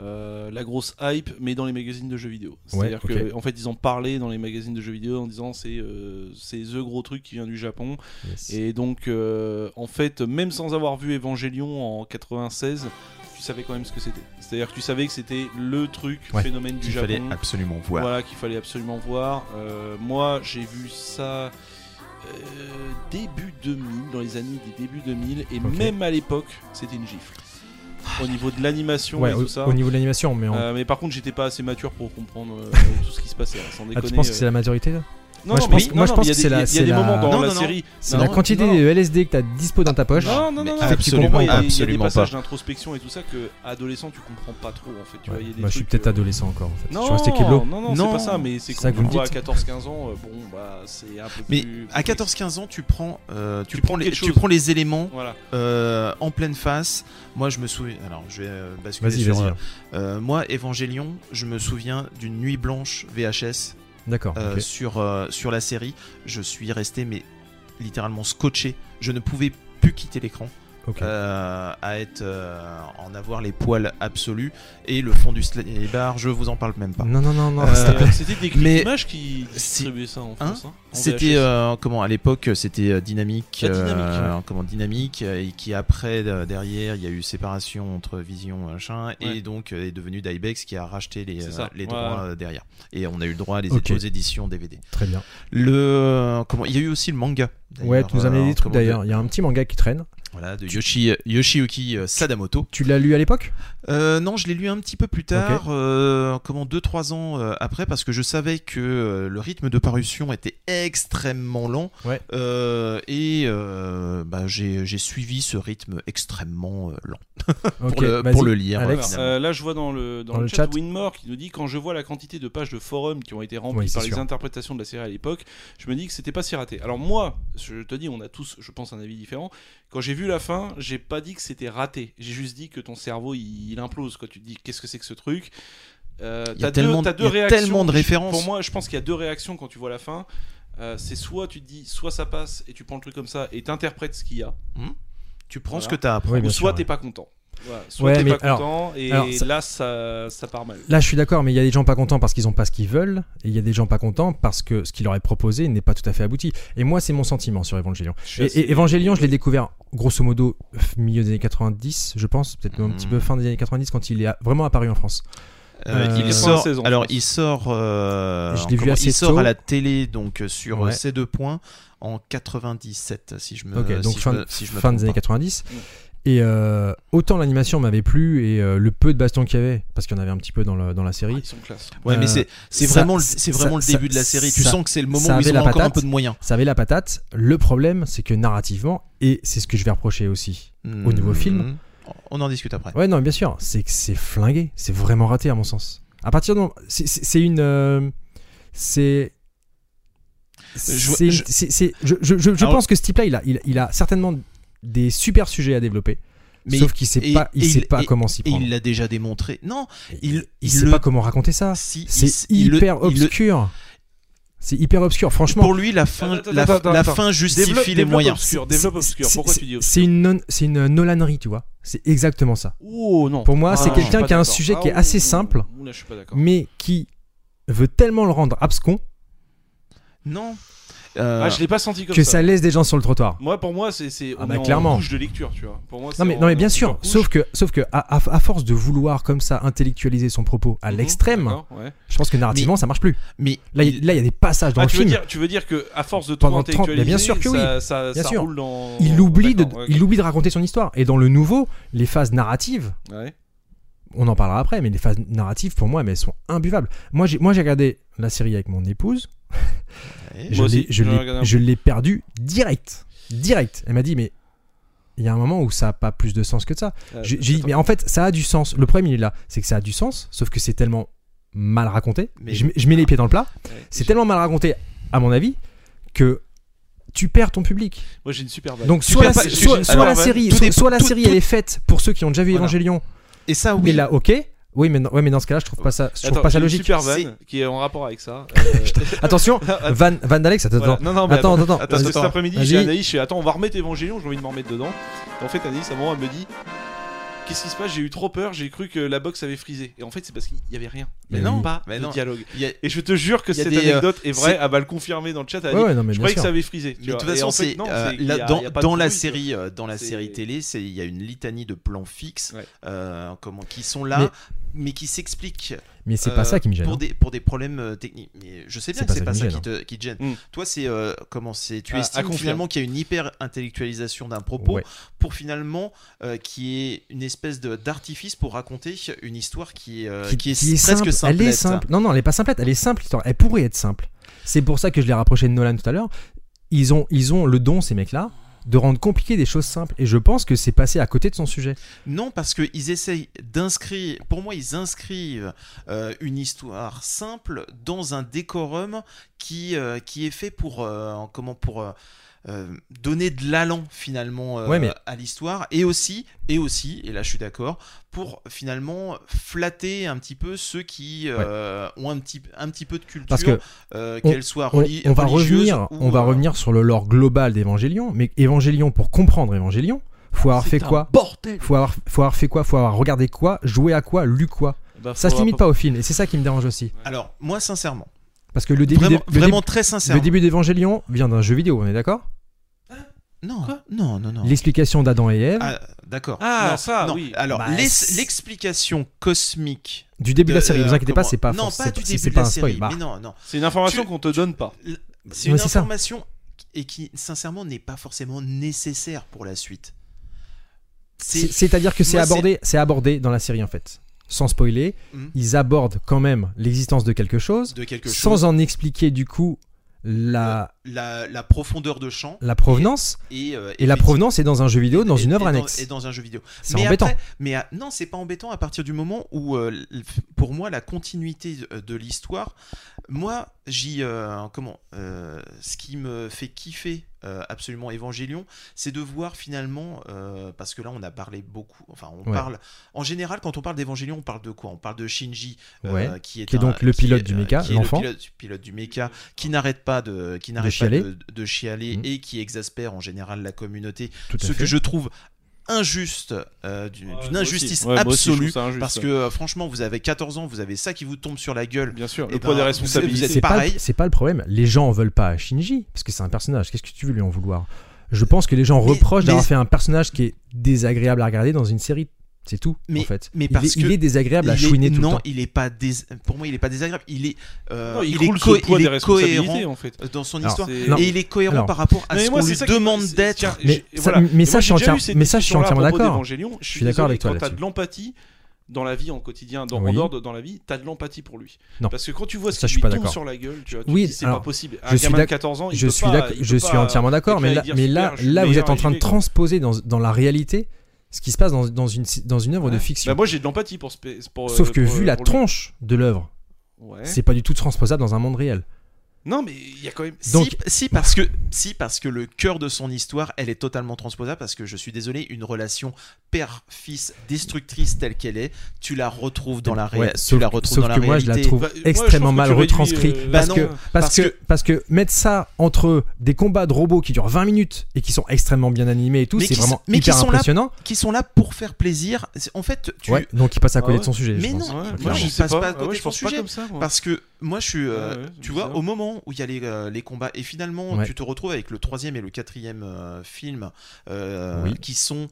Speaker 5: euh, la grosse hype, mais dans les magazines de jeux vidéo. C'est-à-dire
Speaker 3: Ouais, ok.
Speaker 5: que, en fait, ils en parlaient dans les magazines de jeux vidéo en disant c'est euh, c'est the gros truc qui vient du Japon.
Speaker 3: Yes.
Speaker 5: Et donc, euh, en fait, même sans avoir vu Evangelion en 96, tu savais quand même ce que c'était. C'est-à-dire que tu savais que c'était le truc
Speaker 3: Ouais,
Speaker 5: phénomène du
Speaker 4: Qu'il
Speaker 5: Japon.
Speaker 4: fallait absolument voir.
Speaker 5: Voilà, qu'il fallait absolument voir. Euh, moi, j'ai vu ça euh, début 2000, dans les années des débuts 2000, et même à l'époque, c'était une gifle. Au niveau de l'animation
Speaker 3: Ouais,
Speaker 5: et
Speaker 3: au,
Speaker 5: tout ça.
Speaker 3: au niveau de l'animation, mais en- ah,
Speaker 5: Euh, mais par contre, j'étais pas assez mature pour
Speaker 3: *laughs*
Speaker 5: comprendre euh, tout ce qui se passait. hein, Sans
Speaker 3: ah,
Speaker 5: déconner.
Speaker 3: tu penses
Speaker 5: euh.
Speaker 3: que c'est la majorité là
Speaker 5: Non,
Speaker 3: Moi, je
Speaker 5: non, mais-
Speaker 3: pense-
Speaker 5: non,
Speaker 3: moi, je
Speaker 5: non,
Speaker 3: pense
Speaker 5: mais il y a
Speaker 3: que
Speaker 5: des-
Speaker 3: c'est la-
Speaker 5: Il y
Speaker 3: c'est
Speaker 5: a des
Speaker 3: la-
Speaker 5: moments dans
Speaker 4: Non,
Speaker 5: la
Speaker 4: non, non.
Speaker 5: série.
Speaker 3: C'est
Speaker 4: Non,
Speaker 3: la quantité
Speaker 5: non.
Speaker 3: de LSD que t'as dispo dans ta poche.
Speaker 5: Non, non,
Speaker 4: Mais
Speaker 5: non, non,
Speaker 3: Fait que tu
Speaker 5: absolument,
Speaker 3: comprends
Speaker 5: il y a des- Il y a des
Speaker 4: absolument
Speaker 5: passages
Speaker 4: pas.
Speaker 5: d'introspection et tout ça que adolescent tu comprends pas trop en fait. Tu vois,
Speaker 3: Ouais,
Speaker 5: il y a des
Speaker 3: bah, je suis
Speaker 5: trucs,
Speaker 3: peut-être
Speaker 5: euh,
Speaker 3: adolescent encore en fait.
Speaker 5: Non,
Speaker 3: Je suis resté Keblo.
Speaker 5: non, non,
Speaker 4: Non.
Speaker 5: c'est pas ça, mais c'est
Speaker 3: C'est ça que
Speaker 5: quand
Speaker 3: vous
Speaker 5: tu
Speaker 3: me
Speaker 5: vois à
Speaker 3: dites.
Speaker 5: 14-15 ans, euh, bon, bah, c'est un peu
Speaker 4: Mais
Speaker 5: plus...
Speaker 4: à 14-15 ans, tu prends, euh, tu
Speaker 5: Tu
Speaker 4: prends,
Speaker 5: prends
Speaker 4: les,
Speaker 5: quelque
Speaker 4: tu
Speaker 5: chose.
Speaker 4: prends les éléments
Speaker 5: Voilà.
Speaker 4: euh, en pleine face. Moi, je me souviens. Alors, je vais euh, basculer
Speaker 3: Vas-y,
Speaker 4: sur,
Speaker 3: vas-y.
Speaker 4: euh, euh, moi, Evangelion, je me souviens d'une nuit blanche VHS
Speaker 3: D'accord.
Speaker 4: euh,
Speaker 3: ok.
Speaker 4: sur, euh, sur la série. Je suis resté, mais littéralement scotché. Je ne pouvais plus quitter l'écran,
Speaker 3: ok.
Speaker 4: euh, à être, euh, en avoir les poils absolus et le fond du bar. Je vous en parle même pas.
Speaker 3: Non, non, non, non.
Speaker 4: Euh,
Speaker 3: s'il te plaît.
Speaker 5: Euh, C'était des clips
Speaker 4: Mais-
Speaker 5: images qui
Speaker 4: Si-
Speaker 5: distribuaient ça en
Speaker 4: Hein
Speaker 5: France. hein, en
Speaker 4: C'était
Speaker 5: VHS.
Speaker 4: euh, comment à l'époque c'était euh, dynamique,
Speaker 5: Ah, Dynamic,
Speaker 4: euh, comment dynamique euh, et qui après euh, derrière il y a eu séparation entre Vision machin et
Speaker 5: Ouais.
Speaker 4: donc euh, est devenu Dybex qui a racheté les,
Speaker 5: C'est
Speaker 4: euh,
Speaker 5: ça,
Speaker 4: les
Speaker 5: ouais.
Speaker 4: droits euh, derrière et on a eu le droit à les
Speaker 3: Ok.
Speaker 4: aux éditions DVD.
Speaker 3: Très bien.
Speaker 4: Le euh, comment il y a eu aussi le manga.
Speaker 3: Ouais,
Speaker 4: d'ailleurs,
Speaker 3: tu nous as
Speaker 4: euh,
Speaker 3: amené des trucs
Speaker 4: comment, de-
Speaker 3: d'ailleurs. Il y a un petit manga qui traîne.
Speaker 4: Voilà de Yoshi Yoshiyuki euh, Sadamoto.
Speaker 3: Tu l'as lu à
Speaker 5: *laughs*
Speaker 3: l'époque
Speaker 4: Euh, non, je l'ai lu un petit peu plus tard, euh, comment 2-3 ans euh, après, parce que je savais que euh, le rythme de parution était extrêmement lent.
Speaker 3: Ouais.
Speaker 4: Euh, et euh, bah, j'ai j'ai suivi ce rythme extrêmement euh, lent
Speaker 3: Ok,
Speaker 4: pour, le,
Speaker 3: vas-y.
Speaker 4: pour le lire.
Speaker 3: Alex.
Speaker 4: euh,
Speaker 5: Alors,
Speaker 4: finalement.
Speaker 5: euh, là, je vois dans le, dans
Speaker 3: Dans
Speaker 5: le,
Speaker 3: le
Speaker 5: chat,
Speaker 3: chat.
Speaker 5: Winmore qui nous dit Quand je vois la quantité de pages de forum qui ont été remplies
Speaker 3: Oui, c'est
Speaker 5: par les
Speaker 3: sûr.
Speaker 5: interprétations de la série à l'époque, je me dis que c'était pas si raté. Alors, moi, je te dis, on a tous, je pense, un avis différent. Quand j'ai vu la fin, j'ai pas dit que c'était raté. J'ai juste dit que ton cerveau il, il implose. Quand tu te dis Qu'est-ce que c'est que ce truc Euh,
Speaker 4: Il y
Speaker 5: t'as
Speaker 4: a
Speaker 5: deux-
Speaker 4: tellement de-
Speaker 5: t'as deux
Speaker 4: il y a
Speaker 5: réactions.
Speaker 4: tellement de références.
Speaker 5: Pour moi, je pense qu'il y a deux réactions quand tu vois la fin. Euh, c'est soit tu te dis, soit ça passe et tu prends le truc comme ça et t'interprètes ce qu'il y a,
Speaker 4: tu prends
Speaker 5: voilà.
Speaker 4: ce que tu as appris.
Speaker 3: Oui,
Speaker 5: ou
Speaker 3: bien sûr,
Speaker 5: soit
Speaker 3: ouais.
Speaker 5: t'es pas content. Voilà, soit
Speaker 3: Ouais,
Speaker 5: t'es
Speaker 3: mais
Speaker 5: pas
Speaker 3: alors-
Speaker 5: content et
Speaker 3: alors, ça-
Speaker 5: là ça, ça part mal.
Speaker 3: Là, je suis d'accord, mais il y a des gens pas contents parce qu'ils ont pas ce qu'ils veulent, et il y a des gens pas contents parce que ce qu'il leur est proposé n'est pas tout à fait abouti. Et moi, c'est mon sentiment sur Evangelion.
Speaker 5: Je suis
Speaker 3: Et,
Speaker 5: assez-
Speaker 3: et Evangelion, je l'ai découvert grosso modo f- milieu des années 90, je pense, peut-être un petit
Speaker 4: Mm.
Speaker 3: peu fin des années 90 quand il est a- vraiment apparu en France.
Speaker 4: Euh,
Speaker 3: Euh,
Speaker 4: il sort,
Speaker 5: 96 ans,
Speaker 4: alors
Speaker 5: je pense.
Speaker 4: il sort, euh,
Speaker 3: Je l'ai vu
Speaker 4: comment-
Speaker 3: assez
Speaker 4: il sort
Speaker 3: tôt.
Speaker 4: à la télé donc euh, sur
Speaker 3: Ouais.
Speaker 4: ces deux points en 97 si je me
Speaker 3: Ok, donc
Speaker 4: si
Speaker 3: fin,
Speaker 4: je me- si je me
Speaker 3: fin des
Speaker 4: trompe
Speaker 3: années
Speaker 4: pas.
Speaker 3: 90.
Speaker 5: Mm.
Speaker 3: Et euh, autant l'animation m'avait plu et euh, le peu de baston qu'il y avait, parce qu'il y en avait un petit peu dans, le- dans la
Speaker 5: Ah,
Speaker 3: série,
Speaker 5: ils sont classe.
Speaker 4: Ouais, mais
Speaker 3: Euh,
Speaker 4: c'est c'est
Speaker 3: ça-
Speaker 4: vraiment le-
Speaker 3: ça-
Speaker 4: c'est vraiment
Speaker 3: ça-
Speaker 4: le début de la
Speaker 3: ça-
Speaker 4: série. Tu
Speaker 3: ça-
Speaker 4: sens que c'est le moment
Speaker 3: ça
Speaker 4: où ils
Speaker 3: avait
Speaker 4: ont
Speaker 3: la
Speaker 4: encore un
Speaker 3: patate.
Speaker 4: peu de moyens.
Speaker 3: ça avait la patate. Le problème, c'est que narrativement, et c'est ce que je vais reprocher aussi. Au niveau film.
Speaker 4: Hmm. On en discute après.
Speaker 3: Ouais, non, bien sûr, c'est que c'est flingué, c'est vraiment raté à mon sens. À partir de. c'est- C'est c'est une. euh, c'est.
Speaker 4: Je-
Speaker 3: c'est une-
Speaker 4: je- Ah,
Speaker 3: c'est- c'est- Je, je- je- je
Speaker 4: Alors-
Speaker 3: pense que ce type-là, il a, il, il a certainement des super sujets à développer.
Speaker 4: Mais
Speaker 3: sauf qu'il sait
Speaker 4: et-
Speaker 3: pas, il
Speaker 4: et
Speaker 3: sait
Speaker 4: il-
Speaker 3: pas comment s'y
Speaker 4: et
Speaker 3: prendre.
Speaker 4: il l'a déjà démontré. Non,
Speaker 3: Et
Speaker 4: il-
Speaker 3: il
Speaker 4: il
Speaker 3: sait
Speaker 4: le-
Speaker 3: pas comment raconter ça.
Speaker 4: si il-
Speaker 3: Ah, C'est
Speaker 4: il le-
Speaker 3: hyper
Speaker 4: il le-
Speaker 3: obscur. C'est hyper obscur, franchement.
Speaker 4: Pour lui, la fin,
Speaker 5: Attends,
Speaker 4: la,
Speaker 5: attends, attends,
Speaker 4: la
Speaker 5: attends.
Speaker 4: fin justifie
Speaker 5: Développe-
Speaker 4: les
Speaker 5: développe
Speaker 4: moyens.
Speaker 5: obscur,
Speaker 3: C'est-
Speaker 5: développe
Speaker 3: c'est-
Speaker 5: obscur.
Speaker 3: c'est-
Speaker 5: Pourquoi
Speaker 3: c'est-
Speaker 5: tu dis obscur
Speaker 3: C'est une, non- c'est une Nolanerie, tu vois. C'est exactement ça.
Speaker 5: Oh non.
Speaker 3: Pour moi, c'est
Speaker 5: je
Speaker 3: quelqu'un
Speaker 5: suis pas
Speaker 3: qui a un
Speaker 5: d'accord.
Speaker 3: sujet qui est
Speaker 5: Ah, ouh,
Speaker 3: assez
Speaker 5: ouh,
Speaker 3: simple.
Speaker 5: ouh, Là, je suis pas d'accord.
Speaker 3: Mais qui veut tellement le rendre abscon
Speaker 4: Non. Euh,
Speaker 5: Ah, je l'ai pas senti comme
Speaker 3: que
Speaker 5: ça.
Speaker 3: ça laisse des gens sur le trottoir.
Speaker 5: Moi, pour moi, c'est c'est
Speaker 3: Ah
Speaker 5: on
Speaker 3: bah,
Speaker 5: est en
Speaker 3: clairement.
Speaker 5: couche de lecture, tu vois. Pour moi, c'est
Speaker 3: Non mais,
Speaker 5: en-
Speaker 3: non mais
Speaker 5: on
Speaker 3: bien
Speaker 5: est en
Speaker 3: sûr,
Speaker 5: couche.
Speaker 3: sauf que, sauf que à, à- à force de vouloir comme ça intellectualiser son propos à
Speaker 5: Mhm,
Speaker 3: l'extrême,
Speaker 5: d'accord, ouais.
Speaker 3: je pense que narrativement ça marche plus.
Speaker 4: mais
Speaker 3: Là il là, il y a des passages dans
Speaker 5: Ah,
Speaker 3: le
Speaker 5: tu veux
Speaker 3: film,
Speaker 5: dire, tu veux dire que à force de trop
Speaker 3: Pendant 30
Speaker 5: intellectualiser,
Speaker 3: mais bien sûr que oui.
Speaker 5: ça, ça,
Speaker 3: Bien
Speaker 5: ça
Speaker 3: sûr.
Speaker 5: roule dans.
Speaker 3: il oublie, de,
Speaker 5: D'accord, ouais,
Speaker 3: il oublie de raconter son histoire. Et dans le nouveau, les phases narratives,
Speaker 5: ouais.
Speaker 3: on en parlera après, mais les phases narratives pour moi, mais elles sont imbuvables. Moi j'ai moi, j'ai regardé la série avec mon épouse,
Speaker 4: Ouais.
Speaker 3: je
Speaker 5: Moi aussi,
Speaker 3: l'ai- je
Speaker 5: je l'ai
Speaker 3: l'ai
Speaker 5: regardé un
Speaker 3: je l'ai perdu direct. Direct. Elle m'a dit mais il y a un moment où ça n'a pas plus de sens que ça.
Speaker 5: Euh,
Speaker 3: J'ai j'ai dit, mais en fait, ça a du sens. Le problème, il est là. C'est que ça a du sens, sauf que c'est tellement mal raconté.
Speaker 4: Mais- ah.
Speaker 3: Je, mets- je mets les pieds dans le plat.
Speaker 5: Ouais.
Speaker 3: C'est tellement mal raconté, à mon avis, que tu perds ton public.
Speaker 5: Moi, j'ai une super vanne.
Speaker 3: Donc,
Speaker 4: Tu
Speaker 3: soit la,
Speaker 4: perds pas-
Speaker 3: sé-
Speaker 4: je-
Speaker 3: soit,
Speaker 4: je-
Speaker 3: soit
Speaker 4: alors,
Speaker 3: la
Speaker 4: ouais,
Speaker 3: série,
Speaker 4: tout
Speaker 3: soit,
Speaker 4: dépend-
Speaker 3: soit la
Speaker 4: tout-
Speaker 3: série
Speaker 4: tout-
Speaker 3: elle est faite pour ceux qui ont déjà vu
Speaker 4: Voilà.
Speaker 3: Evangelion.
Speaker 4: Et ça, oui.
Speaker 3: Mais là, ok. Oui, mais, non- ouais, mais dans ce cas-là, je trouve pas ça, je trouve
Speaker 5: Attends,
Speaker 3: pas ça
Speaker 5: j'ai une
Speaker 3: logique.
Speaker 5: Super vanne qui est en rapport avec ça. Euh,
Speaker 3: Attention,
Speaker 5: Attends,
Speaker 3: Van, Van d'Alex, attends,
Speaker 5: voilà. Non, non, mais
Speaker 3: attends,
Speaker 5: attends.
Speaker 3: attends,
Speaker 5: Attends, parce que cet après-midi,
Speaker 3: Vas-y.
Speaker 5: j'ai Anaïs, je fais Attends, on va remettre Evangelion, j'ai envie de m'en remettre dedans. Et en fait, Anaïs, à un moment, elle me dit Qu'est-ce qui se passe J'ai eu trop peur, j'ai cru que la box avait frisé. Et en fait, c'est parce qu'il y avait rien.
Speaker 4: Mais
Speaker 5: Il y
Speaker 4: non,
Speaker 5: avait Pas
Speaker 4: mais
Speaker 5: de
Speaker 4: non.
Speaker 5: dialogue.
Speaker 4: Il y a-
Speaker 5: Et je te jure que
Speaker 4: Il y a
Speaker 5: cette
Speaker 4: des, euh,
Speaker 5: anecdote est vraie,
Speaker 4: c'est-
Speaker 5: elle va le confirmer dans le chat. elle a
Speaker 3: Ouais,
Speaker 5: dit,
Speaker 3: ouais, non, mais
Speaker 5: je
Speaker 3: bien
Speaker 5: croyais que
Speaker 3: sûr.
Speaker 5: ça avait frisé. tu
Speaker 4: Mais de
Speaker 5: vois.
Speaker 4: toute
Speaker 5: Et
Speaker 4: façon,
Speaker 5: en fait,
Speaker 4: c'est
Speaker 5: non,
Speaker 4: euh,
Speaker 5: c'est- il y
Speaker 4: là,
Speaker 5: a-
Speaker 4: dans,
Speaker 5: il y a pas de
Speaker 4: dans la
Speaker 5: bruit, tu
Speaker 4: série, euh, dans la
Speaker 5: C'est-
Speaker 4: série télé, c'est il y a une litanie de plans fixes,
Speaker 5: Ouais.
Speaker 4: euh, comment qui sont là,
Speaker 3: Mais-
Speaker 4: mais, qui s'expliquent
Speaker 3: Mais c'est
Speaker 4: euh,
Speaker 3: pas ça qui me gêne.
Speaker 4: pour
Speaker 3: hein.
Speaker 4: des pour des problèmes euh, techniques. Mais je sais bien
Speaker 3: C'est
Speaker 4: que
Speaker 3: pas
Speaker 4: c'est
Speaker 3: ça
Speaker 4: pas
Speaker 3: qui
Speaker 4: ça
Speaker 3: me
Speaker 4: qui
Speaker 3: gêne, hein.
Speaker 4: te qui te gêne.
Speaker 5: Mm. Ah,
Speaker 4: Toi, c'est euh, comment c'est tu
Speaker 5: À- à
Speaker 4: estimes
Speaker 5: confirmer.
Speaker 4: finalement qu'il y a une hyper intellectualisation d'un propos
Speaker 3: Ouais.
Speaker 4: pour finalement euh, qui est une espèce de d'artifice pour raconter une histoire qui est euh, qui, est, presque
Speaker 3: simple. Elle est
Speaker 4: simplette.
Speaker 3: simple. Non, non, elle est pas simplette. Elle est simple. l'histoire. Elle pourrait être simple. C'est pour ça que je l'ai rapproché de Nolan tout à l'heure. Ils ont, ils ont le don, ces mecs-là, de rendre compliquées des choses simples. Et je pense que c'est passé à côté de son sujet.
Speaker 4: Non, parce qu'ils essayent d'inscrire, pour moi, ils inscrivent euh, une histoire simple dans un décorum qui, euh, qui est fait pour, euh, comment, pour euh, euh, donner de l'allant finalement euh,
Speaker 3: Ouais, mais-
Speaker 4: à l'histoire et aussi, et aussi, et là je suis d'accord, pour finalement flatter un petit peu ceux qui euh, ont un petit, un petit peu de culture,
Speaker 3: Parce que
Speaker 4: euh,
Speaker 3: on-
Speaker 4: qu'elle soit
Speaker 3: On,
Speaker 4: reli-
Speaker 3: on va
Speaker 4: religieuse
Speaker 3: revenir,
Speaker 4: ou,
Speaker 3: on va
Speaker 4: euh,
Speaker 3: revenir sur le lore global d'Évangélion. Mais Évangélion, pour comprendre Évangélion, faut avoir
Speaker 5: C'est
Speaker 3: fait
Speaker 5: un
Speaker 3: quoi
Speaker 5: Bordel
Speaker 3: faut avoir, faut avoir fait quoi Faut avoir regardé quoi Joué à quoi Lu quoi
Speaker 5: Bah,
Speaker 3: Ça
Speaker 5: faut
Speaker 3: se limite
Speaker 5: avoir-
Speaker 3: pas au film. Et c'est ça qui me dérange aussi.
Speaker 4: Alors, moi sincèrement,
Speaker 3: Parce que le début,
Speaker 4: vraiment,
Speaker 3: d'É- le
Speaker 4: vraiment
Speaker 3: dé-
Speaker 4: très
Speaker 3: le
Speaker 4: sincèrement.
Speaker 3: début d'Évangélion vient d'un jeu vidéo, on est d'accord
Speaker 4: Non, non, non, non.
Speaker 3: L'explication d'Adam et Ève
Speaker 4: Ah, d'accord.
Speaker 5: Ah,
Speaker 4: Non,
Speaker 5: ça,
Speaker 4: non.
Speaker 5: oui.
Speaker 4: Alors,
Speaker 3: Bah,
Speaker 4: l'es-
Speaker 3: c'est-
Speaker 4: l'explication cosmique.
Speaker 3: du début de, la série.
Speaker 4: euh,
Speaker 3: vous inquiétez pas,
Speaker 4: comment-
Speaker 3: c'est pas
Speaker 4: Non,
Speaker 3: forc-
Speaker 4: pas
Speaker 3: c'est
Speaker 4: du
Speaker 3: c'est-
Speaker 4: début
Speaker 3: c'est
Speaker 4: de
Speaker 3: pas
Speaker 4: la
Speaker 3: un spoil.
Speaker 4: série.
Speaker 3: bah.
Speaker 4: Mais non, non.
Speaker 5: C'est une information
Speaker 4: Tu-
Speaker 5: qu'on te donne pas.
Speaker 4: C'est
Speaker 3: Ouais,
Speaker 4: une
Speaker 3: c'est ça.
Speaker 4: information et qui, sincèrement, n'est pas forcément nécessaire pour la suite.
Speaker 3: C'est- C'est-à-dire que c'est
Speaker 4: moi, c'est-
Speaker 3: abordé, c'est abordé dans la série en fait. Sans spoiler,
Speaker 4: Mhm.
Speaker 3: ils abordent quand même l'existence de quelque chose,
Speaker 4: de quelque
Speaker 3: sans
Speaker 4: chose.
Speaker 3: en expliquer du coup la,
Speaker 4: La, la profondeur de champ
Speaker 3: la provenance.
Speaker 4: et, euh,
Speaker 3: Et la
Speaker 4: effectivement-
Speaker 3: provenance est dans un jeu vidéo, dans
Speaker 4: et-
Speaker 3: une
Speaker 4: et
Speaker 3: œuvre
Speaker 4: dans-
Speaker 3: annexe.
Speaker 4: Et dans un jeu vidéo.
Speaker 3: C'est
Speaker 4: Mais
Speaker 3: embêtant.
Speaker 4: après- mais à- non, c'est pas embêtant à partir du moment où, euh, l- pour moi, la continuité de, de l'histoire, moi, j'y. euh, comment euh, Ce qui me fait kiffer euh, absolument Evangelion, c'est de voir finalement. euh, parce que là, on a parlé beaucoup. Enfin, on
Speaker 3: Ouais.
Speaker 4: parle. En général, quand on parle d'Evangelion, on parle de quoi On parle de Shinji, euh,
Speaker 3: Ouais.
Speaker 4: qui, est
Speaker 3: Qui est
Speaker 4: un-
Speaker 3: donc le pilote
Speaker 4: est,
Speaker 3: du
Speaker 4: euh,
Speaker 3: mecha,
Speaker 4: qui est le
Speaker 3: l'enfant.
Speaker 4: pilote, pilote du mecha, qui n'arrête pas de, qui n'arrête pas
Speaker 3: chialer.
Speaker 4: de, de chialer
Speaker 3: Mhm.
Speaker 4: et qui exaspère en général la communauté
Speaker 3: Tout à
Speaker 4: ce
Speaker 3: fait.
Speaker 4: que je trouve injuste, euh, d'une
Speaker 5: Ouais,
Speaker 4: d'une
Speaker 5: Ah, moi aussi.
Speaker 4: injustice
Speaker 5: Ouais, moi aussi, je trouve
Speaker 4: absolue.
Speaker 5: ça injuste,
Speaker 4: Parce que euh, franchement, vous avez 14 ans, vous avez ça qui vous tombe sur la gueule.
Speaker 5: Bien sûr,
Speaker 4: Eh
Speaker 5: le poids
Speaker 4: ben,
Speaker 5: des
Speaker 4: vous-
Speaker 5: responsabilités.
Speaker 4: vous
Speaker 3: C'est pas,
Speaker 4: pareil.
Speaker 3: c'est pas le problème. Les gens en veulent pas à Shinji parce que c'est un personnage. Qu'est-ce que tu veux lui en vouloir Je pense que les gens
Speaker 4: Mais-
Speaker 3: reprochent d'avoir
Speaker 4: mais-
Speaker 3: fait un personnage qui est désagréable à regarder dans une série. C'est tout en
Speaker 4: Mais-
Speaker 3: fait.
Speaker 4: mais
Speaker 3: il,
Speaker 4: parce
Speaker 3: est, il
Speaker 4: que
Speaker 3: est désagréable à
Speaker 4: Il est-
Speaker 3: chouiner Ah bah, tout le
Speaker 4: non,
Speaker 3: temps.
Speaker 4: il est pas dés- pour moi, il est pas désagréable. Il est, euh,
Speaker 5: Non, il,
Speaker 4: est,
Speaker 5: roule
Speaker 4: co-
Speaker 5: sous le poids
Speaker 4: il
Speaker 5: des
Speaker 4: est
Speaker 5: responsabilités
Speaker 4: cohérent
Speaker 5: en fait.
Speaker 4: dans son
Speaker 3: Alors,
Speaker 4: histoire.
Speaker 5: c'est-
Speaker 3: non.
Speaker 4: Et il est cohérent
Speaker 3: Alors,
Speaker 4: par rapport à
Speaker 5: Non, mais
Speaker 4: ce
Speaker 5: moi,
Speaker 4: qu'on
Speaker 5: c'est
Speaker 4: lui
Speaker 5: ça qui-
Speaker 4: demande
Speaker 5: c'est- tiens,
Speaker 4: d'être.
Speaker 5: j'ai-
Speaker 3: Mais ça-
Speaker 5: voilà.
Speaker 3: mais
Speaker 5: Et moi,
Speaker 3: ça, je
Speaker 5: j'ai
Speaker 3: suis
Speaker 5: déjà
Speaker 3: entière-
Speaker 5: eu cette
Speaker 3: mais ça, je suis
Speaker 5: discussion-là à
Speaker 3: entièrement
Speaker 5: propos
Speaker 3: d'accord.
Speaker 5: d'Evangelion. Je suis
Speaker 3: d'accord
Speaker 5: désolé,
Speaker 3: avec toi
Speaker 5: Quand t'as
Speaker 3: là-dessus.
Speaker 5: de l'empathie dans la vie, en quotidien, dans,
Speaker 3: Oui.
Speaker 5: en dehors de dans la vie, t'as de l'empathie pour lui.
Speaker 3: Non.
Speaker 5: Parce que quand tu vois ce
Speaker 3: Ça,
Speaker 5: qui
Speaker 3: je suis
Speaker 5: lui
Speaker 3: pas
Speaker 5: tombe
Speaker 3: d'accord.
Speaker 5: sur la gueule, tu vois,
Speaker 3: Oui,
Speaker 5: tu te dis, c'est
Speaker 3: alors,
Speaker 5: pas possible.
Speaker 3: je
Speaker 5: Un
Speaker 3: suis
Speaker 5: gamin de
Speaker 3: d'ac-
Speaker 5: 14 ans, il
Speaker 3: Je
Speaker 5: peut
Speaker 3: suis,
Speaker 5: pas-
Speaker 3: d'ac-
Speaker 5: il
Speaker 3: je
Speaker 5: peut
Speaker 3: suis
Speaker 5: pas
Speaker 3: entièrement d'accord, mais, là,
Speaker 5: éclairer,
Speaker 3: mais
Speaker 5: dire,
Speaker 3: là,
Speaker 5: super, je suis
Speaker 3: là
Speaker 5: le
Speaker 3: vous êtes
Speaker 5: meilleur
Speaker 3: en train de
Speaker 5: animé, quoi.
Speaker 3: transposer dans, dans la réalité ce qui se passe dans, dans une, dans une œuvre de
Speaker 5: Ouais.
Speaker 3: fiction.
Speaker 5: Bah, moi, j'ai de l'empathie pour ce. pa- pour, euh,
Speaker 3: Sauf que
Speaker 5: pour-
Speaker 3: vu la
Speaker 5: pour lui.
Speaker 3: tronche de l'œuvre,
Speaker 5: Ouais.
Speaker 3: c'est pas du tout transposable dans un monde réel.
Speaker 5: Non, mais il y a quand même.
Speaker 3: Donc-
Speaker 4: si, si, parce que, si, parce que le cœur de son histoire, elle est totalement transposable, parce que je suis désolé, une relation père-fils destructrice telle qu'elle est, tu la retrouves dans la, réa-
Speaker 3: Ouais,
Speaker 4: tu
Speaker 3: sauf,
Speaker 4: la retrouves
Speaker 3: sauf
Speaker 4: dans la
Speaker 3: que moi,
Speaker 4: réalité.
Speaker 3: je la trouve
Speaker 5: Bah, moi, je
Speaker 3: extrêmement
Speaker 5: trouve
Speaker 3: mal
Speaker 5: que tu réduis,
Speaker 3: retranscrite.
Speaker 5: euh,
Speaker 3: Parce,
Speaker 4: Bah
Speaker 3: que,
Speaker 4: non,
Speaker 3: parce,
Speaker 4: parce
Speaker 3: que,
Speaker 4: que-
Speaker 3: parce que mettre ça entre des combats de robots qui durent 20 minutes et qui sont extrêmement bien animés et tout,
Speaker 4: Mais
Speaker 3: c'est
Speaker 4: qui sont-
Speaker 3: vraiment
Speaker 4: mais qui
Speaker 3: hyper
Speaker 4: sont là-
Speaker 3: impressionnant.
Speaker 4: Qui sont là pour faire plaisir. C'est- En fait, tu.
Speaker 3: Ouais, donc il passe à côté
Speaker 5: Ah ouais.
Speaker 3: de son sujet. je
Speaker 4: Mais
Speaker 3: pense.
Speaker 4: non,
Speaker 5: Ouais, moi,
Speaker 4: clairement.
Speaker 5: je
Speaker 4: Il
Speaker 5: sais
Speaker 4: passe
Speaker 5: pas.
Speaker 4: pas à
Speaker 5: Ah
Speaker 4: côté
Speaker 5: ouais,
Speaker 4: de
Speaker 5: je
Speaker 4: son
Speaker 5: pense pas
Speaker 4: sujet.
Speaker 5: comme ça. moi.
Speaker 4: Parce que moi, je suis. euh,
Speaker 5: Ouais, ouais, c'est
Speaker 4: tu vois,
Speaker 5: bizarre.
Speaker 4: au moment où il y a les, euh, les combats, et finalement,
Speaker 3: Ouais.
Speaker 4: tu te retrouves avec le troisième et le quatrième euh, film euh,
Speaker 3: Oui.
Speaker 4: qui sont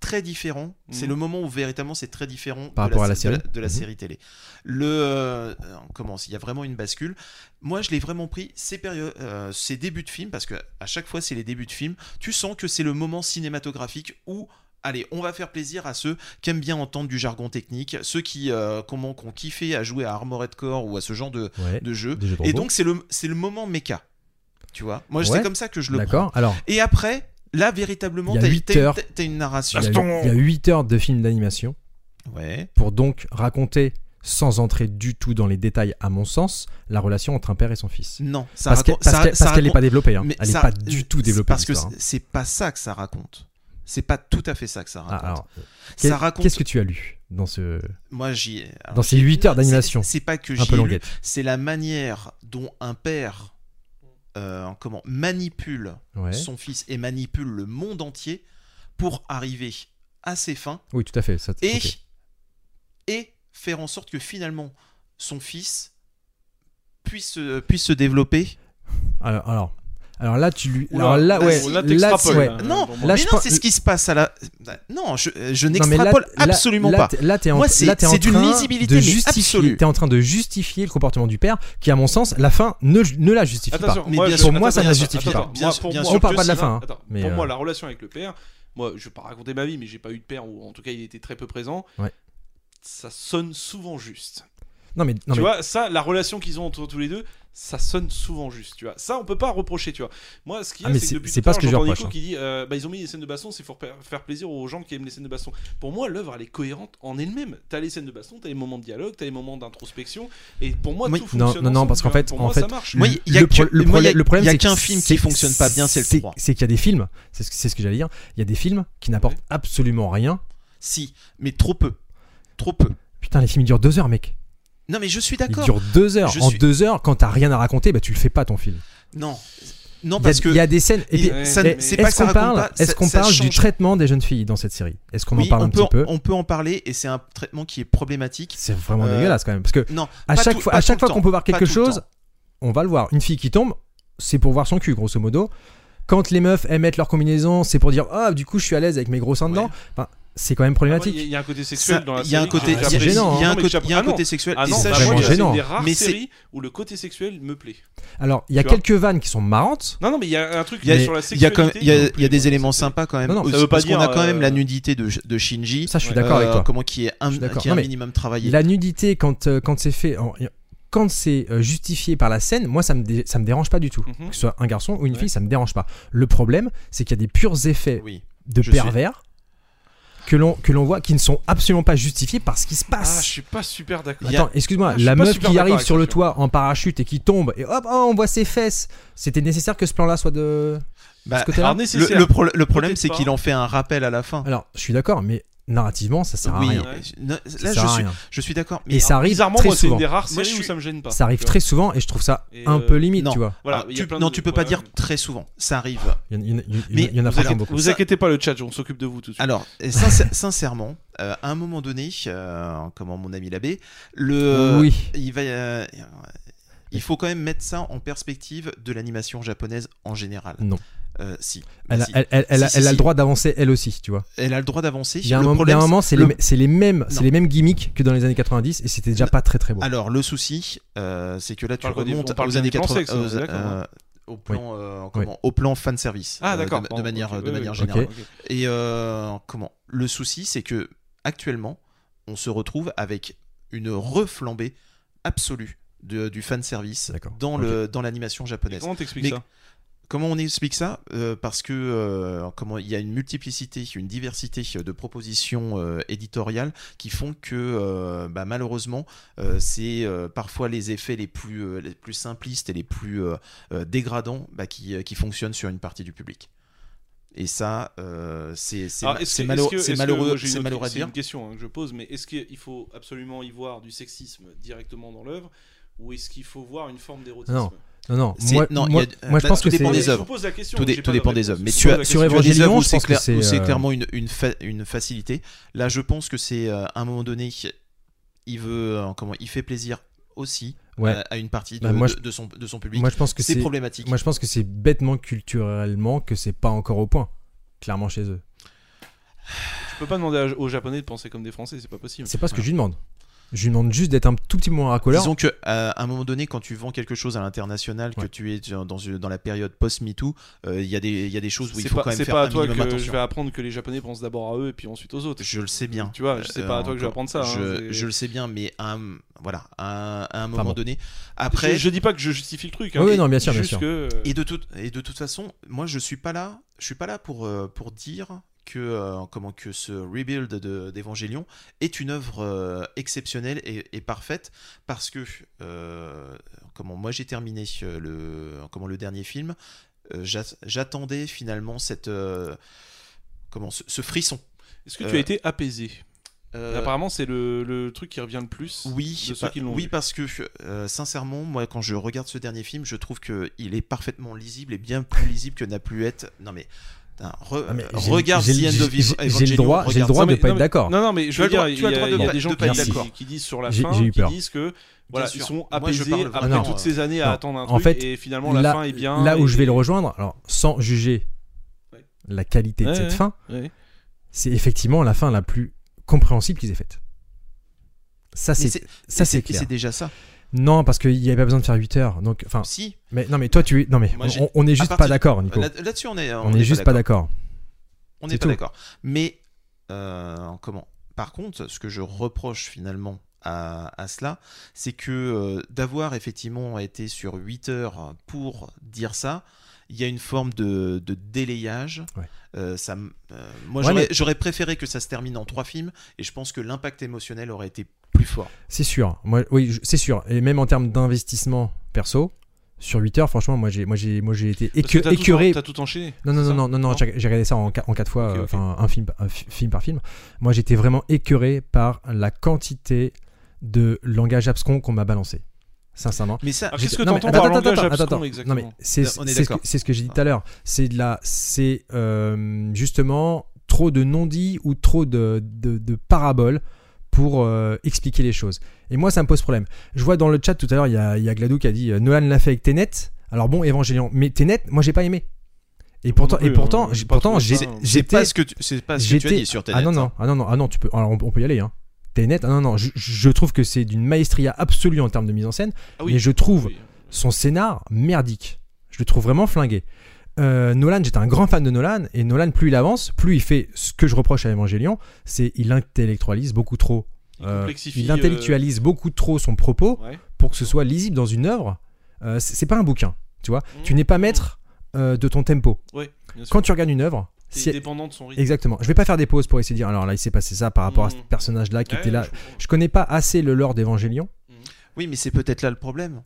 Speaker 4: très différents. C'est
Speaker 5: Mhm.
Speaker 4: le moment où véritablement c'est très différent
Speaker 3: Par
Speaker 4: de
Speaker 3: rapport à la
Speaker 4: sé- de
Speaker 3: série.
Speaker 4: de la
Speaker 3: Mhm.
Speaker 4: série télé. Le euh, on commence, il y a vraiment une bascule. Moi, je l'ai vraiment pris ces périodes, euh, ces débuts de film, parce que à chaque fois c'est les débuts de film. Tu sens que c'est le moment cinématographique où Allez, on va faire plaisir à ceux qui aiment bien entendre du jargon technique, ceux qui, euh, comment, qui ont kiffé à jouer à Armored Core ou à ce genre de,
Speaker 3: Ouais,
Speaker 4: de jeu.
Speaker 3: des jeux de
Speaker 4: Et
Speaker 3: robots.
Speaker 4: donc, c'est le, c'est le moment méca. Tu vois Moi,
Speaker 3: Ouais.
Speaker 4: c'est comme ça que je le prends.
Speaker 3: D'accord. Alors,
Speaker 4: Et après, là, véritablement,
Speaker 3: Il y a
Speaker 4: t'as,
Speaker 3: huit
Speaker 4: t'as-
Speaker 3: heures.
Speaker 4: t'as- t'as une narration.
Speaker 3: il y, a, il y a 8 heures de film d'animation
Speaker 4: Ouais.
Speaker 3: pour donc raconter, sans entrer du tout dans les détails, à mon sens, la relation entre un père et son fils.
Speaker 4: Non, ça
Speaker 3: Parce que-
Speaker 4: raconte-
Speaker 3: parce
Speaker 4: ça-
Speaker 3: que-
Speaker 4: ça
Speaker 3: parce qu'elle n'est pas
Speaker 4: raconte-
Speaker 3: développée. hein.
Speaker 4: mais
Speaker 3: Elle n'est
Speaker 4: ça-
Speaker 3: pas du tout
Speaker 4: c'est
Speaker 3: développée.
Speaker 4: Parce que
Speaker 3: l'histoire, hein.
Speaker 4: c'est- c'est pas ça que ça raconte. C'est pas tout à fait ça que ça
Speaker 3: Ah,
Speaker 4: raconte.
Speaker 3: alors,
Speaker 4: ça
Speaker 3: qu'est-
Speaker 4: raconte.
Speaker 3: qu'est-ce que tu as lu dans ce
Speaker 4: Moi, j'y. alors,
Speaker 3: dans ces
Speaker 4: j'y-
Speaker 3: 8 heures
Speaker 4: non, c'est-
Speaker 3: d'animation
Speaker 4: C'est, pas que
Speaker 3: un
Speaker 4: j'y
Speaker 3: peu
Speaker 4: ai lu,
Speaker 3: longuette
Speaker 4: C'est la manière dont un père. euh, comment manipule
Speaker 3: Ouais.
Speaker 4: son fils et manipule le monde entier pour arriver à ses fins
Speaker 3: Oui, tout à fait. ça-
Speaker 4: et,
Speaker 3: ok.
Speaker 4: et faire en sorte que finalement son fils puisse, euh, puisse se développer.
Speaker 3: Alors, alors, alors là, tu lui.
Speaker 5: Oula,
Speaker 3: alors là,
Speaker 4: bah,
Speaker 3: ouais.
Speaker 4: si,
Speaker 5: là,
Speaker 3: tu-
Speaker 5: t'extrapoles,
Speaker 3: ouais.
Speaker 5: là. Euh,
Speaker 4: non,
Speaker 5: bon,
Speaker 3: là,
Speaker 4: mais
Speaker 3: je
Speaker 4: non,
Speaker 3: pense-
Speaker 4: c'est ce qui se passe à la. Non, je, euh, je
Speaker 3: Non, mais là,
Speaker 4: n'extrapole
Speaker 3: là-
Speaker 4: absolument
Speaker 3: là,
Speaker 4: pas.
Speaker 3: t'es- Là, t'es en,
Speaker 4: Moi, c'est-
Speaker 3: là, t'es en
Speaker 4: c'est d'une
Speaker 3: train de
Speaker 4: lisibilité, mais
Speaker 3: justifier.
Speaker 4: absolue.
Speaker 3: T'es en train de justifier le comportement du père, qui, à mon sens, la fin ne, ne la justifie
Speaker 5: Attention,
Speaker 3: pas.
Speaker 4: Mais
Speaker 5: moi,
Speaker 4: bien
Speaker 5: je-
Speaker 4: sûr,
Speaker 5: attends,
Speaker 3: pour moi, ça ne
Speaker 5: bien
Speaker 3: la
Speaker 5: sûr,
Speaker 3: justifie
Speaker 5: attends,
Speaker 3: pas.
Speaker 4: Bien
Speaker 5: moi,
Speaker 4: sûr,
Speaker 5: pour
Speaker 4: bien
Speaker 5: moi,
Speaker 4: sûr
Speaker 3: On parle
Speaker 5: que
Speaker 3: pas de la
Speaker 5: c'est-
Speaker 3: fin, hein,
Speaker 5: attends,
Speaker 3: mais,
Speaker 5: pour moi,
Speaker 3: euh,
Speaker 5: la relation avec le père, moi, je vais pas raconter ma vie, mais j'ai pas eu de père, ou en tout cas, il était très peu présent.
Speaker 3: Ouais.
Speaker 5: Ça sonne souvent juste.
Speaker 3: Non, mais, non, mais
Speaker 5: tu vois, ça, la relation qu'ils ont entre tous les deux, ça sonne souvent juste. Tu vois, ça, on peut pas reprocher. Tu vois, moi, ce qui
Speaker 3: Ah, mais c'est-
Speaker 5: c'est que depuis
Speaker 3: c'est
Speaker 5: tout à
Speaker 3: pas ce que
Speaker 5: l'heure,
Speaker 3: je
Speaker 5: j'entends
Speaker 3: reproche, hein.
Speaker 5: Nico qui dit, euh, bah, ils ont mis les scènes de baston, c'est pour pa- faire plaisir aux gens qui aiment les scènes de baston. Pour moi, l'œuvre, elle est cohérente en elle-même. T'as les scènes de baston, t'as les moments de dialogue, t'as les moments d'introspection, et pour moi,
Speaker 4: Oui,
Speaker 5: tout
Speaker 3: non, non,
Speaker 5: fonctionne.
Speaker 3: non,
Speaker 5: ensemble,
Speaker 3: parce qu'en
Speaker 5: tu vois.
Speaker 3: fait-
Speaker 5: pour
Speaker 3: en
Speaker 5: moi,
Speaker 3: fait,
Speaker 5: ça marche.
Speaker 4: Moi, il y a
Speaker 3: le
Speaker 4: que-
Speaker 3: pro- le
Speaker 4: moi, il y a-
Speaker 3: problème- le problème,
Speaker 4: il y a
Speaker 3: c'est que
Speaker 4: qu'un film qui
Speaker 3: c'est-
Speaker 4: fonctionne pas bien, c'est le trois.
Speaker 3: C'est qu'il y a des films, c'est ce que, c'est ce que j'allais dire, il y a des films qui n'apportent absolument rien.
Speaker 4: Si, mais trop peu. Trop peu.
Speaker 3: Putain, les films ils durent deux heures, mec.
Speaker 4: Non, mais je suis
Speaker 3: Ils
Speaker 4: d'accord.
Speaker 3: durent deux heures.
Speaker 4: Je
Speaker 3: en
Speaker 4: suis-
Speaker 3: deux heures, quand t'as rien à raconter, bah, tu le fais pas ton film.
Speaker 4: Non. Non,
Speaker 3: Il y a-
Speaker 4: parce que.
Speaker 3: il y, a des scènes. et
Speaker 4: il-
Speaker 3: puis,
Speaker 5: Ouais,
Speaker 4: ça ne-
Speaker 5: mais-
Speaker 4: c'est pas
Speaker 3: Est-ce
Speaker 4: que ça
Speaker 3: qu'on
Speaker 4: raconte
Speaker 3: parle,
Speaker 4: pas,
Speaker 3: est-ce
Speaker 4: ça-
Speaker 3: qu'on
Speaker 4: ça
Speaker 3: parle du
Speaker 4: change.
Speaker 3: traitement des jeunes filles dans cette série Est-ce qu'on
Speaker 4: Oui,
Speaker 3: en parle un
Speaker 4: peut,
Speaker 3: petit peu
Speaker 4: On peut en parler et c'est un traitement qui est problématique.
Speaker 3: C'est vraiment
Speaker 4: Euh,
Speaker 3: dégueulasse quand même, parce que
Speaker 4: Non,
Speaker 3: à
Speaker 4: pas
Speaker 3: chaque
Speaker 4: tout-
Speaker 3: fois,
Speaker 4: pas
Speaker 3: à
Speaker 4: tout
Speaker 3: chaque
Speaker 4: le
Speaker 3: fois qu'on
Speaker 4: temps.
Speaker 3: peut voir quelque
Speaker 4: Pas tout le
Speaker 3: chose,
Speaker 4: temps.
Speaker 3: on va le voir. Une fille qui tombe, c'est pour voir son cul, grosso modo. Quand les meufs elles mettent leur combinaison, c'est pour dire ah du coup je suis à l'aise avec mes gros seins dedans.
Speaker 4: Ouais. bah,
Speaker 3: Enfin, c'est quand même problématique.
Speaker 5: Ah, Il y, a un côté sexuel
Speaker 4: Ça-
Speaker 5: dans la
Speaker 4: il y a un
Speaker 5: série
Speaker 4: côté,
Speaker 5: que
Speaker 4: il y a-
Speaker 5: j'apprécie.
Speaker 3: gênant,
Speaker 4: il y
Speaker 5: Non,
Speaker 4: a un
Speaker 5: mais
Speaker 4: côté,
Speaker 5: j'apprécie-
Speaker 4: il y a un
Speaker 5: Ah non.
Speaker 4: côté sexuel.
Speaker 5: Ah
Speaker 4: et
Speaker 5: non,
Speaker 4: ça,
Speaker 5: bah,
Speaker 4: je-
Speaker 5: moi,
Speaker 3: vraiment
Speaker 5: c'est
Speaker 3: gênant.
Speaker 5: une des rares
Speaker 4: Mais c'est-
Speaker 5: séries où le côté sexuel me plaît.
Speaker 3: Alors il y a
Speaker 5: Tu vois.
Speaker 3: quelques vannes qui sont marrantes.
Speaker 5: Non, non, mais il y a un truc
Speaker 4: Il y a-
Speaker 5: sur la
Speaker 4: il y a,
Speaker 5: sexualité.
Speaker 4: quand même- il y a-
Speaker 5: me
Speaker 4: il y a
Speaker 5: plaît,
Speaker 4: des
Speaker 5: moi.
Speaker 4: éléments sympas quand même.
Speaker 3: Non, non,
Speaker 4: aussi,
Speaker 5: ça veut pas
Speaker 4: parce qu'on a
Speaker 5: dire,
Speaker 4: quand même
Speaker 5: euh,
Speaker 4: la nudité de, de Shinji.
Speaker 3: Ça je suis
Speaker 5: Ouais.
Speaker 3: d'accord
Speaker 4: euh,
Speaker 3: avec toi.
Speaker 4: Comment qui est un,
Speaker 3: Je suis d'accord.
Speaker 4: qui est un
Speaker 3: Non, mais
Speaker 4: minimum travaillé.
Speaker 3: La nudité quand euh, quand c'est fait, en- quand c'est euh, justifié par la scène, moi ça me dé- ça me dérange pas du tout.
Speaker 5: Mhm.
Speaker 3: Que ce soit un garçon ou une
Speaker 5: Ouais.
Speaker 3: fille, ça me dérange pas. Le problème, c'est qu'il y a des purs effets
Speaker 4: Oui.
Speaker 3: de
Speaker 4: Je suis-
Speaker 3: pervers que l'on que l'on voit qui ne sont absolument pas justifiés par ce qui se
Speaker 5: Ah, je
Speaker 3: passe.
Speaker 5: suis pas super d'accord.
Speaker 3: Attends, excuse-moi,
Speaker 5: Ah, je suis
Speaker 3: la
Speaker 5: pas
Speaker 3: meuf
Speaker 5: super
Speaker 3: qui
Speaker 5: d'accord
Speaker 3: arrive
Speaker 5: avec
Speaker 3: sur
Speaker 5: toi,
Speaker 3: le
Speaker 5: tu
Speaker 3: toit en parachute et qui tombe et hop, oh, on voit ses fesses. C'était nécessaire que ce plan-là soit de
Speaker 4: Bah,
Speaker 3: ce côté-là.
Speaker 5: Alors,
Speaker 4: le,
Speaker 5: nécessaire.
Speaker 4: le pro- le problème,
Speaker 5: Peut-être hein.
Speaker 4: c'est
Speaker 5: pas.
Speaker 4: qu'il en fait un rappel à la fin.
Speaker 5: hein.
Speaker 3: Alors, je suis d'accord, mais narrativement, ça sert à
Speaker 4: oui.
Speaker 3: rien.
Speaker 5: Ouais.
Speaker 4: Non,
Speaker 3: Ça
Speaker 4: Là,
Speaker 3: sert à
Speaker 4: je suis,
Speaker 3: rien.
Speaker 4: je suis d'accord.
Speaker 3: Et
Speaker 4: Mais
Speaker 3: ça arrive
Speaker 5: Bizarrement,
Speaker 3: très
Speaker 5: moi, c'est une
Speaker 3: souvent.
Speaker 5: des rares
Speaker 4: Moi,
Speaker 5: séries
Speaker 4: je
Speaker 5: où
Speaker 4: suis-
Speaker 5: ça me gêne pas.
Speaker 3: Ça arrive
Speaker 5: tu vois.
Speaker 3: très souvent et je trouve ça
Speaker 5: Et,
Speaker 3: un
Speaker 5: euh,
Speaker 3: peu limite,
Speaker 4: non.
Speaker 3: tu vois.
Speaker 5: Voilà,
Speaker 4: ah,
Speaker 5: il y a
Speaker 4: tu-
Speaker 5: plein
Speaker 4: non,
Speaker 5: de-
Speaker 4: tu peux
Speaker 5: voilà.
Speaker 4: pas dire très souvent. Ça arrive.
Speaker 3: Il y en- il y en a- il y en a-
Speaker 4: Mais
Speaker 3: il y en a
Speaker 4: vous
Speaker 3: forcément
Speaker 4: allez-
Speaker 3: beaucoup.
Speaker 5: Vous
Speaker 4: Ça-
Speaker 5: inquiétez pas, le chat, on s'occupe de vous tout de suite.
Speaker 4: Alors, euh, sincè- sincèrement, euh, à un moment donné, euh, comment mon ami l'abbé, le,
Speaker 3: Oui.
Speaker 4: il va, euh, il faut quand même mettre ça en perspective de l'animation japonaise en général.
Speaker 3: Non.
Speaker 4: Euh, si. Bah,
Speaker 3: Elle a,
Speaker 4: si.
Speaker 3: elle- elle- elle a-
Speaker 4: Si, si,
Speaker 3: elle a
Speaker 4: si.
Speaker 3: le droit d'avancer elle aussi, tu vois.
Speaker 4: Elle a le droit d'avancer.
Speaker 3: Il y a un
Speaker 4: Le
Speaker 3: moment, il y a
Speaker 4: problème,
Speaker 3: un moment, c'est
Speaker 4: le-
Speaker 3: les, c'est les mêmes,
Speaker 4: Non.
Speaker 3: c'est les mêmes gimmicks que dans les années 90 et c'était déjà
Speaker 4: Non.
Speaker 3: pas très très beau.
Speaker 4: Alors le souci, euh, c'est que là tu
Speaker 5: Parle pas des-
Speaker 4: remontes
Speaker 5: on parle
Speaker 4: aux
Speaker 5: bien
Speaker 4: années
Speaker 5: du plan
Speaker 4: 80,
Speaker 5: sexe, on est
Speaker 4: aux-
Speaker 5: d'accord,
Speaker 4: euh,
Speaker 5: hein.
Speaker 4: au plan, euh, comment, au plan fan service.
Speaker 5: Ah,
Speaker 4: euh,
Speaker 5: d'accord.
Speaker 4: de- De,
Speaker 5: bon,
Speaker 4: manière,
Speaker 5: ok,
Speaker 4: de
Speaker 5: oui,
Speaker 4: manière
Speaker 5: oui,
Speaker 4: générale.
Speaker 5: ok.
Speaker 4: Et euh, comment Le souci, c'est que actuellement, on se retrouve avec une reflambée absolue de- du fan service
Speaker 3: Ah, D'accord.
Speaker 4: dans le dans l'animation japonaise.
Speaker 5: Comment t'expliques
Speaker 4: Mais-
Speaker 5: ça
Speaker 4: Comment on explique ça Euh, Parce que euh, comment il y a une multiplicité, une diversité euh, de propositions euh, éditoriales qui font que euh, bah, malheureusement euh, c'est euh, parfois les effets les plus, euh, les plus simplistes et les plus euh, euh, dégradants bah, qui, euh, qui fonctionnent sur une partie du public. Et ça, euh, c'est c'est
Speaker 5: Alors,
Speaker 4: ma-
Speaker 5: est-ce
Speaker 4: c'est
Speaker 5: que-
Speaker 4: malheureux-
Speaker 5: est-ce que-
Speaker 4: c'est
Speaker 5: est-ce que- moi,
Speaker 4: malheureux,
Speaker 5: j'ai une
Speaker 4: c'est
Speaker 5: autre-
Speaker 4: malheureux à
Speaker 5: C'est
Speaker 4: dire.
Speaker 5: une question hein, que je pose, mais est-ce qu'il faut absolument y voir du sexisme directement dans l'œuvre ou est-ce qu'il faut voir une forme d'érotisme
Speaker 3: Non, Non, non,
Speaker 4: C'est-
Speaker 3: moi,
Speaker 4: non, il y a-
Speaker 3: moi,
Speaker 4: euh,
Speaker 3: moi, je
Speaker 4: bah,
Speaker 3: pense
Speaker 4: tout
Speaker 3: que
Speaker 4: dépend
Speaker 3: c'est...
Speaker 4: des œuvres.
Speaker 5: Je vous pose la question, hein,
Speaker 4: Tout, dé-
Speaker 5: j'ai
Speaker 4: tout
Speaker 5: pas
Speaker 4: dépend
Speaker 5: de
Speaker 4: des
Speaker 5: réponse.
Speaker 4: œuvres. Mais
Speaker 5: Je vous
Speaker 4: tu
Speaker 5: pose
Speaker 4: as,
Speaker 5: la
Speaker 3: sur
Speaker 4: tu
Speaker 5: question.
Speaker 4: as des
Speaker 3: Evangelion,
Speaker 4: œuvres où
Speaker 3: je
Speaker 4: c'est
Speaker 3: pense que
Speaker 4: clair-
Speaker 3: c'est,
Speaker 4: où c'est
Speaker 3: euh,
Speaker 4: clairement une, une, fa- une facilité. Là, je pense que c'est euh, à un moment donné, il veut, euh, comment, il fait plaisir aussi
Speaker 3: Ouais.
Speaker 4: à, à une partie de,
Speaker 3: Bah, moi,
Speaker 4: de-
Speaker 3: je-
Speaker 4: de son, de son public.
Speaker 3: Moi, je pense que
Speaker 4: euh, c'est
Speaker 3: c'est...
Speaker 4: problématique.
Speaker 3: Moi, je pense que c'est bêtement culturellement que c'est pas encore au point, clairement chez eux.
Speaker 5: Je peux pas demander à- aux Japonais de penser comme des Français, c'est pas possible.
Speaker 3: C'est pas ce que je lui demande. Je lui demande juste d'être un tout petit peu moins racoleur.
Speaker 4: Disons que euh, à un moment donné, quand tu vends quelque chose à l'international, que
Speaker 3: Ouais.
Speaker 4: tu es dans, dans une- dans la période post-MeToo, euh, il y, a des- il y a des choses où il
Speaker 5: C'est
Speaker 4: faut
Speaker 5: pas,
Speaker 4: quand même
Speaker 5: c'est
Speaker 4: faire
Speaker 5: pas
Speaker 4: un
Speaker 5: à toi que
Speaker 4: minimum
Speaker 5: je
Speaker 4: attention.
Speaker 5: vais apprendre que les Japonais pensent d'abord à eux et puis ensuite aux autres.
Speaker 4: Je le sais bien.
Speaker 5: Tu vois, je- c'est
Speaker 4: Euh,
Speaker 5: pas à toi que je vais
Speaker 4: encore-
Speaker 5: apprendre ça, hein,
Speaker 4: je,
Speaker 5: c'est-
Speaker 4: je le sais bien, mais à un, voilà, à, un- à un
Speaker 3: Enfin
Speaker 4: moment
Speaker 3: bon.
Speaker 4: donné.
Speaker 5: Après,
Speaker 4: Après,
Speaker 5: je, je dis pas que je justifie le truc. hein,
Speaker 3: Oui,
Speaker 5: mais
Speaker 3: non, bien sûr, bien
Speaker 5: juste
Speaker 3: sûr.
Speaker 5: que, euh,
Speaker 4: Et de toute et de toute façon, moi je suis pas là, je suis pas là pour euh, pour dire que euh, comment que ce rebuild de- d'Evangelion est une œuvre euh, exceptionnelle et, et parfaite parce que euh, comment moi j'ai terminé euh, le comment le dernier film, euh, j'a- j'attendais finalement cette euh, comment ce, ce frisson.
Speaker 5: Est-ce que tu as
Speaker 4: euh,
Speaker 5: été apaisé
Speaker 4: Euh,
Speaker 5: Apparemment, c'est le, le truc qui revient le plus.
Speaker 4: Oui,
Speaker 5: de ceux
Speaker 4: pa-
Speaker 5: qui l'ont
Speaker 4: oui
Speaker 5: vu.
Speaker 4: parce que euh, sincèrement, moi, quand je regarde ce dernier film, je trouve que il est parfaitement lisible et bien plus lisible que n'a pu être. Non mais, putain, re-
Speaker 3: Ah, mais j'ai-
Speaker 4: euh, regarde
Speaker 3: j'ai-
Speaker 4: The End
Speaker 3: j'ai-
Speaker 4: of Ev-
Speaker 3: j'ai- j'ai le
Speaker 4: Evangelion,
Speaker 3: droit, j'ai le
Speaker 4: regarde
Speaker 3: droit
Speaker 4: ça.
Speaker 3: de
Speaker 5: mais-
Speaker 3: pas
Speaker 5: non,
Speaker 3: être
Speaker 5: mais-
Speaker 3: d'accord.
Speaker 5: Non, non, mais je veux
Speaker 4: Tu
Speaker 5: dire,
Speaker 4: as le droit-
Speaker 5: il
Speaker 4: tu
Speaker 5: y
Speaker 4: as le
Speaker 5: a,
Speaker 4: droit de
Speaker 5: il y a
Speaker 4: pas-
Speaker 5: des gens
Speaker 4: de
Speaker 5: qui,
Speaker 4: pas
Speaker 3: être
Speaker 5: disent-
Speaker 4: d'accord.
Speaker 5: qui disent sur la
Speaker 3: J'ai-
Speaker 5: fin,
Speaker 3: j'ai eu
Speaker 5: qui
Speaker 3: peur.
Speaker 5: disent que voilà,
Speaker 4: Bien
Speaker 5: ils
Speaker 4: sûr.
Speaker 5: sont
Speaker 4: Moi, je
Speaker 5: apaisés
Speaker 4: parle
Speaker 5: après
Speaker 4: vraiment,
Speaker 5: toutes
Speaker 4: euh,
Speaker 5: ces années à
Speaker 3: non.
Speaker 5: attendre un
Speaker 3: En
Speaker 5: truc
Speaker 3: fait,
Speaker 5: et finalement la fin est bien.
Speaker 3: là où
Speaker 5: et-
Speaker 3: je vais le rejoindre, alors sans juger la qualité de
Speaker 5: Ouais,
Speaker 3: cette
Speaker 5: ouais.
Speaker 3: fin,
Speaker 5: Ouais.
Speaker 3: c'est effectivement la fin la plus compréhensible qu'ils aient faite. Ça
Speaker 4: Mais
Speaker 3: c'est
Speaker 4: c'est-
Speaker 3: ça
Speaker 4: et
Speaker 3: c'est
Speaker 4: et
Speaker 3: clair.
Speaker 4: C'est déjà ça.
Speaker 3: Non parce qu'il n'y avait pas besoin de faire 8 heures. Donc enfin
Speaker 4: Si.
Speaker 3: mais non mais toi tu es non mais
Speaker 4: Moi,
Speaker 3: on-
Speaker 4: j'ai-
Speaker 3: on, on est juste
Speaker 4: partir-
Speaker 3: pas Ah, d'accord Nico.
Speaker 4: Là- Là-dessus, on est.
Speaker 3: on, est juste pas d'accord.
Speaker 4: On
Speaker 3: C'est
Speaker 4: n'est pas
Speaker 3: tout.
Speaker 4: d'accord. Mais euh, comment Par contre, ce que je reproche finalement à, à cela, c'est que euh, d'avoir effectivement été sur 8 heures pour dire ça, il y a une forme de, de délayage.
Speaker 3: Ouais.
Speaker 4: Euh, ça, m- euh, moi,
Speaker 3: Ouais,
Speaker 4: j'aurais-
Speaker 3: mais-
Speaker 4: j'aurais préféré que ça se termine en trois films, et je pense que l'impact émotionnel aurait été plus fort.
Speaker 3: C'est sûr. Moi oui, je- c'est sûr et même en termes d'investissement perso sur 8 heures franchement moi j'ai moi j'ai moi j'ai été
Speaker 5: Parce que
Speaker 3: écœu-
Speaker 5: t'as tout-
Speaker 3: écœuré
Speaker 5: T'as tout enchaîné.
Speaker 3: Non, non, non,
Speaker 5: c'est ça
Speaker 3: non, non, non,
Speaker 5: Non
Speaker 3: j'ai j'ai regardé ça en, qua- en quatre fois,
Speaker 5: Ok,
Speaker 3: euh,
Speaker 5: ok.
Speaker 3: enfin, un, film, un fi- film par film. Moi, j'étais vraiment écœuré par la quantité de langage abscon qu'on m'a balancé. Sincèrement.
Speaker 4: Mais ça,
Speaker 5: Ah,
Speaker 3: J'étais-
Speaker 5: Qu'est-ce que
Speaker 3: non, mais
Speaker 5: t'entends par
Speaker 3: attends,
Speaker 5: langage
Speaker 3: attends, attends,
Speaker 5: abscon
Speaker 3: attends.
Speaker 5: exactement
Speaker 3: Non, mais c'est
Speaker 4: Non, on est
Speaker 3: c'est ce que,
Speaker 4: d'accord.
Speaker 3: c'est ce que
Speaker 5: Ah.
Speaker 3: j'ai dit tout à l'heure. C'est de la, c'est euh, justement trop de non-dits ou trop de, de, de paraboles pour euh, expliquer les choses. Et moi, ça me pose problème. Je vois dans le chat tout à l'heure, il y a, il y a Gladou qui a dit euh, Nolan l'a fait avec Tenet. Alors bon, Evangelion, mais Tenet, moi, j'ai pas aimé. Et pourtant,
Speaker 5: non
Speaker 3: et
Speaker 5: plus, hein,
Speaker 3: pourtant,
Speaker 5: j'ai
Speaker 3: j'ai-
Speaker 5: pas
Speaker 3: pourtant,
Speaker 5: trouvé
Speaker 3: j'ai-
Speaker 5: ça, hein.
Speaker 4: c'est
Speaker 3: j'étais
Speaker 4: pas ce que tu, c'est pas ce que tu as
Speaker 3: j'étais-
Speaker 4: dit sur Tenet.
Speaker 3: ah non, non, ah non, non, ah non, tu peux, alors on, on peut y aller, hein. Tenet, ah non, non, je, je trouve que c'est d'une maestria absolue en termes de mise en scène,
Speaker 5: Ah oui.
Speaker 3: mais je trouve
Speaker 5: Oui.
Speaker 3: son scénar merdique. Je le trouve vraiment flingué. Euh, Nolan, j'étais un grand fan de Nolan, et Nolan, plus il avance, plus il fait ce que je reproche à Evangelion, c'est il intellectualise beaucoup trop.
Speaker 5: Il
Speaker 3: Euh,
Speaker 5: complexifie,
Speaker 3: il
Speaker 4: euh,
Speaker 3: intellectualise beaucoup trop son propos
Speaker 5: Ouais.
Speaker 3: pour que ce soit lisible dans une œuvre. Euh, c'est c'est pas un bouquin, tu vois. Tu n'es pas maître euh, de ton tempo.
Speaker 5: Ouais, bien sûr.
Speaker 3: Quand tu regardes une œuvre,
Speaker 5: T'es
Speaker 3: si elle-
Speaker 5: dépendant de son rythme.
Speaker 3: Exactement. Je vais pas faire des pauses pour essayer de dire alors là il s'est passé ça par rapport à ce
Speaker 5: Mm.
Speaker 4: Mmh.
Speaker 3: personnage-là qui
Speaker 5: Ouais,
Speaker 3: était là.
Speaker 5: je comprends.
Speaker 3: Je connais pas assez le lore d'Evangélion.
Speaker 4: Oui, mais c'est peut-être là le problème.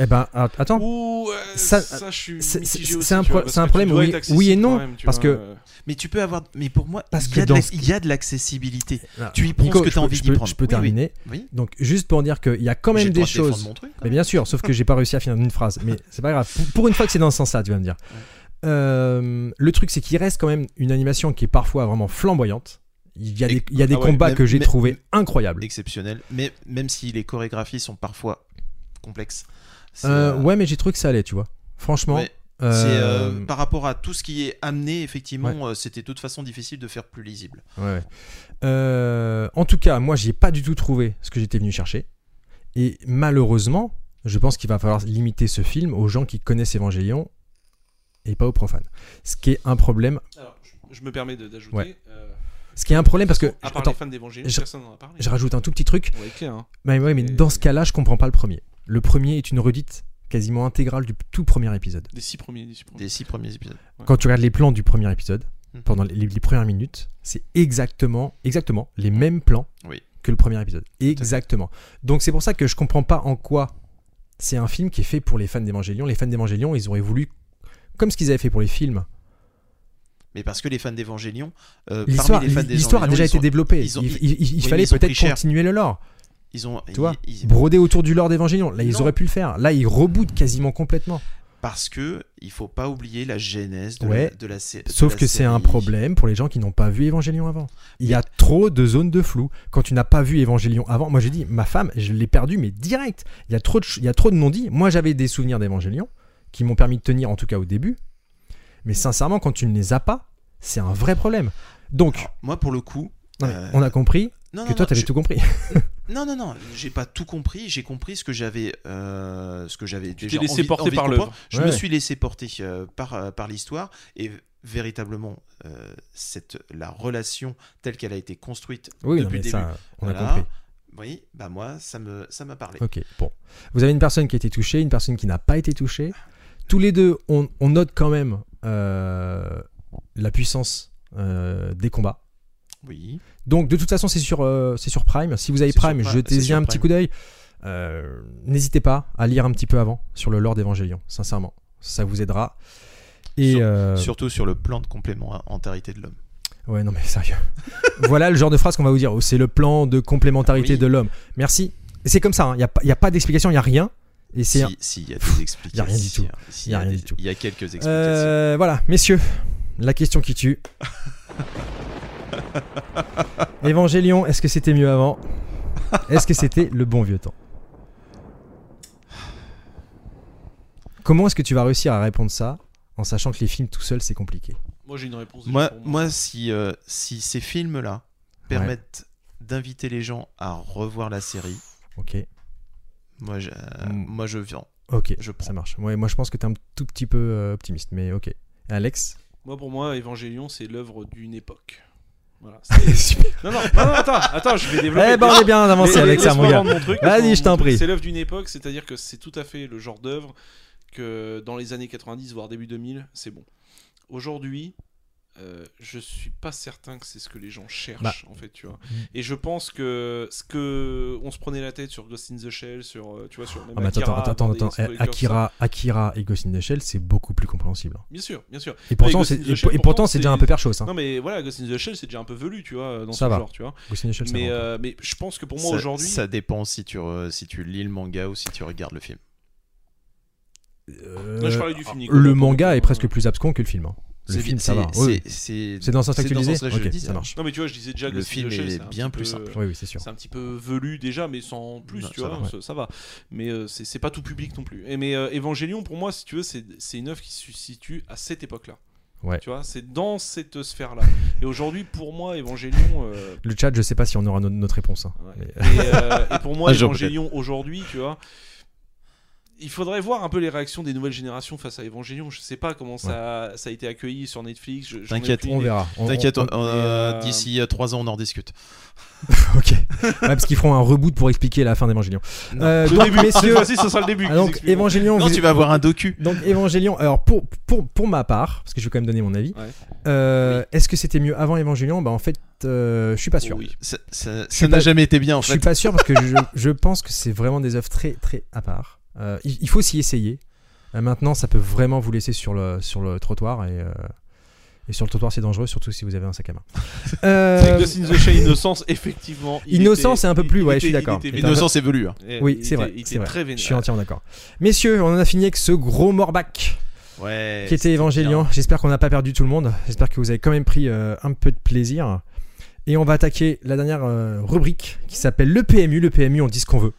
Speaker 3: Eh ben a- attends.
Speaker 5: Ouh, euh, ça,
Speaker 3: Ça-
Speaker 5: je suis
Speaker 3: c'est-
Speaker 5: mitigé
Speaker 3: c'est-
Speaker 5: aussi,
Speaker 3: c'est un
Speaker 5: tu vois,
Speaker 3: pro-
Speaker 5: parce
Speaker 3: c'est un
Speaker 5: que tu
Speaker 3: problème,
Speaker 5: dois
Speaker 3: oui-
Speaker 5: être accessible
Speaker 3: oui et non,
Speaker 5: quand même, tu
Speaker 3: parce
Speaker 5: vois,
Speaker 3: que-
Speaker 5: euh.
Speaker 4: Mais tu peux avoir. Mais pour moi,
Speaker 3: Parce
Speaker 4: il
Speaker 3: que
Speaker 4: y a de
Speaker 3: dans
Speaker 4: la-
Speaker 3: ce-
Speaker 4: il y a de l'accessibilité.
Speaker 3: Là,
Speaker 4: Tu y prends
Speaker 3: Nico,
Speaker 4: ce que
Speaker 3: je
Speaker 4: t'as
Speaker 3: peux-
Speaker 4: envie
Speaker 3: je
Speaker 4: d'y
Speaker 3: peux-
Speaker 4: prendre.
Speaker 3: Je peux
Speaker 4: Oui, oui.
Speaker 3: terminer.
Speaker 4: Oui.
Speaker 3: Donc juste pour dire qu'il y a quand
Speaker 4: J'ai
Speaker 3: même
Speaker 4: le
Speaker 3: des
Speaker 4: droit de défendre
Speaker 3: choses.
Speaker 4: mon truc, hein. quand
Speaker 3: Mais
Speaker 4: même.
Speaker 3: bien sûr, sauf que j'ai pas réussi à finir une phrase. Mais c'est pas grave. Pour, pour une fois que c'est dans ce sens-là, tu vas me dire. Euh, le truc, c'est qu'il reste quand même une animation qui est parfois vraiment flamboyante. Il y a
Speaker 4: Et-
Speaker 3: des, il y a des
Speaker 4: ah ouais,
Speaker 3: combats
Speaker 4: même-
Speaker 3: que j'ai
Speaker 4: mais-
Speaker 3: trouvé incroyables.
Speaker 4: exceptionnel. Mais même si les chorégraphies sont parfois complexes. c'est,
Speaker 3: Euh,
Speaker 4: euh,
Speaker 3: ouais, mais j'ai trouvé que ça allait, tu vois. Franchement.
Speaker 4: ouais. C'est, euh,
Speaker 3: euh,
Speaker 4: par rapport à tout ce qui est amené, effectivement, euh, c'était de toute façon difficile de faire plus lisible.
Speaker 3: Ouais, ouais. Euh, en tout cas, moi, j'ai pas du tout trouvé ce que j'étais venu chercher. Et malheureusement, je pense qu'il va falloir limiter ce film aux gens qui connaissent Evangelion et pas aux profanes. Ce qui est un problème.
Speaker 5: Alors, je- je me permets de- d'ajouter.
Speaker 3: Ouais.
Speaker 5: euh,
Speaker 3: Ce qui est un problème parce que.
Speaker 5: à part
Speaker 3: attends,
Speaker 5: les fans d'Évangile,
Speaker 3: je-
Speaker 5: personne n'en a parlé.
Speaker 3: je rajoute un tout petit truc.
Speaker 5: Ouais, clair, hein.
Speaker 3: Mais, ouais, mais
Speaker 5: Et-
Speaker 3: dans ce cas-là, je comprends pas le premier. Le premier est une redite quasiment intégrale du tout premier épisode.
Speaker 5: Des six premiers. Des six premiers.
Speaker 4: Des six premiers épisodes.
Speaker 3: Quand tu regardes les plans du premier épisode,
Speaker 4: Mhm.
Speaker 3: pendant les, les premières minutes, c'est exactement, exactement les mêmes plans
Speaker 4: Oui.
Speaker 3: que le premier épisode. Exactement. Donc c'est pour ça que je comprends pas en quoi c'est un film qui est fait pour les fans d'Evangélion. Les fans d'Evangélion, ils auraient voulu, comme ce qu'ils avaient fait pour les films,
Speaker 4: Mais parce que les fans d'Evangélion, euh,
Speaker 3: l'histoire
Speaker 4: parmi les fans
Speaker 3: l'histoire a déjà
Speaker 4: d'Evangélion, ils
Speaker 3: été
Speaker 4: ont-
Speaker 3: développée.
Speaker 4: ils ont-
Speaker 3: il
Speaker 4: ils-
Speaker 3: il- il
Speaker 4: oui, mais
Speaker 3: fallait
Speaker 4: ils ont
Speaker 3: peut-être
Speaker 4: pris cher.
Speaker 3: continuer le lore.
Speaker 4: Ils ont,
Speaker 3: Tu vois,
Speaker 4: ils- ils-
Speaker 3: Broder autour du lore d'Evangélion. Là, ils
Speaker 4: Non.
Speaker 3: auraient pu le faire. Là, ils rebootent quasiment complètement.
Speaker 4: parce que il faut pas oublier la genèse de,
Speaker 3: Ouais.
Speaker 4: la, de la sé- de
Speaker 3: Sauf
Speaker 4: la
Speaker 3: que c'est un
Speaker 4: série.
Speaker 3: problème pour les gens qui n'ont pas vu Evangélion avant. Il y a
Speaker 4: Mais-
Speaker 3: trop de zones de flou. Quand tu n'as pas vu Evangélion avant, moi j'ai dit, ma femme, je l'ai perdue, mais direct. Il y a trop de, ch- il y a trop de non-dits. Moi j'avais des souvenirs d'Evangélion qui m'ont permis de tenir, en tout cas au début. Mais sincèrement, quand tu ne les as pas, c'est un vrai problème. Donc,
Speaker 4: Alors, moi, pour le coup,
Speaker 3: non, mais
Speaker 4: euh,
Speaker 3: on a compris
Speaker 4: non,
Speaker 3: que
Speaker 4: non,
Speaker 3: toi,
Speaker 4: non,
Speaker 3: tu avais
Speaker 4: je-
Speaker 3: tout compris.
Speaker 4: Non, non, non, j'ai pas tout compris. J'ai compris ce que j'avais, euh, ce que j'avais déjà.
Speaker 5: t'es laissé
Speaker 4: envie-
Speaker 5: porter
Speaker 4: envie de
Speaker 5: par
Speaker 4: comprendre.
Speaker 5: l'œuvre.
Speaker 4: Je
Speaker 3: Ouais,
Speaker 4: me
Speaker 3: ouais.
Speaker 4: suis laissé porter euh, par euh, par l'histoire et véritablement euh, cette la relation telle qu'elle a été construite
Speaker 3: Oui, non,
Speaker 4: depuis
Speaker 3: mais
Speaker 4: le début.
Speaker 3: ça, on a
Speaker 4: Voilà.
Speaker 3: compris.
Speaker 4: Oui, bah moi, ça me ça m'a parlé.
Speaker 3: Ok, bon. Vous avez une personne qui a été touchée, une personne qui n'a pas été touchée. Tous les deux, on, on note quand même euh, la puissance euh, des combats.
Speaker 4: Oui.
Speaker 3: Donc de toute façon, c'est sur, euh, c'est sur Prime. Si vous avez
Speaker 4: C'est sur
Speaker 3: Prime,
Speaker 4: Prime, c'est
Speaker 3: jetez-y
Speaker 4: sur
Speaker 3: un petit
Speaker 4: Prime.
Speaker 3: coup d'œil. Euh, N'hésitez pas à lire un petit peu avant sur le lore d'Evangélion, sincèrement. Ça vous aidera. Et
Speaker 4: Sur-
Speaker 3: euh,
Speaker 4: Surtout sur le plan de complémentarité de l'homme.
Speaker 3: ouais, non mais sérieux. *laughs* voilà le genre de phrase qu'on va vous dire. Oh, c'est le plan de complémentarité
Speaker 4: Oui.
Speaker 3: de l'homme. Merci. C'est comme ça. Il n'y a, pas d'explication, il n'y a rien. Et c'est
Speaker 4: Si, si, il y a des explications.
Speaker 3: hein. Y a rien du tout.
Speaker 4: Si,
Speaker 3: Y a rien
Speaker 4: des-
Speaker 3: du tout.
Speaker 4: Il y a quelques explications.
Speaker 3: Euh, voilà, messieurs, la question qui
Speaker 4: *laughs*
Speaker 3: tue. Évangélion, est-ce que c'était mieux avant Est-ce que c'était le bon vieux temps Comment est-ce que tu vas réussir à répondre ça en sachant que les films tout seuls c'est compliqué
Speaker 5: Moi j'ai une réponse. déjà
Speaker 4: Moi,
Speaker 5: pour
Speaker 4: moi, si euh, si ces films-là permettent d'inviter les gens à revoir la série,
Speaker 3: Ok,
Speaker 4: moi, je, euh,
Speaker 3: Mm.
Speaker 4: moi, je viens.
Speaker 3: ok,
Speaker 4: Je prends.
Speaker 3: ça marche. Ouais, moi je pense que t'es un tout petit peu euh, optimiste, mais ok. Alex
Speaker 4: *laughs*
Speaker 5: Moi, pour moi, Evangélion, c'est l'œuvre d'une époque. Voilà. c'est- *laughs* non, non, non, non, attends, attends, je vais développer.
Speaker 3: Eh ben on est bien avancé
Speaker 5: Laisse-
Speaker 3: avec ça, mon
Speaker 5: laisse-moi
Speaker 3: gars.
Speaker 5: vendre mon truc,
Speaker 3: Vas-y,
Speaker 5: laisse-moi
Speaker 3: je t'en
Speaker 5: vendre mon
Speaker 3: prie.
Speaker 5: truc. C'est l'œuvre d'une époque, c'est-à-dire que c'est tout à fait le genre d'œuvre que dans les années 90, voire début 2000, c'est bon. Aujourd'hui, euh, je suis pas certain que c'est ce que les gens cherchent, en fait, tu vois.
Speaker 3: Mm.
Speaker 5: Et je pense que ce que on se prenait la tête sur Ghost in the Shell, sur, euh, tu vois, sur même
Speaker 3: Ah, mais attends,
Speaker 5: Akira,
Speaker 3: attends, attends,
Speaker 5: aborder
Speaker 3: attends. Eh,
Speaker 5: Soul Calibur, ça.
Speaker 3: Akira, Akira et Ghost in the Shell, c'est beaucoup plus compréhensible. hein.
Speaker 5: Bien sûr, bien sûr.
Speaker 3: Et pourtant,
Speaker 5: Ghost
Speaker 3: c'est
Speaker 5: in the
Speaker 3: et-
Speaker 5: Shell,
Speaker 3: et pourtant,
Speaker 5: pourtant,
Speaker 3: c'est déjà un
Speaker 5: c'est-
Speaker 3: peu perchose. Hein.
Speaker 5: Non mais voilà, Ghost in the Shell, c'est déjà un peu velu, tu vois, dans
Speaker 3: Ça
Speaker 5: ce
Speaker 3: va.
Speaker 5: genre, tu vois.
Speaker 3: Ghost in the Shell, ça
Speaker 5: Mais,
Speaker 3: va encore.
Speaker 5: euh, mais je pense que pour moi
Speaker 4: Ça-
Speaker 5: aujourd'hui,
Speaker 4: ça dépend si tu re- si tu lis le manga ou si tu regardes le film.
Speaker 5: Là, je parlais
Speaker 4: Euh,
Speaker 5: du film, Nico.
Speaker 3: Euh,
Speaker 5: euh,
Speaker 3: le manga est presque plus abscon que le film. hein. Le
Speaker 4: C'est-
Speaker 3: film, ça
Speaker 4: c'est-
Speaker 3: va. Oui,
Speaker 4: c'est- C'est
Speaker 3: C'est dans un sens
Speaker 4: c'est dans
Speaker 3: actualisé
Speaker 4: ce sens-là que je
Speaker 3: Ok,
Speaker 4: le dis,
Speaker 3: ça
Speaker 4: ça.
Speaker 3: marche.
Speaker 5: Non mais tu vois, je disais déjà
Speaker 4: Le
Speaker 5: Ghost in
Speaker 4: film
Speaker 5: the Shell,
Speaker 4: est
Speaker 5: c'est un
Speaker 4: bien
Speaker 5: petit
Speaker 4: plus
Speaker 5: peu-
Speaker 4: simple.
Speaker 3: Oui, oui, c'est sûr.
Speaker 5: C'est un petit peu velu déjà, mais sans plus,
Speaker 4: Non,
Speaker 5: tu
Speaker 4: ça
Speaker 5: vois,
Speaker 4: va, ouais.
Speaker 5: ça, ça va. Mais euh, c'est c'est pas tout public non plus. Et mais euh, Evangelion, pour moi, si tu veux, c'est c'est une œuvre qui se situe à cette époque-là.
Speaker 3: Ouais.
Speaker 5: Tu vois, c'est dans cette sphère-là. Et aujourd'hui, pour moi, Evangelion. euh,
Speaker 3: Le chat, je sais pas si on aura no- notre réponse. hein.
Speaker 5: Ouais.
Speaker 3: Mais-
Speaker 5: Et, euh, et pour
Speaker 3: *laughs*
Speaker 5: moi,
Speaker 4: Un jour,
Speaker 5: Evangelion aujourd'hui, tu vois, il faudrait voir un peu les réactions des nouvelles générations face à Evangelion. Je sais pas comment ça, ça a été accueilli sur Netflix. je- j'en ai
Speaker 4: T'inquiète,
Speaker 5: aucune
Speaker 3: On
Speaker 5: idée.
Speaker 3: verra. On-
Speaker 4: T'inquiète,
Speaker 3: on-
Speaker 4: on- on- euh,
Speaker 5: euh,
Speaker 4: d'ici euh, trois ans, on en discute.
Speaker 3: *laughs* Ok. Ouais, parce qu'ils feront un reboot pour expliquer la fin d'Evangélion.
Speaker 4: Non.
Speaker 3: Euh,
Speaker 5: Le
Speaker 3: donc,
Speaker 5: début, cette
Speaker 3: messieurs.
Speaker 5: *laughs* fois-ci, ce sera le début.
Speaker 3: ah, donc,
Speaker 5: qu'ils expliqueront.
Speaker 3: Evangélion.
Speaker 4: Non,
Speaker 3: vous-
Speaker 4: tu vas avoir un docu.
Speaker 3: Donc, Evangélion. Alors, pour, pour, pour ma part, parce que je vais quand même donner mon avis,
Speaker 5: Ouais.
Speaker 3: euh, est-ce que c'était mieux avant Evangélion Bah, en fait, euh, je suis pas sûr.
Speaker 5: Oh Oui.
Speaker 4: Ça ça-
Speaker 3: Je
Speaker 4: ça
Speaker 3: suis
Speaker 4: n'a
Speaker 3: pas-
Speaker 4: jamais été bien en
Speaker 3: je
Speaker 4: fait.
Speaker 3: suis pas sûr parce que je, *laughs* je pense que c'est vraiment des œuvres très très à part. Euh, il, il faut s'y essayer. Euh, maintenant, ça peut vraiment vous laisser sur le, sur le trottoir et, euh, et sur le trottoir c'est dangereux, surtout si vous avez un sac à
Speaker 4: *laughs*
Speaker 3: main. Euh,
Speaker 5: Avec Ghost in the Shell, Innocence, effectivement. il
Speaker 3: Innocence,
Speaker 5: était-
Speaker 3: c'est un peu
Speaker 5: il-
Speaker 3: plus,
Speaker 5: il
Speaker 3: ouais, je suis
Speaker 5: était-
Speaker 3: d'accord.
Speaker 5: il était vénère.
Speaker 4: Innocence évolue. hein.
Speaker 5: Eh,
Speaker 3: oui,
Speaker 5: il
Speaker 3: c'est
Speaker 5: était-
Speaker 3: vrai.
Speaker 5: Il
Speaker 3: c'est
Speaker 5: était
Speaker 3: vrai.
Speaker 5: très vénère.
Speaker 3: Je suis entièrement d'accord. Messieurs, on en a fini avec ce gros morbac
Speaker 4: Eh, Ouais.
Speaker 3: qui était Évangélion. J'espère qu'on n'a pas perdu tout le monde. J'espère que vous avez quand même pris euh, un peu de plaisir. Et on va attaquer la dernière euh, rubrique qui s'appelle le PMU. Le PMU, on dit ce qu'on veut.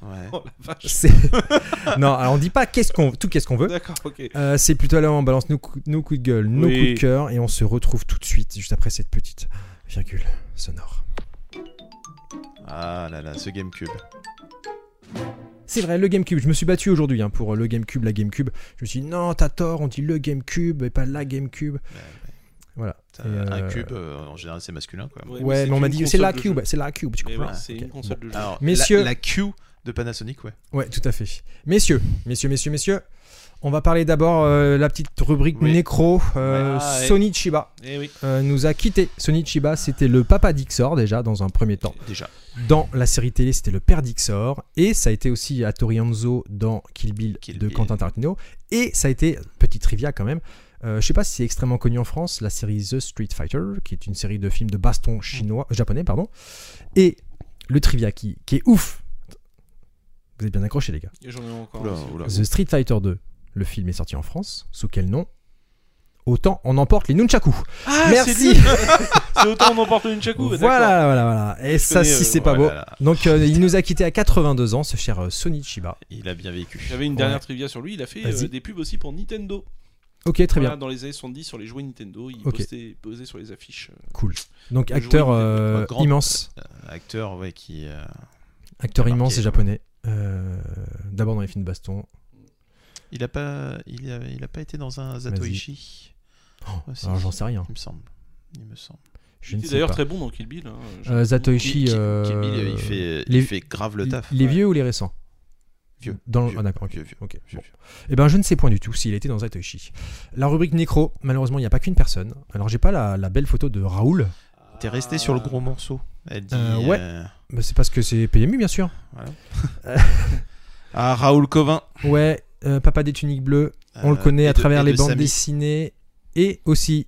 Speaker 4: Ouais.
Speaker 5: Oh, la vache.
Speaker 4: *laughs*
Speaker 3: C'est- *laughs* non, alors on dit pas qu'est-ce qu'on tout qu'est-ce qu'on veut.
Speaker 5: D'accord, ok.
Speaker 3: Euh, c'est plutôt là où on balance nos, coups- nos coups de gueule, nos
Speaker 5: Oui.
Speaker 3: coups de cœur, et on se retrouve tout de suite, juste après cette petite virgule sonore.
Speaker 4: Ah là là, ce GameCube.
Speaker 3: C'est vrai, le GameCube, je me suis battu aujourd'hui hein, pour euh, le GameCube, la GameCube. Je me suis dit, non, t'as tort, on dit le GameCube et pas la GameCube. Voilà.
Speaker 4: T'as
Speaker 3: Et, euh,
Speaker 4: Un cube, euh, en général, c'est masculin quoi.
Speaker 3: Ouais, mais on m'a dit, c'est la Cube, c'est la Cube, tu
Speaker 5: Mais
Speaker 3: comprends
Speaker 5: Eh ouais, c'est
Speaker 3: Ok.
Speaker 5: une console de jeu.
Speaker 4: Alors,
Speaker 3: Messieurs-
Speaker 4: la, la Q de Panasonic, ouais.
Speaker 3: Ouais, tout à fait. Messieurs, messieurs, messieurs, messieurs, on va parler d'abord euh, la petite rubrique
Speaker 5: Oui.
Speaker 3: Nécro. euh,
Speaker 5: Ah, ouais.
Speaker 3: Sony Chiba
Speaker 5: Eh oui.
Speaker 3: euh, nous a quitté. Sony Chiba, c'était le papa d'Ixor déjà dans un premier temps.
Speaker 4: Déjà.
Speaker 3: Dans la série télé, c'était le père d'Ixor. Et ça a été aussi à Torianzo dans Kill Bill
Speaker 4: Kill
Speaker 3: de
Speaker 4: Bill.
Speaker 3: Quentin Tarantino. Et ça a été, petite trivia quand même, euh, je sais pas si c'est extrêmement connu en France, la série The Street Fighter, qui est une série de films de baston chinois,
Speaker 4: Mm.
Speaker 3: euh, japonais, pardon. Et le trivia qui, qui est ouf. Vous êtes bien accrochés, les gars.
Speaker 5: Et J'en ai encore.
Speaker 4: Oula,
Speaker 5: un, si
Speaker 4: oula.
Speaker 5: vous
Speaker 3: The Street Fighter 2, le film est sorti en France. Sous quel nom Autant on emporte les nunchaku.
Speaker 5: Ah,
Speaker 3: Merci.
Speaker 5: C'est lui. *laughs* C'est autant on emporte une chakou.
Speaker 3: voilà, voilà, voilà. Et ça,
Speaker 5: connais,
Speaker 3: si
Speaker 5: euh,
Speaker 3: c'est pas
Speaker 4: Oh
Speaker 3: beau.
Speaker 4: là là,
Speaker 3: Donc, euh, il nous a quitté à 82 ans, ce cher euh, Sony Chiba.
Speaker 4: Il a bien vécu.
Speaker 5: J'avais une dernière trivia sur lui. Il a fait
Speaker 3: Vas-y.
Speaker 5: euh, des pubs aussi pour Nintendo.
Speaker 3: Ok, très
Speaker 5: Voilà,
Speaker 3: bien,
Speaker 5: Dans les années 70, sur les jouets Nintendo, il
Speaker 3: Ok.
Speaker 5: postait, posait sur les affiches. euh,
Speaker 3: cool. Donc,
Speaker 5: Je
Speaker 3: acteur
Speaker 5: vois une-
Speaker 3: euh,
Speaker 4: un grand-
Speaker 3: immense,
Speaker 4: Acteur, ouais, qui. euh,
Speaker 3: acteur
Speaker 4: marqué,
Speaker 3: immense et
Speaker 4: ouais.
Speaker 3: japonais. Euh, D'abord dans les films de baston.
Speaker 4: Il a pas, il a, il a pas été dans un Zatoichi.
Speaker 3: Oh,
Speaker 4: Ouais, si,
Speaker 3: alors, j'en sais rien.
Speaker 4: Il me semble. Il me semble.
Speaker 3: Je
Speaker 5: Il
Speaker 3: ne
Speaker 5: était
Speaker 3: sais
Speaker 5: d'ailleurs
Speaker 3: pas.
Speaker 5: très bon dans Kill Bill. hein, je-
Speaker 3: Euh, Zatoichi.
Speaker 4: Qui- qui-
Speaker 3: euh,
Speaker 4: Kill Bill, il fait,
Speaker 3: les-
Speaker 4: il fait grave le taf. euh,
Speaker 3: Les
Speaker 4: Ouais.
Speaker 3: vieux ou les récents
Speaker 4: Vieux.
Speaker 3: Dans le-
Speaker 4: Vieux.
Speaker 3: ah, d'accord, ok.
Speaker 4: Vieux, vieux,
Speaker 3: Ok,
Speaker 4: vieux,
Speaker 3: bon.
Speaker 4: vieux.
Speaker 3: Eh ben, je ne sais point du tout s'il était dans Zatoichi. La rubrique Nécro, malheureusement, il n'y a pas qu'une personne. Alors, j'ai pas la, la belle photo de Raoul.
Speaker 4: T'es resté sur le gros morceau. Elle dit.
Speaker 3: Euh, ouais.
Speaker 4: euh,
Speaker 3: Mais c'est parce que c'est PMU, bien sûr.
Speaker 4: Ah, Raoul Covin.
Speaker 3: Ouais, euh, Papa des tuniques bleues, on le
Speaker 4: Euh,
Speaker 3: connaît
Speaker 4: et
Speaker 3: à
Speaker 4: de-
Speaker 3: travers
Speaker 4: et
Speaker 3: les
Speaker 4: de
Speaker 3: bandes
Speaker 4: Samy.
Speaker 3: dessinées et aussi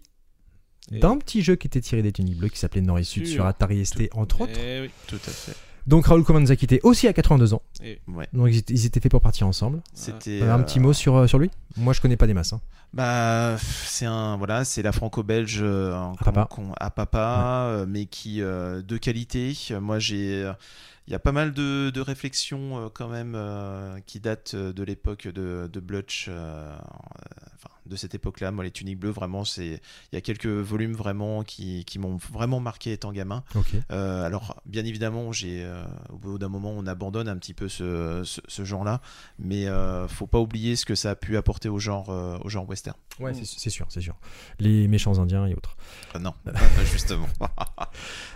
Speaker 5: Et-
Speaker 3: d'un petit jeu qui était tiré des tuniques bleues qui s'appelait Nord et Sud
Speaker 5: Sûr.
Speaker 3: sur Atari ST, entre autres.
Speaker 5: Eh oui.
Speaker 4: Tout à fait.
Speaker 3: Donc Raoul Coman nous a quitté aussi à 82 ans.
Speaker 5: Et-
Speaker 4: Ouais.
Speaker 3: Donc ils étaient, ils étaient faits pour partir ensemble.
Speaker 4: C'était.
Speaker 3: Euh, un
Speaker 4: euh,
Speaker 3: petit mot sur, euh, sur lui Moi, je connais pas des masses. hein.
Speaker 4: Bah, pff, c'est un voilà, c'est la franco-belge euh, en-
Speaker 3: À papa.
Speaker 4: qu'on- à papa, euh, mais qui euh, de qualité. Moi, j'ai, euh, il y a pas mal de, de réflexions euh, quand même euh, qui datent euh, de l'époque de, de Blutch, euh, enfin, de cette époque-là. Moi, les tuniques bleues, vraiment, c'est, il y a quelques volumes vraiment qui, qui m'ont vraiment marqué étant gamin.
Speaker 3: Ok.
Speaker 4: Euh, alors, bien évidemment, j'ai euh, au bout d'un moment, on abandonne un petit peu ce, ce- ce genre-là, mais euh, faut pas oublier ce que ça a pu apporter au genre, euh, au genre western.
Speaker 3: Ouais,
Speaker 5: Mm.
Speaker 3: c'est- c'est sûr, c'est sûr. Les méchants indiens et autres. *laughs*
Speaker 4: Ah, non, justement.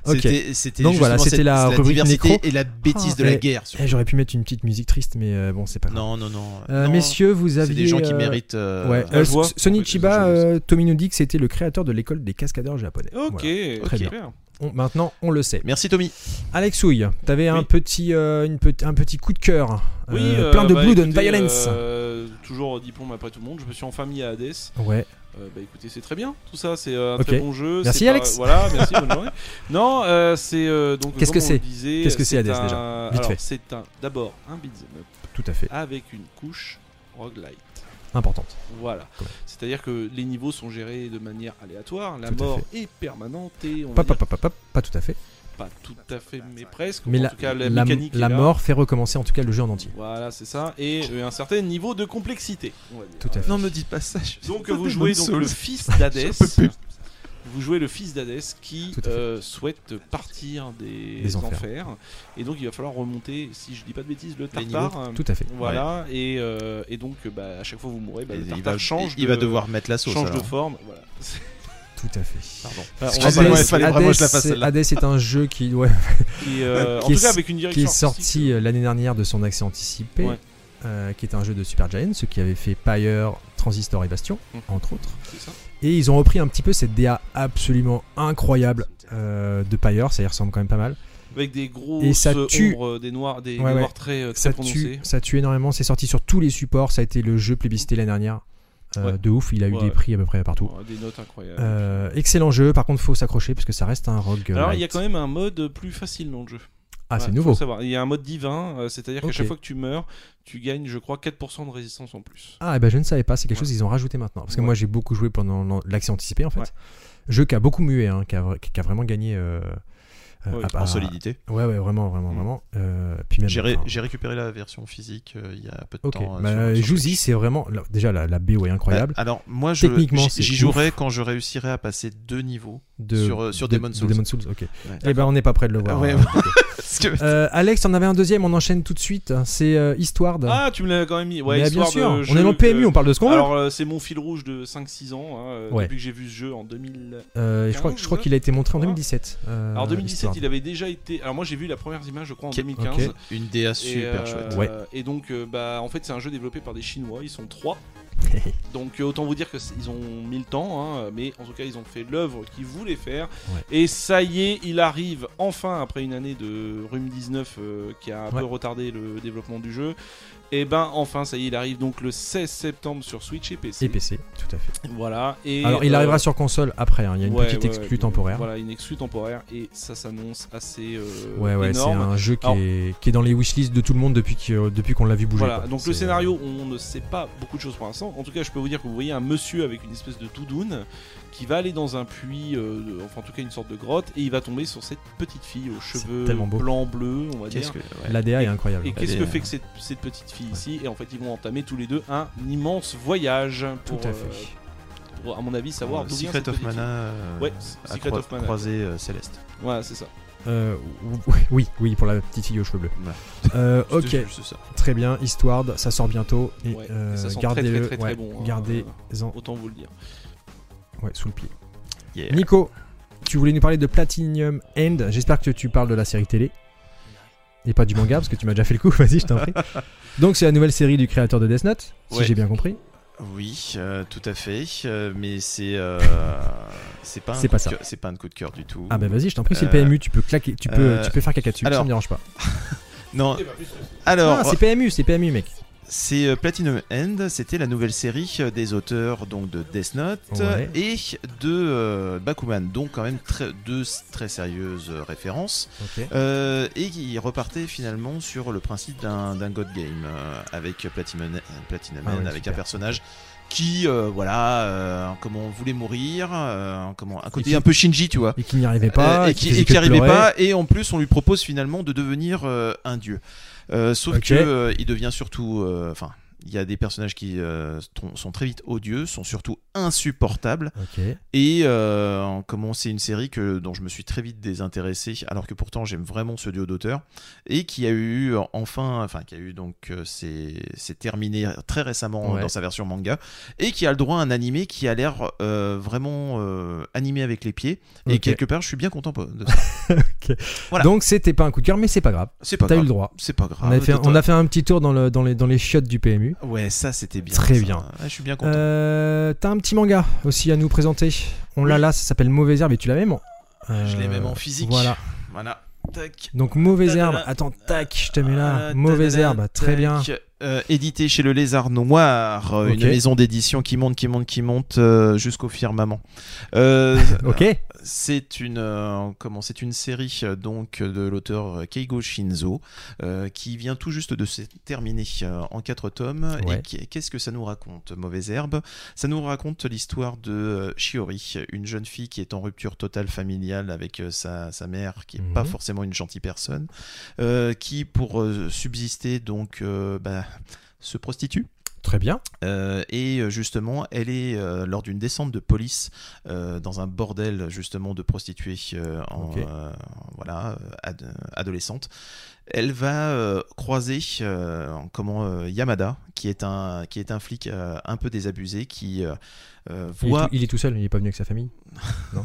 Speaker 3: Ok.
Speaker 4: C'était- C'était
Speaker 3: Donc
Speaker 4: justement
Speaker 3: voilà, c'était
Speaker 4: cette-
Speaker 3: la rubrique
Speaker 4: diversité
Speaker 3: nécro.
Speaker 4: et la bêtise
Speaker 3: Ah,
Speaker 4: de la
Speaker 3: et-
Speaker 4: guerre. surtout.
Speaker 3: Eh, J'aurais pu mettre une petite musique triste, mais euh, bon, c'est pas grave.
Speaker 4: Non, non, non.
Speaker 3: Euh,
Speaker 4: Non,
Speaker 3: Messieurs, vous
Speaker 4: c'est
Speaker 3: aviez.
Speaker 4: des gens qui
Speaker 3: euh,
Speaker 4: méritent. euh,
Speaker 3: Ouais.
Speaker 5: la
Speaker 3: euh,
Speaker 5: joie.
Speaker 3: S- Sony
Speaker 4: En fait,
Speaker 3: Chiba,
Speaker 4: les gens
Speaker 3: euh, Tommy nous dit que c'était le créateur de l'école des cascadeurs japonais.
Speaker 5: Ok,
Speaker 3: Voilà. Très bien.
Speaker 5: super.
Speaker 3: On- maintenant, on le sait.
Speaker 4: Merci Tommy.
Speaker 3: Alex Houille, t'avais un
Speaker 5: Oui.
Speaker 3: petit, euh, une pe- un petit coup de cœur,
Speaker 5: Oui,
Speaker 3: euh,
Speaker 5: euh,
Speaker 3: plein de
Speaker 5: bah,
Speaker 3: blood and
Speaker 5: écoutez,
Speaker 3: violence.
Speaker 5: euh, toujours diplôme après tout le monde. Je me suis enfin mis à Hades.
Speaker 3: Ouais.
Speaker 5: Euh, bah écoutez, c'est très bien. Tout ça, c'est euh, un
Speaker 3: Ok.
Speaker 5: très bon jeu.
Speaker 3: Merci,
Speaker 5: c'est pas-
Speaker 3: Alex.
Speaker 5: Voilà, merci,
Speaker 3: *laughs*
Speaker 5: bonne journée. Non, euh, c'est euh, donc.
Speaker 3: Qu'est-ce que
Speaker 5: comme on le
Speaker 3: c'est
Speaker 5: disait,
Speaker 3: Qu'est-ce que c'est Hades,
Speaker 5: un-
Speaker 3: déjà Vite
Speaker 5: alors,
Speaker 3: fait.
Speaker 5: c'est un d'abord un beat'em up
Speaker 3: Tout à fait.
Speaker 5: avec une couche roguelite.
Speaker 3: Importante.
Speaker 5: Voilà.
Speaker 3: Cool.
Speaker 5: C'est-à-dire que les niveaux sont gérés de manière aléatoire, la
Speaker 3: Tout à
Speaker 5: mort est permanente et on va
Speaker 3: Pas, pas,
Speaker 5: dire
Speaker 3: pas, pas, pas, pas tout à fait.
Speaker 5: pas tout à fait, mais presque.
Speaker 3: Mais
Speaker 5: en
Speaker 3: la,
Speaker 5: tout cas, la,
Speaker 3: la-
Speaker 5: mécanique
Speaker 3: la
Speaker 5: est là.
Speaker 3: mort fait recommencer en tout cas le jeu en entier.
Speaker 5: Voilà, c'est ça. Et euh, un certain niveau de complexité. on va dire.
Speaker 3: Tout à fait.
Speaker 4: Non, me dites pas ça. je-
Speaker 5: Donc
Speaker 4: Demon
Speaker 5: vous jouez donc
Speaker 4: Souls.
Speaker 5: le fils
Speaker 3: *laughs*
Speaker 5: d'Hadès.
Speaker 4: J'en peux plus.
Speaker 5: Vous jouez le fils d'Hadès qui
Speaker 3: Tout à fait.
Speaker 5: euh, souhaite partir des,
Speaker 3: Des enfers.
Speaker 5: enfers. Et donc il va falloir remonter, si je dis pas de bêtises, le
Speaker 4: Les
Speaker 5: tartare.
Speaker 3: Tout à fait.
Speaker 5: Voilà. Et, euh, et donc bah, à chaque fois vous mourrez, bah, le
Speaker 4: Il
Speaker 5: tartare
Speaker 4: va-
Speaker 5: change.
Speaker 4: il va
Speaker 5: de-
Speaker 4: devoir mettre la sauce.
Speaker 5: change de
Speaker 4: alors.
Speaker 5: forme. Voilà.
Speaker 3: Tout à fait.
Speaker 4: Pardon.
Speaker 5: Enfin, Ah, on va
Speaker 4: Excusez-moi,
Speaker 5: pas-
Speaker 4: il fallait vraiment que je la fasse,
Speaker 3: c'est-
Speaker 4: celle-là.
Speaker 3: Hades est un jeu qui,
Speaker 5: *laughs*
Speaker 3: ouais,
Speaker 5: qui, euh, en
Speaker 3: qui
Speaker 5: tout
Speaker 3: est-
Speaker 5: cas avec une
Speaker 3: qui
Speaker 5: direction
Speaker 3: est
Speaker 5: artistique,
Speaker 3: sorti euh, l'année dernière de son accès anticipé,
Speaker 5: Ouais.
Speaker 3: euh, qui est un jeu de Supergiant, ceux qui avaient fait Pyre, Transistor et Bastion,
Speaker 5: Mhm.
Speaker 3: entre autres.
Speaker 5: c'est ça.
Speaker 3: Et ils ont repris un petit peu cette DA absolument incroyable euh, de Pyre, ça y ressemble quand même pas mal.
Speaker 5: avec des gros
Speaker 3: Et ça tue.
Speaker 5: ombres, euh, des noirs, des,
Speaker 3: Ouais,
Speaker 5: des
Speaker 3: ouais.
Speaker 5: noirs très, euh, très
Speaker 3: ça tue,
Speaker 5: prononcés.
Speaker 3: ça tue énormément. C'est sorti sur tous les supports. Ça a été le jeu plébiscité l'année dernière. Euh,
Speaker 5: Ouais.
Speaker 3: De ouf, il a eu
Speaker 5: Ouais.
Speaker 3: des prix à peu près partout.
Speaker 5: Ouais, Des notes incroyables.
Speaker 3: Euh, excellent jeu, par contre, faut s'accrocher parce que ça reste un rogue. euh,
Speaker 5: Alors
Speaker 3: light.
Speaker 5: il y a quand même un mode plus facile dans le jeu.
Speaker 3: Ah, c'est
Speaker 5: Ouais, faut
Speaker 3: nouveau.
Speaker 5: le savoir. Il y a un mode divin, euh, c'est-à-dire
Speaker 3: Ok.
Speaker 5: qu'à chaque fois que tu meurs, tu gagnes, je crois, 4% de résistance en plus.
Speaker 3: Ah, et ben je ne savais pas, c'est quelque
Speaker 5: Ouais.
Speaker 3: chose qu'ils ont rajouté maintenant. Parce que
Speaker 5: Ouais.
Speaker 3: moi j'ai beaucoup joué pendant l'an- l'accès anticipé en fait.
Speaker 5: Ouais.
Speaker 3: Jeu qui a beaucoup mué, hein, qui, a, vra- qui a vraiment gagné. euh, euh,
Speaker 5: Ouais,
Speaker 3: à- à-
Speaker 4: En solidité.
Speaker 3: Ouais, ouais, vraiment, vraiment,
Speaker 5: Mm.
Speaker 3: vraiment. Euh, puis même.
Speaker 4: J'ai ré-
Speaker 3: enfin,
Speaker 4: j'ai récupéré la version physique euh, il y a peu de
Speaker 3: Ok,
Speaker 4: temps. euh,
Speaker 3: bah,
Speaker 4: sur- sur
Speaker 3: jouez-y,
Speaker 4: Twitch.
Speaker 3: c'est vraiment. là, Déjà, la, la BO est incroyable.
Speaker 4: Bah, alors moi, je-
Speaker 3: Techniquement,
Speaker 4: j'y
Speaker 3: c'est
Speaker 4: j'y jouerai quand je réussirai à passer deux niveaux.
Speaker 3: de,
Speaker 4: Sur, euh, sur
Speaker 3: de-
Speaker 4: Demon's
Speaker 3: de
Speaker 4: Souls.
Speaker 3: Demon's Souls, ok. Eh ben, on n'est pas près de le voir.
Speaker 4: Ah ouais,
Speaker 3: hein.
Speaker 4: bah. Parce que-
Speaker 3: Euh, Alex, on avait un deuxième, on enchaîne tout de suite. hein, C'est euh, Histoire. de-
Speaker 5: Ah, tu me l'avais quand même mis. Ouais,
Speaker 3: Mais bien
Speaker 5: histoire
Speaker 3: sûr,
Speaker 5: de
Speaker 3: on
Speaker 5: jeu
Speaker 3: est en
Speaker 5: que-
Speaker 3: PMU, on parle de ce qu'on veut.
Speaker 5: Alors, euh, c'est mon fil rouge de 5-6 ans, hein, euh,
Speaker 3: Ouais.
Speaker 5: depuis que j'ai vu ce jeu en 2000.
Speaker 3: Euh, je crois, je crois qu'il a été montré en 2017. euh,
Speaker 5: Alors, 2017,
Speaker 3: Histoire.
Speaker 5: il avait déjà été. Alors, moi, j'ai vu la première image, je crois, en
Speaker 4: Ok.
Speaker 5: 2015.
Speaker 3: Ok.
Speaker 4: Une DA
Speaker 5: Et,
Speaker 4: super
Speaker 5: euh,
Speaker 4: chouette.
Speaker 3: Ouais.
Speaker 5: Et donc, euh, bah, en fait, c'est un jeu développé par des Chinois. Ils sont
Speaker 3: *laughs*
Speaker 5: trois. donc, euh, autant vous dire que c'est- ils ont mis le temps, hein, mais en tout cas, ils ont fait l'œuvre qu'ils voulaient faire.
Speaker 3: Ouais.
Speaker 5: Et ça y est, il arrive enfin après une année de Rhume 19 euh, qui a un peu
Speaker 3: Ouais.
Speaker 5: retardé le développement du jeu. Et ben, enfin, ça y est, il arrive donc le 16 septembre sur Switch et PC.
Speaker 3: Et PC, tout à fait.
Speaker 5: Voilà. Et
Speaker 3: Alors, il
Speaker 5: euh,
Speaker 3: arrivera sur console après, hein, il y a une
Speaker 5: ouais,
Speaker 3: petite
Speaker 5: ouais,
Speaker 3: exclue
Speaker 5: ouais,
Speaker 3: temporaire.
Speaker 5: Voilà, une exclue temporaire. Et ça s'annonce assez euh,
Speaker 3: Ouais, ouais, c'est
Speaker 5: énorme.
Speaker 3: un jeu qui,
Speaker 5: Alors-
Speaker 3: est, qui est dans les wishlists de tout le monde depuis que- depuis qu'on l'a vu bouger.
Speaker 5: Voilà,
Speaker 3: quoi.
Speaker 5: donc le
Speaker 3: C'est- euh,
Speaker 5: scénario, on ne sait pas beaucoup de choses pour l'instant. En tout cas, je peux vous dire que vous voyez un monsieur avec une espèce de doudoune qui va aller dans un puits, euh, de- enfin en tout cas une sorte de grotte, et il va tomber sur cette petite fille aux
Speaker 3: C'est
Speaker 5: cheveux
Speaker 3: tellement beau.
Speaker 5: blanc bleu, on va dire.
Speaker 4: Qu'est-ce que. ouais.
Speaker 3: L'ADA est incroyable.
Speaker 5: Et qu'est-ce
Speaker 4: Elle
Speaker 5: que
Speaker 4: est-
Speaker 5: fait que cette, cette petite fille ici Et en fait, ils vont entamer tous les deux un immense voyage
Speaker 3: Tout
Speaker 5: pour,
Speaker 3: à fait.
Speaker 5: euh, pour, à mon avis, savoir
Speaker 4: Euh,
Speaker 5: d'où vient
Speaker 4: Secret
Speaker 5: cette
Speaker 4: of
Speaker 5: petite
Speaker 4: Mana.
Speaker 5: fille.
Speaker 4: euh,
Speaker 5: Ouais,
Speaker 4: à
Speaker 5: Secret
Speaker 4: croi-
Speaker 5: of Mana.
Speaker 4: croisée, euh, céleste.
Speaker 5: Voilà, c'est ça.
Speaker 3: Euh, oui, oui, pour la petite fille aux cheveux bleus.
Speaker 4: Voilà.
Speaker 3: Euh, ok,
Speaker 4: C'était juste ça.
Speaker 3: très bien. Histoire, ça sort bientôt. Et,
Speaker 5: Ouais, et
Speaker 3: euh,
Speaker 5: ça sent très,
Speaker 3: gardez-le.
Speaker 5: très, très, très
Speaker 3: ouais,
Speaker 5: bon, hein.
Speaker 3: Gardez-en
Speaker 5: Autant vous le dire.
Speaker 3: ouais, sous le pied.
Speaker 4: Yeah.
Speaker 3: Nico, tu voulais nous parler de Platinum End. J'espère que tu parles de la série télé. Et pas du manga, parce que tu m'as déjà fait le coup. *laughs* Vas-y, je t'en prie. Donc, c'est la nouvelle série du créateur de Death Note, si
Speaker 4: Ouais.
Speaker 3: j'ai bien compris.
Speaker 4: Oui, euh, tout à fait. euh, mais c'est. euh, c'est pas, un
Speaker 3: C'est
Speaker 4: coup
Speaker 3: pas
Speaker 4: de
Speaker 3: ça.
Speaker 4: cœur- C'est pas un coup de cœur du tout.
Speaker 3: Ah, bah vas-y, je t'en prie, c'est le
Speaker 4: Euh,
Speaker 3: PMU. Tu peux claquer, tu peux,
Speaker 4: euh,
Speaker 3: tu peux faire caca dessus. ça
Speaker 4: alors,
Speaker 3: me dérange pas.
Speaker 4: Non.
Speaker 3: Non,
Speaker 4: Alors, oh,
Speaker 3: c'est PMU, c'est PMU, mec.
Speaker 4: C'est euh, Platinum End, c'était la nouvelle série euh, des auteurs donc de Death Note
Speaker 3: Ouais.
Speaker 4: et de euh, Bakuman, donc quand même très- deux s- très sérieuses euh, références,
Speaker 3: Ok.
Speaker 4: Euh, et qui repartaient finalement sur le principe d'un d'un God Game euh, avec Platinum, Platinum
Speaker 3: Ah
Speaker 4: End,
Speaker 3: ouais,
Speaker 4: avec
Speaker 3: super.
Speaker 4: un personnage qui, euh, voilà, euh, comment on voulait mourir, euh, comment, un côté
Speaker 3: qui-
Speaker 4: un peu Shinji, tu vois.
Speaker 3: Et qui n'y arrivait pas.
Speaker 4: Euh, et,
Speaker 3: qui
Speaker 4: qui,
Speaker 3: faisait
Speaker 4: et qui
Speaker 3: que
Speaker 4: arrivait
Speaker 3: pleurer.
Speaker 4: pas et en plus on lui propose finalement de devenir euh, un dieu Euh, sauf
Speaker 3: Ok.
Speaker 4: que euh, il devient surtout euh, enfin il y a des personnages qui euh, ton- sont très vite odieux sont surtout insupportables
Speaker 3: Ok.
Speaker 4: et euh, comment c'est une série que, dont je me suis très vite désintéressé, alors que pourtant j'aime vraiment ce duo d'auteurs, et qui a eu euh, enfin, enfin qui a eu donc, euh, c'est c'est terminé très récemment
Speaker 3: Ouais.
Speaker 4: dans sa version manga, et qui a le droit à un animé qui a l'air euh, vraiment euh, animé avec les pieds, et
Speaker 3: Ok.
Speaker 4: quelque part je suis bien content de ça. Voilà.
Speaker 3: Donc, c'était pas un coup de cœur, mais c'est pas grave.
Speaker 4: C'est pas
Speaker 3: T'as eu
Speaker 4: grave.
Speaker 3: le droit.
Speaker 4: C'est pas grave.
Speaker 3: On a, fait,
Speaker 4: T'as-
Speaker 3: on a fait un petit tour dans, le, dans, les, dans les chiottes du PMU.
Speaker 4: Ouais, ça c'était bien.
Speaker 3: Très
Speaker 4: ça.
Speaker 3: bien.
Speaker 4: Ah, je suis bien content.
Speaker 3: Euh, T'as un petit manga aussi à nous présenter. On l'a là, ça s'appelle Mauvaise Herbe et tu l'as même en.
Speaker 4: je l'ai
Speaker 3: euh,
Speaker 4: même en physique.
Speaker 3: Voilà.
Speaker 4: Voilà. Tac.
Speaker 3: Donc Mauvaise
Speaker 4: Tadala.
Speaker 3: Herbe, attends, tac, je te mets là.
Speaker 4: Ah,
Speaker 3: Mauvaise
Speaker 4: tadadam,
Speaker 3: Herbe, très
Speaker 4: tac.
Speaker 3: bien.
Speaker 4: Euh, édité chez le Lézard Noir, euh,
Speaker 3: Ok.
Speaker 4: une maison d'édition qui monte, qui monte, qui monte euh, jusqu'au firmament. Euh,
Speaker 3: Ok,
Speaker 4: c'est une euh, comment C'est une série euh, donc de l'auteur euh, Keigo Shinzo euh, qui vient tout juste de se terminer euh, en quatre tomes.
Speaker 3: Ouais.
Speaker 4: Et qui- qu'est-ce que ça nous raconte, Mauvaise Herbe Ça nous raconte l'histoire de euh, Shiori, une jeune fille qui est en rupture totale familiale avec euh, sa, sa mère, qui est pas
Speaker 3: Mhm.
Speaker 4: forcément une gentille personne, euh, qui pour euh, subsister donc euh, bah, se prostitue.
Speaker 3: très bien.
Speaker 4: Euh, et euh, justement, elle est euh, lors d'une descente de police euh, dans un bordel justement de prostituées euh, en,
Speaker 3: Ok.
Speaker 4: euh, en- voilà euh, ad- adolescente. Elle va euh, croiser euh, en- comment euh, Yamada, qui est un qui est un flic euh, un peu désabusé qui euh, euh,
Speaker 3: Il est,
Speaker 4: voit.
Speaker 3: tout, il est tout seul, il est pas venu avec sa famille.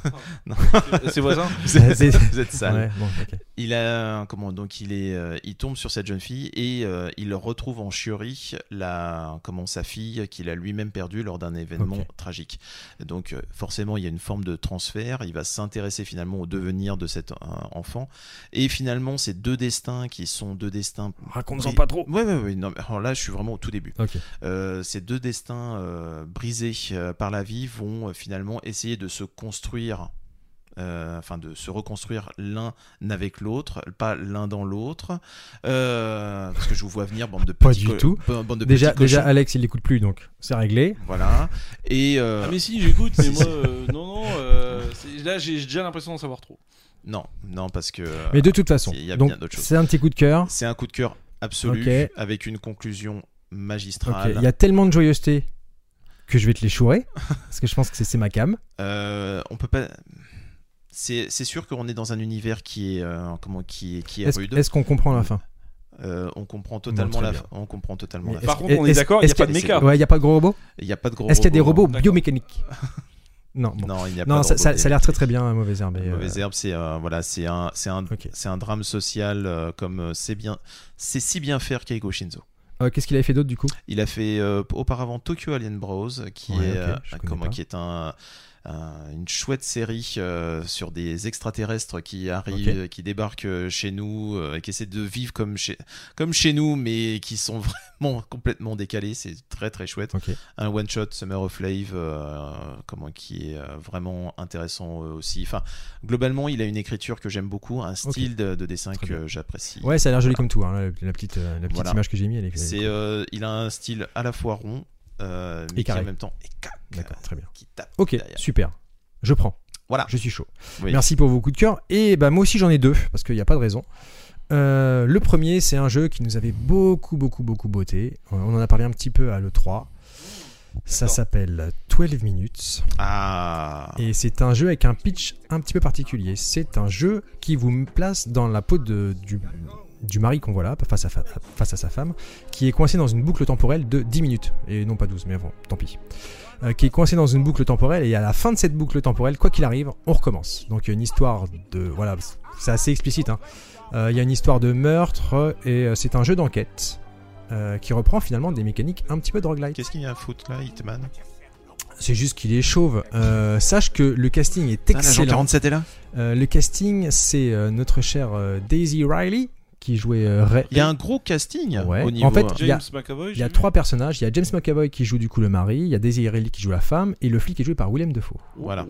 Speaker 5: C'est- C'est voisin
Speaker 4: *laughs* Vous êtes-
Speaker 3: Ouais, *laughs*
Speaker 4: vous êtes sale.
Speaker 3: Ouais, bon, ok.
Speaker 4: Il a comment donc il est euh, il tombe sur cette jeune fille et euh, il retrouve en Chiori la comment sa fille qu'il a lui-même perdue lors d'un événement
Speaker 3: Ok.
Speaker 4: tragique. Donc euh, forcément il y a une forme de transfert. Il va s'intéresser finalement au devenir de cet euh, enfant et finalement ces deux destins qui sont deux destins.
Speaker 3: Raconte-en
Speaker 4: bri-
Speaker 3: pas trop.
Speaker 4: Ouais ouais ouais. non, mais alors là je suis vraiment au tout début.
Speaker 3: Ok,
Speaker 4: Euh, ces deux destins euh, brisés euh, par la vie vont euh, finalement essayer de se construire, euh, enfin de se reconstruire l'un avec l'autre, pas l'un dans l'autre. Euh, parce que je vous vois venir, bande de
Speaker 3: Pas
Speaker 4: petits
Speaker 3: du
Speaker 4: co-
Speaker 3: tout.
Speaker 4: ba- Bande de
Speaker 3: déjà,
Speaker 4: petits
Speaker 3: déjà euh,
Speaker 4: cochons.
Speaker 3: Alex il l'écoute plus donc c'est réglé.
Speaker 4: Voilà. Et euh,
Speaker 5: Ah,
Speaker 3: *laughs*
Speaker 5: mais si, j'écoute, mais
Speaker 4: Si,
Speaker 5: moi,
Speaker 4: si.
Speaker 5: euh, non, non, euh, c'est- là, j'ai j'ai déjà l'impression d'en savoir trop.
Speaker 4: non, non, parce que.
Speaker 3: Mais de toute façon,
Speaker 4: il y a
Speaker 3: donc
Speaker 4: bien d'autres choses.
Speaker 3: c'est un petit coup de cœur.
Speaker 4: C'est un coup de cœur absolu,
Speaker 3: Ok.
Speaker 4: avec une conclusion
Speaker 3: Ok,
Speaker 4: magistrale.
Speaker 3: Il y a tellement de joyeuseté
Speaker 4: *laughs*
Speaker 3: que je vais te les chourer parce que je pense que c'est c'est ma cam.
Speaker 4: Euh, on peut pas. c'est c'est sûr qu'on est dans un univers qui est euh, comment qui est, qui est
Speaker 3: Est-ce
Speaker 4: rude.
Speaker 3: est-ce qu'on comprend la fin
Speaker 4: Euh, on comprend totalement
Speaker 3: très
Speaker 4: la
Speaker 3: bien.
Speaker 4: on comprend totalement
Speaker 3: Mais
Speaker 4: la
Speaker 3: est-ce-
Speaker 5: Par
Speaker 4: fin.
Speaker 5: contre, on est
Speaker 3: est-ce-
Speaker 5: d'accord, il n'y a
Speaker 3: est-ce
Speaker 5: pas de
Speaker 3: qu'il y
Speaker 5: méca.
Speaker 3: Ouais, il n'y a pas de gros robots
Speaker 4: Il n'y a pas de gros
Speaker 3: Est-ce qu'il y a des robots
Speaker 5: D'accord.
Speaker 4: *laughs*
Speaker 3: biomécaniques Non, bon.
Speaker 4: Non, il n'y a
Speaker 3: non
Speaker 4: pas de
Speaker 3: ça, ça-
Speaker 4: robots.
Speaker 3: ça a l'air très très bien, Mauvaise Herbe. et, euh,
Speaker 4: Mauvaise herbe, c'est euh, voilà, c'est un c'est un
Speaker 3: Ok.
Speaker 4: c'est un drame social euh, comme euh, c'est bien c'est si bien faire Keiko Shinzo.
Speaker 3: euh, Qu'est-ce qu'il avait fait d'autre du coup
Speaker 4: Il a fait euh, auparavant Tokyo Alien Bros, qui
Speaker 3: Ouais,
Speaker 4: est
Speaker 3: ok,
Speaker 4: euh,
Speaker 3: je connais
Speaker 4: comment,
Speaker 3: pas.
Speaker 4: qui est un, un- une chouette série euh, sur des extraterrestres qui arrivent,
Speaker 3: Ok.
Speaker 4: euh, qui débarquent euh, chez nous, euh, et qui essaient de vivre comme chez comme chez nous, mais qui sont *laughs* vraiment complètement décalés. C'est très très chouette.
Speaker 3: Ok.
Speaker 4: Un one shot Summer of Lave, euh, comment qui est euh, vraiment intéressant euh, aussi. Enfin, globalement, il a une écriture que j'aime beaucoup, un style de, de dessin
Speaker 3: Très
Speaker 4: que j'apprécie.
Speaker 3: Ouais, ça a l'air joli comme tout. hein, la, la petite, euh, la petite
Speaker 4: Ah. Voilà.
Speaker 3: image que j'ai mis, elle est.
Speaker 4: C'est, euh, il a un style à la fois rond, euh, mais
Speaker 3: Et
Speaker 4: qui en
Speaker 3: carré.
Speaker 4: même temps est cac,
Speaker 3: D'accord, très bien.
Speaker 4: qui tape.
Speaker 3: Ok,
Speaker 4: derrière.
Speaker 3: super. Je prends.
Speaker 4: Voilà.
Speaker 3: Je suis chaud.
Speaker 4: Oui.
Speaker 3: Merci pour vos coups de cœur. Et bah, moi aussi, j'en ai deux, parce qu'il n'y a pas de raison. Euh, le premier, c'est un jeu qui nous avait beaucoup, beaucoup, beaucoup beauté. On on en a parlé un petit peu à l'E3. Ça
Speaker 5: D'accord.
Speaker 3: s'appelle 12 Minutes.
Speaker 4: Ah.
Speaker 3: Et c'est un jeu avec un pitch un petit peu particulier. C'est un jeu qui vous place dans la peau de- du, du mari qu'on voit là, face à, fa- face à sa femme, qui est coincé dans une boucle temporelle de 10 minutes. Et non pas 12, mais bon, tant pis. Euh, qui est coincé dans une boucle temporelle, et à la fin de cette boucle temporelle, quoi qu'il arrive, on recommence. Donc il y a une histoire de... Voilà, c'est assez explicite. hein. Euh, il y a une histoire de meurtre, et euh, c'est un jeu d'enquête. euh, qui reprend finalement des mécaniques un petit peu de roguelite.
Speaker 4: Qu'est-ce qu'il y a à foutre là, Hitman
Speaker 3: C'est juste qu'il est chauve. Euh, sache que le casting est
Speaker 4: Putain, l'agent
Speaker 3: excellent.
Speaker 4: 47 est là.
Speaker 3: Euh, le casting, c'est euh, notre chère euh, Daisy Riley qui jouait euh, Ray.
Speaker 4: Il y a un gros casting
Speaker 3: Ouais.
Speaker 4: au niveau.
Speaker 3: En fait,
Speaker 4: euh,
Speaker 3: il y a-
Speaker 5: James McAvoy.
Speaker 3: Il y a trois personnages. Il y a James McAvoy qui joue du coup le mari, il y a Daisy Riley qui joue la femme et le flic est joué par Willem Dafoe.
Speaker 4: voilà.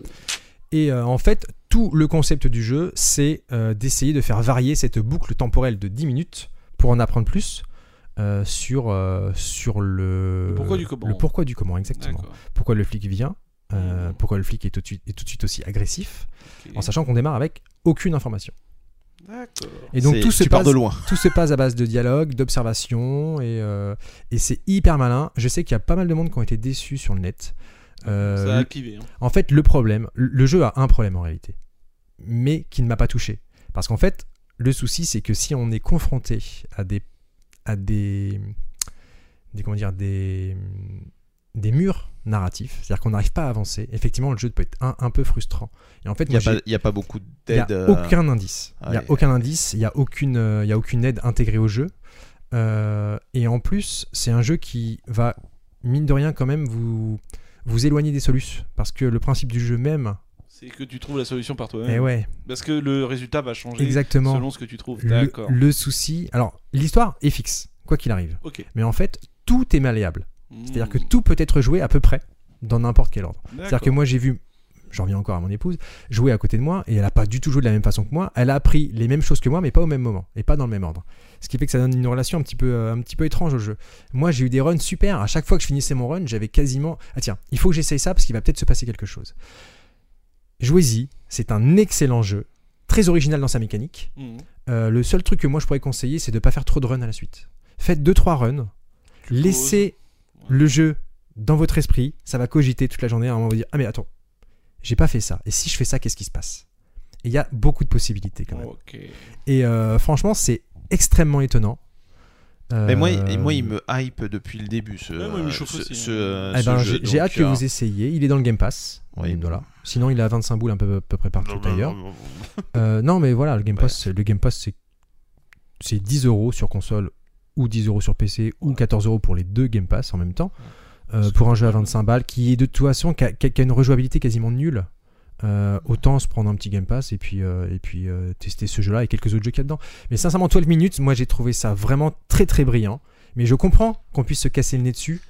Speaker 3: Et euh, en fait, tout le concept du jeu, c'est euh, d'essayer de faire varier cette boucle temporelle de 10 minutes pour en apprendre plus euh, sur, euh, sur le,
Speaker 5: Le pourquoi du comment.
Speaker 3: Le pourquoi du comment, exactement.
Speaker 5: D'accord.
Speaker 3: Pourquoi le flic vient, euh,
Speaker 5: Mhm.
Speaker 3: pourquoi le flic est tout, de suite- est tout de suite aussi agressif,
Speaker 5: Ok.
Speaker 3: en sachant qu'on démarre avec aucune information.
Speaker 5: D'accord.
Speaker 3: Et donc
Speaker 4: C'est-
Speaker 3: tout se
Speaker 4: tu pars
Speaker 3: passe
Speaker 4: de loin.
Speaker 3: tout se passe à base de dialogue, d'observation, et, euh, et c'est hyper malin. Je sais qu'il y a pas mal de monde qui ont été déçus sur le net. Euh,
Speaker 5: Ça a
Speaker 3: le-
Speaker 5: clivé. hein.
Speaker 3: en fait, le problème, le- le jeu a un problème en réalité, mais qui ne m'a pas touché. Parce qu'en fait, le souci, c'est que si on est confronté à des, à des, des comment dire, des, des murs narratifs, c'est-à-dire qu'on n'arrive pas à avancer, effectivement, le jeu peut être un, un peu frustrant. Et en fait,
Speaker 4: Il n'y a,
Speaker 3: moi, j'ai-
Speaker 4: pas- il y a pas beaucoup
Speaker 3: il n'y
Speaker 4: d'aide.
Speaker 3: a
Speaker 4: euh,
Speaker 3: aucun indice. Il n'y a
Speaker 4: ouais.
Speaker 3: aucun indice, il n'y a, aucune, euh, il y a aucune aide intégrée au jeu. Euh, et en plus, c'est un jeu qui va, mine de rien, quand même vous, vous éloigner des solutions. Parce que le principe du jeu même.
Speaker 5: C'est que tu trouves la solution par
Speaker 3: eh
Speaker 5: toi-même.
Speaker 3: ouais,
Speaker 5: Parce que le résultat va changer
Speaker 3: exactement.
Speaker 5: selon ce que tu trouves.
Speaker 3: Le,
Speaker 5: D'accord.
Speaker 3: le souci. Alors, l'histoire est fixe, quoi qu'il arrive.
Speaker 5: Ok.
Speaker 3: Mais en fait, tout est malléable. C'est-à-dire que
Speaker 5: Hmm.
Speaker 3: tout peut être joué à peu près dans n'importe quel ordre. C'est-à-dire
Speaker 5: D'accord.
Speaker 3: que moi, j'ai vu, j'en reviens encore à mon épouse, jouer à côté de moi, et elle n'a pas du tout joué de la même façon que moi. Elle a appris les mêmes choses que moi, mais pas au même moment, et pas dans le même ordre. Ce qui fait que ça donne une relation un petit peu, euh, un petit peu étrange au jeu. Moi, j'ai eu des runs super. À chaque fois que je finissais mon run, j'avais quasiment. Ah tiens, il faut que j'essaye ça parce qu'il va peut-être se passer quelque chose. Jouez-y, c'est un excellent jeu, très original dans sa mécanique.
Speaker 5: Hmm.
Speaker 3: Euh, le seul truc que moi je pourrais conseiller, c'est de ne pas faire trop de runs à la suite. Faites 2-3 runs,
Speaker 5: Tu
Speaker 3: laissez
Speaker 5: poses.
Speaker 3: le jeu dans votre esprit, ça va cogiter toute la journée, à un moment vous dire Ah mais attends, j'ai pas fait ça, et si je fais ça, qu'est-ce qui se passe Et il y a beaucoup de possibilités quand même.
Speaker 5: Ok.
Speaker 3: Et euh, franchement, c'est extrêmement étonnant.
Speaker 4: Mais moi,
Speaker 3: Euh,
Speaker 4: il- moi, il me hype depuis le début ce.
Speaker 5: Ouais, moi, il me chauffe
Speaker 4: ce-
Speaker 5: aussi,
Speaker 4: ce,
Speaker 5: hein.
Speaker 4: euh,
Speaker 3: eh
Speaker 4: ce
Speaker 3: ben,
Speaker 4: jeu,
Speaker 3: j'ai j'ai
Speaker 4: donc,
Speaker 3: hâte que
Speaker 4: euh,
Speaker 3: vous essayiez, il est dans le Game Pass.
Speaker 4: Oui.
Speaker 3: Voilà. Sinon, il est à 25 boules un peu, à peu près partout ailleurs. Euh, non, mais voilà, le Game Pass, le Game Pass, c'est c'est 10 euros sur console ou 10 euros sur PC ou 14 euros pour les deux Game Pass en même temps euh,
Speaker 5: C'est
Speaker 3: pour un jeu à
Speaker 5: bien.
Speaker 3: 25 balles qui est de toute façon qui a, qui a- qui a une rejouabilité quasiment nulle. Euh, autant se prendre un petit Game Pass et puis, euh, et puis euh, tester ce jeu-là et quelques autres jeux qu'il y a dedans. Mais sincèrement, 12 minutes, moi j'ai trouvé ça vraiment très très brillant. Mais je comprends qu'on puisse se casser le nez dessus,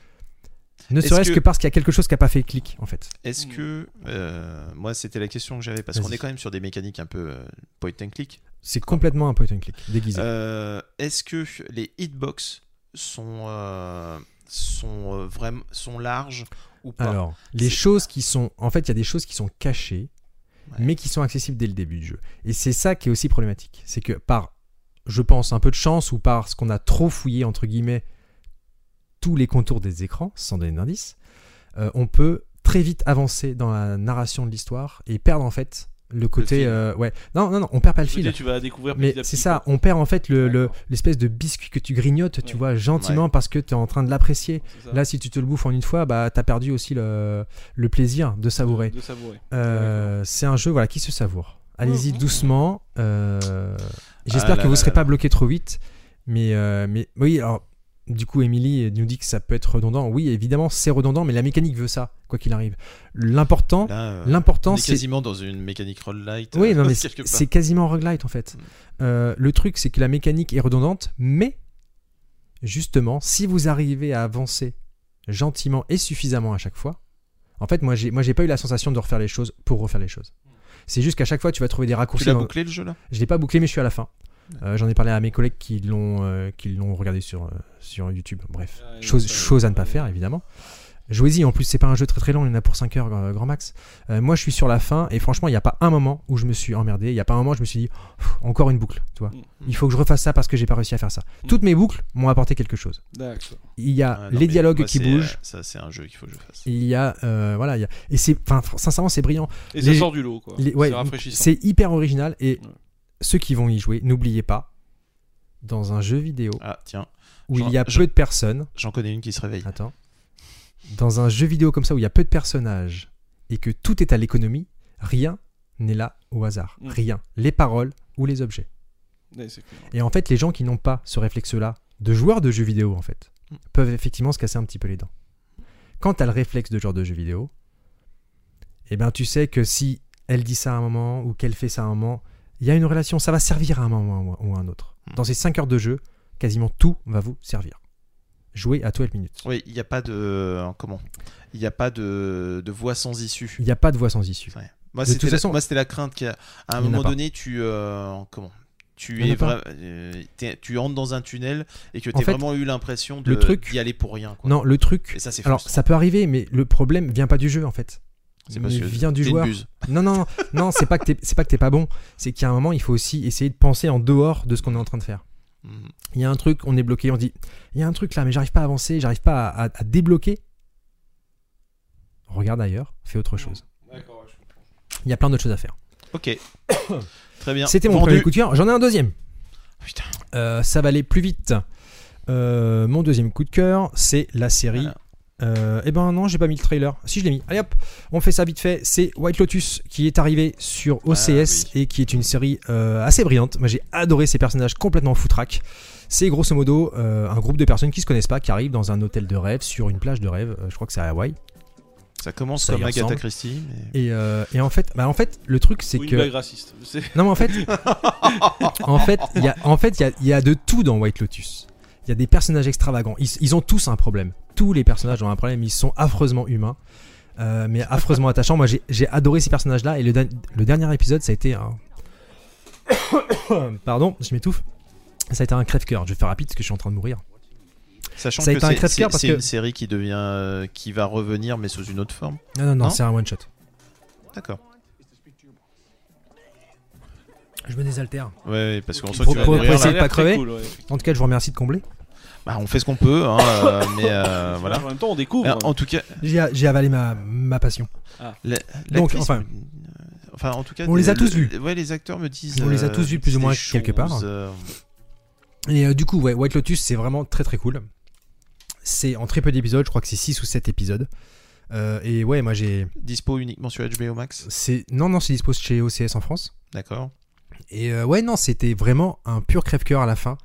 Speaker 3: ne
Speaker 4: Est-ce
Speaker 3: serait-ce
Speaker 4: que-
Speaker 3: que... parce qu'il y a quelque chose qui n'a pas fait clic en fait.
Speaker 4: Est-ce
Speaker 5: Hmm.
Speaker 4: que euh, moi, c'était la question que j'avais parce qu'on
Speaker 3: Vas-y.
Speaker 4: est quand même sur des mécaniques un peu euh, point and click.
Speaker 3: C'est complètement un point and click déguisé.
Speaker 4: Euh, Est-ce que les hitbox sont, euh, sont, euh, vraiment, sont larges ou pas
Speaker 3: Alors, les
Speaker 4: C'est-
Speaker 3: choses qui sont. En fait, il y a des choses qui sont cachées,
Speaker 4: Ouais.
Speaker 3: mais qui sont accessibles dès le début du jeu. Et c'est ça qui est aussi problématique. C'est que par, je pense, un peu de chance ou par ce qu'on a trop fouillé, entre guillemets, tous les contours des écrans, sans donner d'indice, euh, on peut très vite avancer dans la narration de l'histoire et perdre, en fait, le côté
Speaker 5: fil.
Speaker 3: euh, ouais non non non on perd pas le
Speaker 5: Je veux
Speaker 3: fil
Speaker 5: dire, tu vas découvrir
Speaker 3: mais
Speaker 5: petit à
Speaker 3: c'est
Speaker 5: petit,
Speaker 3: ça
Speaker 5: quoi.
Speaker 3: on perd en fait le- le
Speaker 5: D'accord.
Speaker 3: l'espèce de biscuit que tu grignotes tu
Speaker 5: Ouais.
Speaker 3: vois gentiment parce que tu es en train de l'apprécier
Speaker 5: C'est ça.
Speaker 3: là si tu te le bouffes en une fois bah t'as perdu aussi le le plaisir de savourer
Speaker 5: De savourer.
Speaker 3: Euh, c'est un jeu voilà qui se savoure allez-y doucement euh,
Speaker 4: Ah
Speaker 3: j'espère
Speaker 4: là
Speaker 3: que vous
Speaker 4: là
Speaker 3: serez
Speaker 4: là
Speaker 3: pas
Speaker 4: là.
Speaker 3: bloqué trop vite mais euh, mais oui alors du coup, Emily nous dit que ça peut être redondant. Oui, évidemment, c'est redondant, mais la mécanique veut ça, quoi qu'il arrive. L'important,
Speaker 4: Là, euh, on
Speaker 3: l'important,
Speaker 4: est
Speaker 3: c'est
Speaker 4: quasiment dans une mécanique roll light. euh,
Speaker 3: oui, non, mais c'est
Speaker 4: *laughs* quelque part.
Speaker 3: c'est quasiment roguelite en fait.
Speaker 4: Mm.
Speaker 3: Euh, le truc, c'est que la mécanique est redondante, mais justement, si vous arrivez à avancer gentiment et suffisamment à chaque fois, en fait, moi, j'ai moi, j'ai pas eu la sensation de refaire les choses pour refaire les choses. C'est juste qu'à chaque fois, tu vas trouver des
Speaker 4: Mm. Tu
Speaker 3: raccourcis.
Speaker 4: l'as
Speaker 3: dans-
Speaker 4: bouclé le jeu là
Speaker 3: Je l'ai pas bouclé, mais je suis à la fin. Euh, J'en ai parlé à mes collègues qui l'ont euh, qui l'ont regardé sur, euh, sur YouTube. Bref
Speaker 5: Ah,
Speaker 3: chose,
Speaker 5: non, ça-
Speaker 3: chose à ne pas faire évidemment. Jouez-y, en plus c'est pas un jeu très très long, il y en a pour 5 heures euh, grand max. Euh, moi je suis sur la fin et franchement il n'y a pas un moment où je me suis emmerdé, il n'y a pas un moment où je me suis dit Pff, encore une boucle, tu vois.
Speaker 5: Mm.
Speaker 3: Il faut que je refasse ça parce que j'ai pas réussi à faire ça. Toutes mes boucles m'ont apporté quelque chose.
Speaker 5: D'accord.
Speaker 3: Il y a
Speaker 4: Mm. Ah, non,
Speaker 3: les
Speaker 4: mais
Speaker 3: dialogues
Speaker 4: moi,
Speaker 3: qui
Speaker 4: c'est,
Speaker 3: bougent,
Speaker 4: euh, Ça, c'est un jeu qu'il faut que je fasse.
Speaker 3: il y a euh, voilà, il y a- et c'est enfin fr- sincèrement c'est brillant.
Speaker 5: Et
Speaker 3: Les-
Speaker 5: ça sort du lot, quoi.
Speaker 3: Les- ouais,
Speaker 5: c'est rafraîchissant.
Speaker 3: c'est hyper original et
Speaker 5: Ouais.
Speaker 3: ceux qui vont y jouer, n'oubliez pas dans un jeu vidéo
Speaker 4: Ah, tiens,
Speaker 3: où
Speaker 4: j'en-
Speaker 3: il y a
Speaker 4: je-
Speaker 3: peu de personnes
Speaker 4: j'en connais une qui se réveille.
Speaker 3: Attends. Dans un jeu vidéo comme ça où il y a peu de personnages et que tout est à l'économie, rien n'est là au hasard.
Speaker 5: Mm.
Speaker 3: Rien. Les paroles ou les objets.
Speaker 5: Ouais, c'est clair.
Speaker 3: Et en fait, les gens qui n'ont pas ce réflexe-là, de joueurs de jeux vidéo en fait,
Speaker 4: Mm.
Speaker 3: peuvent effectivement se casser un petit peu les dents. Quand t'as le réflexe de joueur de jeu vidéo, eh ben tu sais que si elle dit ça à un moment ou qu'elle fait ça à un moment, il y a une relation, ça va servir à un moment ou à un autre.
Speaker 4: Mm.
Speaker 3: Dans ces 5 heures de jeu, quasiment tout va vous servir. Jouez à 12 minutes.
Speaker 4: Oui, il n'y a pas de. euh, Comment Il n'y a pas de, de voix sans issue.
Speaker 3: Il n'y a pas de voix sans issue.
Speaker 4: Ouais. Moi,
Speaker 3: De toute
Speaker 4: c'était la,
Speaker 3: façon-
Speaker 4: moi, c'était la crainte qu'à à un
Speaker 3: Il y en a
Speaker 4: moment
Speaker 3: pas.
Speaker 4: donné, tu euh, comment
Speaker 3: Il
Speaker 4: tu
Speaker 3: y en
Speaker 4: es
Speaker 3: a pas.
Speaker 4: vra- euh, t'es- tu entres dans un tunnel et que tu
Speaker 3: En
Speaker 4: as
Speaker 3: fait,
Speaker 4: vraiment eu l'impression de
Speaker 3: le truc-
Speaker 4: d'y aller pour rien. Quoi.
Speaker 3: Non, le truc.
Speaker 4: Et ça, c'est
Speaker 3: Alors,
Speaker 4: frustrant.
Speaker 3: ça peut arriver, mais le problème vient pas du jeu en fait.
Speaker 4: C'est
Speaker 3: il
Speaker 4: parce que
Speaker 3: vient du
Speaker 4: t'es une
Speaker 3: joueur.
Speaker 4: buse.
Speaker 3: Non, non, non, non, c'est pas que t'es, c'est pas que t'es pas bon. C'est qu'il y a un moment, il faut aussi essayer de penser en dehors de ce qu'on est en train de faire.
Speaker 4: Mhm.
Speaker 3: Il y a un truc, on est bloqué, on dit, il y a un truc là, mais j'arrive pas à avancer, j'arrive pas à, à- à débloquer. Regarde ailleurs, fais autre chose.
Speaker 5: D'accord, ouais, je-
Speaker 3: Il y a plein d'autres choses à faire.
Speaker 4: Ok.
Speaker 3: *coughs*
Speaker 4: Très bien.
Speaker 3: C'était mon
Speaker 4: Vendu. Ah,
Speaker 3: premier coup de cœur. J'en ai un deuxième.
Speaker 4: Putain.
Speaker 3: Euh, ça va aller plus vite. Euh, mon deuxième coup de cœur, c'est la série
Speaker 4: Voilà.
Speaker 3: Euh, eh ben non, j'ai pas mis le trailer. Si je l'ai mis. Allez hop, on fait ça vite fait. C'est White Lotus qui est arrivé sur OCS
Speaker 4: Ah oui.
Speaker 3: et qui est une série euh, assez brillante. Moi j'ai adoré ces personnages complètement foutraques. C'est grosso modo euh, un groupe de personnes qui se connaissent pas, qui arrivent dans un hôtel de rêve, sur une plage de rêve, euh, je crois que c'est à Hawaï.
Speaker 4: Ça commence
Speaker 3: Ça y
Speaker 4: comme Agatha
Speaker 3: ressemble.
Speaker 4: Christie. mais-
Speaker 3: Et, euh, et en fait, bah en fait, le truc c'est
Speaker 5: Ou une
Speaker 3: que
Speaker 4: bah,
Speaker 5: blague raciste. C'est-
Speaker 3: non mais en *laughs* fait, en fait, il y a, en fait, il y a- il y a de tout dans White Lotus. Il y a des personnages extravagants. Ils, ils ont tous un problème. Tous les personnages ont un problème. Ils sont affreusement humains, euh, mais *laughs* affreusement attachants. Moi, j'ai- j'ai adoré ces personnages-là. Et le, der- le dernier épisode, ça a été un. *coughs* Pardon, je m'étouffe. Ça a été un crève-cœur. Je vais faire rapide parce que je suis en train de mourir.
Speaker 4: Sachant
Speaker 3: ça a
Speaker 4: que
Speaker 3: été un
Speaker 4: c'est-
Speaker 3: crève-cœur
Speaker 4: c'est
Speaker 3: parce
Speaker 4: c'est
Speaker 3: que-
Speaker 4: une série qui devient, euh, qui va revenir mais sous une autre forme.
Speaker 3: Non, non, non,
Speaker 4: Non
Speaker 3: c'est un one-shot.
Speaker 4: D'accord.
Speaker 3: Je me désaltère.
Speaker 4: Ouais, ouais, parce qu'on
Speaker 5: Ok.
Speaker 4: sent que
Speaker 3: Pour-
Speaker 4: tu vas
Speaker 3: pour- pour
Speaker 4: mourir,
Speaker 5: Ça a
Speaker 3: essayer
Speaker 4: là.
Speaker 3: de
Speaker 5: l'air
Speaker 3: pas
Speaker 5: très
Speaker 3: crever.
Speaker 5: cool, ouais.
Speaker 3: En tout cas, je vous remercie de combler.
Speaker 4: Bah, on fait ce qu'on peut, hein, euh, mais
Speaker 5: *laughs*
Speaker 4: euh, voilà.
Speaker 5: En même temps, on découvre.
Speaker 4: Mais En tout cas,
Speaker 3: J'ai j'ai avalé ma, ma passion.
Speaker 4: La-
Speaker 3: Donc,
Speaker 4: l'actrice
Speaker 3: enfin-
Speaker 4: me- euh, enfin, en tout cas,
Speaker 3: On les a tous
Speaker 4: le-
Speaker 3: vus.
Speaker 4: Ouais, les acteurs me disent.
Speaker 3: On les a
Speaker 4: euh,
Speaker 3: tous vus plus ou
Speaker 4: des
Speaker 3: moins quelque part.
Speaker 4: choses, euh,
Speaker 3: Et euh, du coup, ouais, White Lotus, c'est vraiment très très cool. C'est en très peu d'épisodes, je crois que c'est 6 ou 7 épisodes. Euh, et ouais, moi j'ai.
Speaker 4: dispo uniquement sur HBO Max.
Speaker 3: c'est Non, non, c'est dispo chez OCS en France.
Speaker 4: D'accord.
Speaker 3: Et euh, ouais, non, c'était vraiment un pur crève-coeur à la fin.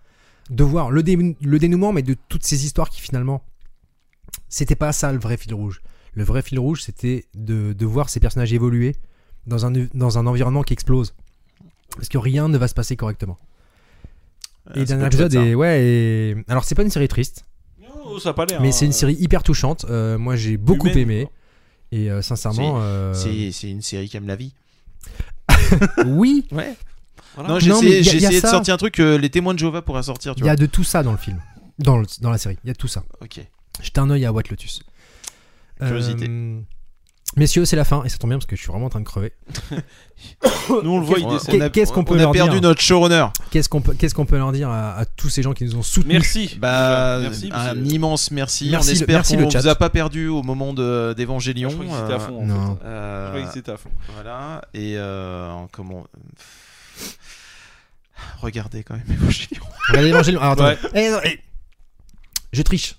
Speaker 3: De voir le, dé- le dénouement, mais de toutes ces histoires qui finalement. C'était pas ça le vrai fil rouge. Le vrai fil rouge, c'était de, de voir ces personnages évoluer dans un, dans un environnement qui explose. Parce que rien ne va se passer correctement.
Speaker 4: Euh,
Speaker 3: Et
Speaker 4: ça
Speaker 3: dernier
Speaker 4: peut être
Speaker 3: épisode,
Speaker 4: ça.
Speaker 3: et ouais, et... alors c'est pas une série triste.
Speaker 5: Non, ça a pas l'air.
Speaker 3: Mais
Speaker 5: hein,
Speaker 3: c'est une
Speaker 5: euh,
Speaker 3: série hyper touchante. Euh, moi, j'ai beaucoup
Speaker 5: humaine,
Speaker 3: aimé.
Speaker 5: quoi.
Speaker 3: Et euh, sincèrement, euh,
Speaker 4: C'est c'est une série qui aime la vie.
Speaker 3: oui,
Speaker 4: Ouais.
Speaker 5: Voilà.
Speaker 4: Non, j'ai
Speaker 3: Non, mais
Speaker 4: essayé,
Speaker 3: y a-
Speaker 4: j'ai
Speaker 3: y a
Speaker 4: essayé de
Speaker 3: ça.
Speaker 4: sortir un truc que les témoins de Jéhovah pourraient sortir, *laughs* tu
Speaker 3: il y
Speaker 4: vois.
Speaker 3: a de tout ça dans le film, dans, le- dans la série. Il y a de tout ça.
Speaker 4: Ok.
Speaker 3: Jetez un œil à White Lotus.
Speaker 4: Curiosité.
Speaker 3: Euh, Messieurs, c'est la fin, et ça tombe bien parce que je suis vraiment en train de crever.
Speaker 5: Nous, on le voit, il
Speaker 4: Qu'est-ce-
Speaker 5: descend.
Speaker 3: qu'est- qu'est-ce qu'on peut
Speaker 4: on a
Speaker 3: leur
Speaker 4: perdu
Speaker 3: dire
Speaker 4: notre showrunner.
Speaker 3: Qu'est-ce qu'on peut, qu'est-ce qu'on peut leur dire à, à tous ces gens qui nous ont soutenus
Speaker 5: Merci.
Speaker 4: Bah,
Speaker 5: Merci,
Speaker 4: un
Speaker 5: monsieur.
Speaker 4: immense merci.
Speaker 3: Merci
Speaker 4: on
Speaker 3: le-
Speaker 4: espère
Speaker 3: merci
Speaker 4: qu'on
Speaker 3: le chat.
Speaker 4: vous a pas perdu au moment de-
Speaker 5: Je
Speaker 4: d'Évangélion.
Speaker 5: crois qu'ils étaient à fond. en
Speaker 3: non.
Speaker 5: fait. Je
Speaker 4: Euh,
Speaker 5: crois qu'ils étaient à fond.
Speaker 4: Voilà, et euh, comment. Regardez quand même Evangelion.
Speaker 3: Regardez Evangelion. Alors, attendez.
Speaker 5: Ouais.
Speaker 3: Eh, non, eh. Je triche.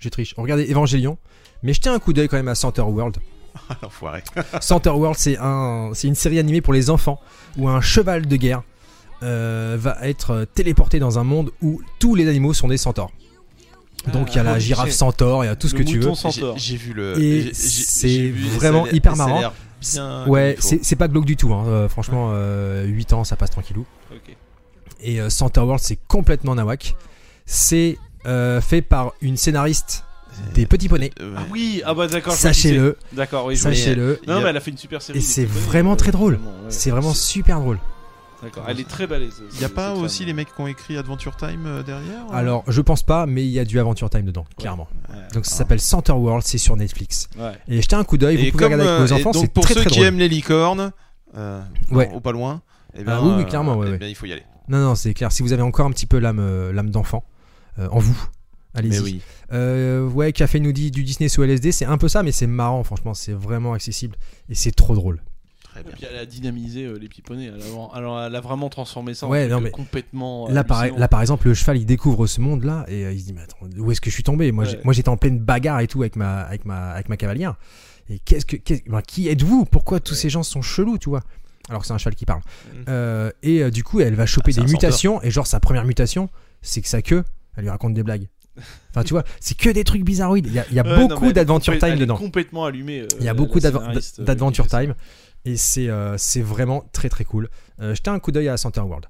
Speaker 3: Je triche. Regardez Evangelion. Mais jetez un coup d'œil quand même à Center World.
Speaker 4: Ah, l'enfoiré.
Speaker 3: Center World, c'est un, c'est une série animée pour les enfants où un cheval de guerre euh, va être euh, téléporté dans un monde où tous les animaux sont des centaures. Donc il y a
Speaker 5: Ah,
Speaker 3: la
Speaker 5: ok.
Speaker 3: girafe centaure, il y a tout ce
Speaker 5: Le
Speaker 3: que tu veux.
Speaker 5: mouton centaure.
Speaker 4: J'ai j'ai vu le.
Speaker 3: Et
Speaker 4: j'ai- j'ai-
Speaker 3: c'est
Speaker 4: j'ai vu, et ça a
Speaker 3: vraiment
Speaker 4: l'air-
Speaker 3: hyper
Speaker 4: et ça a
Speaker 3: marrant.
Speaker 4: l'air bien
Speaker 3: Ouais,
Speaker 4: comme il faut.
Speaker 3: c'est c'est pas glauque du tout. hein. Euh, franchement, euh, 8 ans, ça passe tranquillou.
Speaker 5: Ok.
Speaker 3: Et euh, Center World, c'est complètement nawak. C'est euh, fait par une scénariste des Petits Poneys.
Speaker 4: Euh,
Speaker 5: Ah oui, ah bah d'accord. je vois qui
Speaker 3: Sachez-le,
Speaker 5: c'est. D'accord, oui. je vois.
Speaker 3: sachez-le.
Speaker 5: Non,
Speaker 4: Il y a-
Speaker 5: mais elle a fait une super série.
Speaker 3: Et
Speaker 5: des
Speaker 3: c'est
Speaker 5: petits poneys,
Speaker 3: vraiment
Speaker 5: euh,
Speaker 3: très drôle.
Speaker 5: ouais.
Speaker 3: C'est vraiment super drôle.
Speaker 5: D'accord. Elle est très balèze.
Speaker 4: Il n'y a
Speaker 5: cette
Speaker 4: pas
Speaker 5: femme.
Speaker 4: aussi les mecs qui ont écrit Adventure Time euh, derrière euh
Speaker 3: Alors, je pense pas, mais il y a du Adventure Time dedans, clairement.
Speaker 5: Ouais.
Speaker 3: Donc ça s'appelle Center World, c'est sur Netflix.
Speaker 5: Ouais.
Speaker 3: Et jetez un coup d'œil, vous
Speaker 4: Et
Speaker 3: pouvez
Speaker 4: comme,
Speaker 3: regarder avec
Speaker 4: euh,
Speaker 3: vos
Speaker 4: et
Speaker 3: enfants, c'est
Speaker 4: donc pour
Speaker 3: très
Speaker 4: ceux
Speaker 3: très
Speaker 4: qui
Speaker 3: drôle.
Speaker 4: aiment les licornes, euh,
Speaker 3: Ouais.
Speaker 4: ou pas loin, eh bien,
Speaker 3: Ah oui, oui, clairement, ouais,
Speaker 4: eh
Speaker 3: ouais.
Speaker 4: bien, il faut y aller.
Speaker 3: Non, non, c'est clair, si vous avez encore un petit peu l'âme euh, l'âme d'enfant euh, en vous,
Speaker 4: Mais
Speaker 3: allez-y.
Speaker 4: oui.
Speaker 3: Euh, ouais, Café nous dit du Disney sous LSD, c'est un peu ça, mais c'est marrant, franchement, c'est vraiment accessible et c'est trop drôle.
Speaker 4: Très
Speaker 5: Et
Speaker 4: bien.
Speaker 5: puis elle a dynamisé euh, les petits poneys. Elle a, vraiment- alors elle a vraiment transformé ça
Speaker 3: Ouais, non,
Speaker 5: en truc euh,
Speaker 3: mais
Speaker 5: complètement.
Speaker 3: Là par,
Speaker 5: hallucinant.
Speaker 3: là, par exemple, le cheval, il découvre ce monde-là et euh, il se dit, mais attends, où est-ce que je suis tombé Moi,
Speaker 5: Ouais.
Speaker 3: j'ai- moi, j'étais en pleine bagarre et tout avec ma, avec ma, avec ma cavalière. Et qu'est-ce que, qu'est-ce- enfin, qui êtes-vous Pourquoi tous ces gens sont chelous, tu vois Alors que c'est un cheval qui parle.
Speaker 5: Mm.
Speaker 4: Mhm.
Speaker 3: Euh, et euh, du coup, elle va choper
Speaker 4: Ah, c'est
Speaker 3: des
Speaker 4: un
Speaker 3: mutations et genre sa première mutation, c'est que sa queue, elle lui raconte des
Speaker 5: *laughs*
Speaker 3: blagues. Enfin, tu vois, c'est que des trucs bizarroïdes. Il y a, il y a
Speaker 5: Ouais, non, mais
Speaker 3: beaucoup
Speaker 5: elle est
Speaker 3: d'Adventure
Speaker 5: complète-
Speaker 3: Time
Speaker 5: elle est
Speaker 3: dedans.
Speaker 5: Complètement allumée. euh,
Speaker 3: Il y a
Speaker 5: la-
Speaker 3: beaucoup
Speaker 5: la
Speaker 3: d'adven-
Speaker 5: scénariste, euh,
Speaker 3: d'Adventure
Speaker 5: qui fait ça.
Speaker 3: Time et c'est euh, c'est vraiment très très cool. Euh, jetez un coup d'œil à Center World.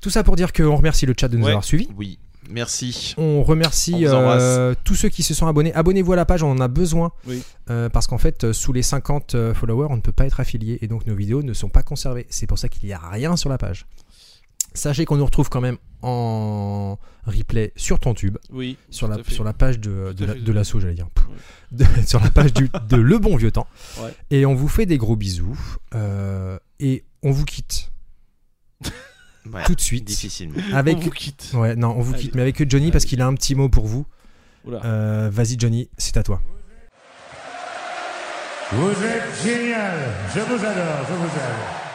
Speaker 3: Tout ça pour dire qu'on remercie le chat de nous
Speaker 5: Ouais.
Speaker 3: avoir suivis.
Speaker 4: Oui, merci.
Speaker 3: On remercie
Speaker 4: On vous embrasse.
Speaker 3: euh, tous ceux qui se sont abonnés. Abonnez-vous à la page, on en a besoin.
Speaker 5: Oui.
Speaker 3: Euh, parce qu'en fait, euh, sous les 50 euh, followers, on ne peut pas être affilié et donc nos vidéos ne sont pas conservées. C'est pour ça qu'il n'y a rien sur la page. Sachez qu'on nous retrouve quand même en replay sur ton tube,
Speaker 5: Oui.
Speaker 3: sur,
Speaker 5: tout
Speaker 3: la,
Speaker 5: à fait.
Speaker 3: sur la page de,
Speaker 5: Tout
Speaker 3: de
Speaker 5: à
Speaker 3: la-
Speaker 5: fait,
Speaker 3: de
Speaker 5: tout à
Speaker 3: l'assaut, j'allais dire. Pouh. *laughs* De- sur la page du- de Le Bon Vieux Temps.
Speaker 5: *laughs* Ouais.
Speaker 3: Et on vous fait des gros bisous. euh, et on vous quitte
Speaker 4: Ouais,
Speaker 3: tout de suite.
Speaker 4: difficilement.
Speaker 3: Avec...
Speaker 5: On vous quitte.
Speaker 3: Ouais, non, on vous
Speaker 5: Allez.
Speaker 3: quitte, mais avec Johnny parce
Speaker 5: Allez. Ah.
Speaker 3: qu'il a un petit mot pour vous.
Speaker 5: Oula.
Speaker 3: Euh, Vas-y Johnny, c'est à toi.
Speaker 6: Vous êtes génial, je vous adore, je vous aime.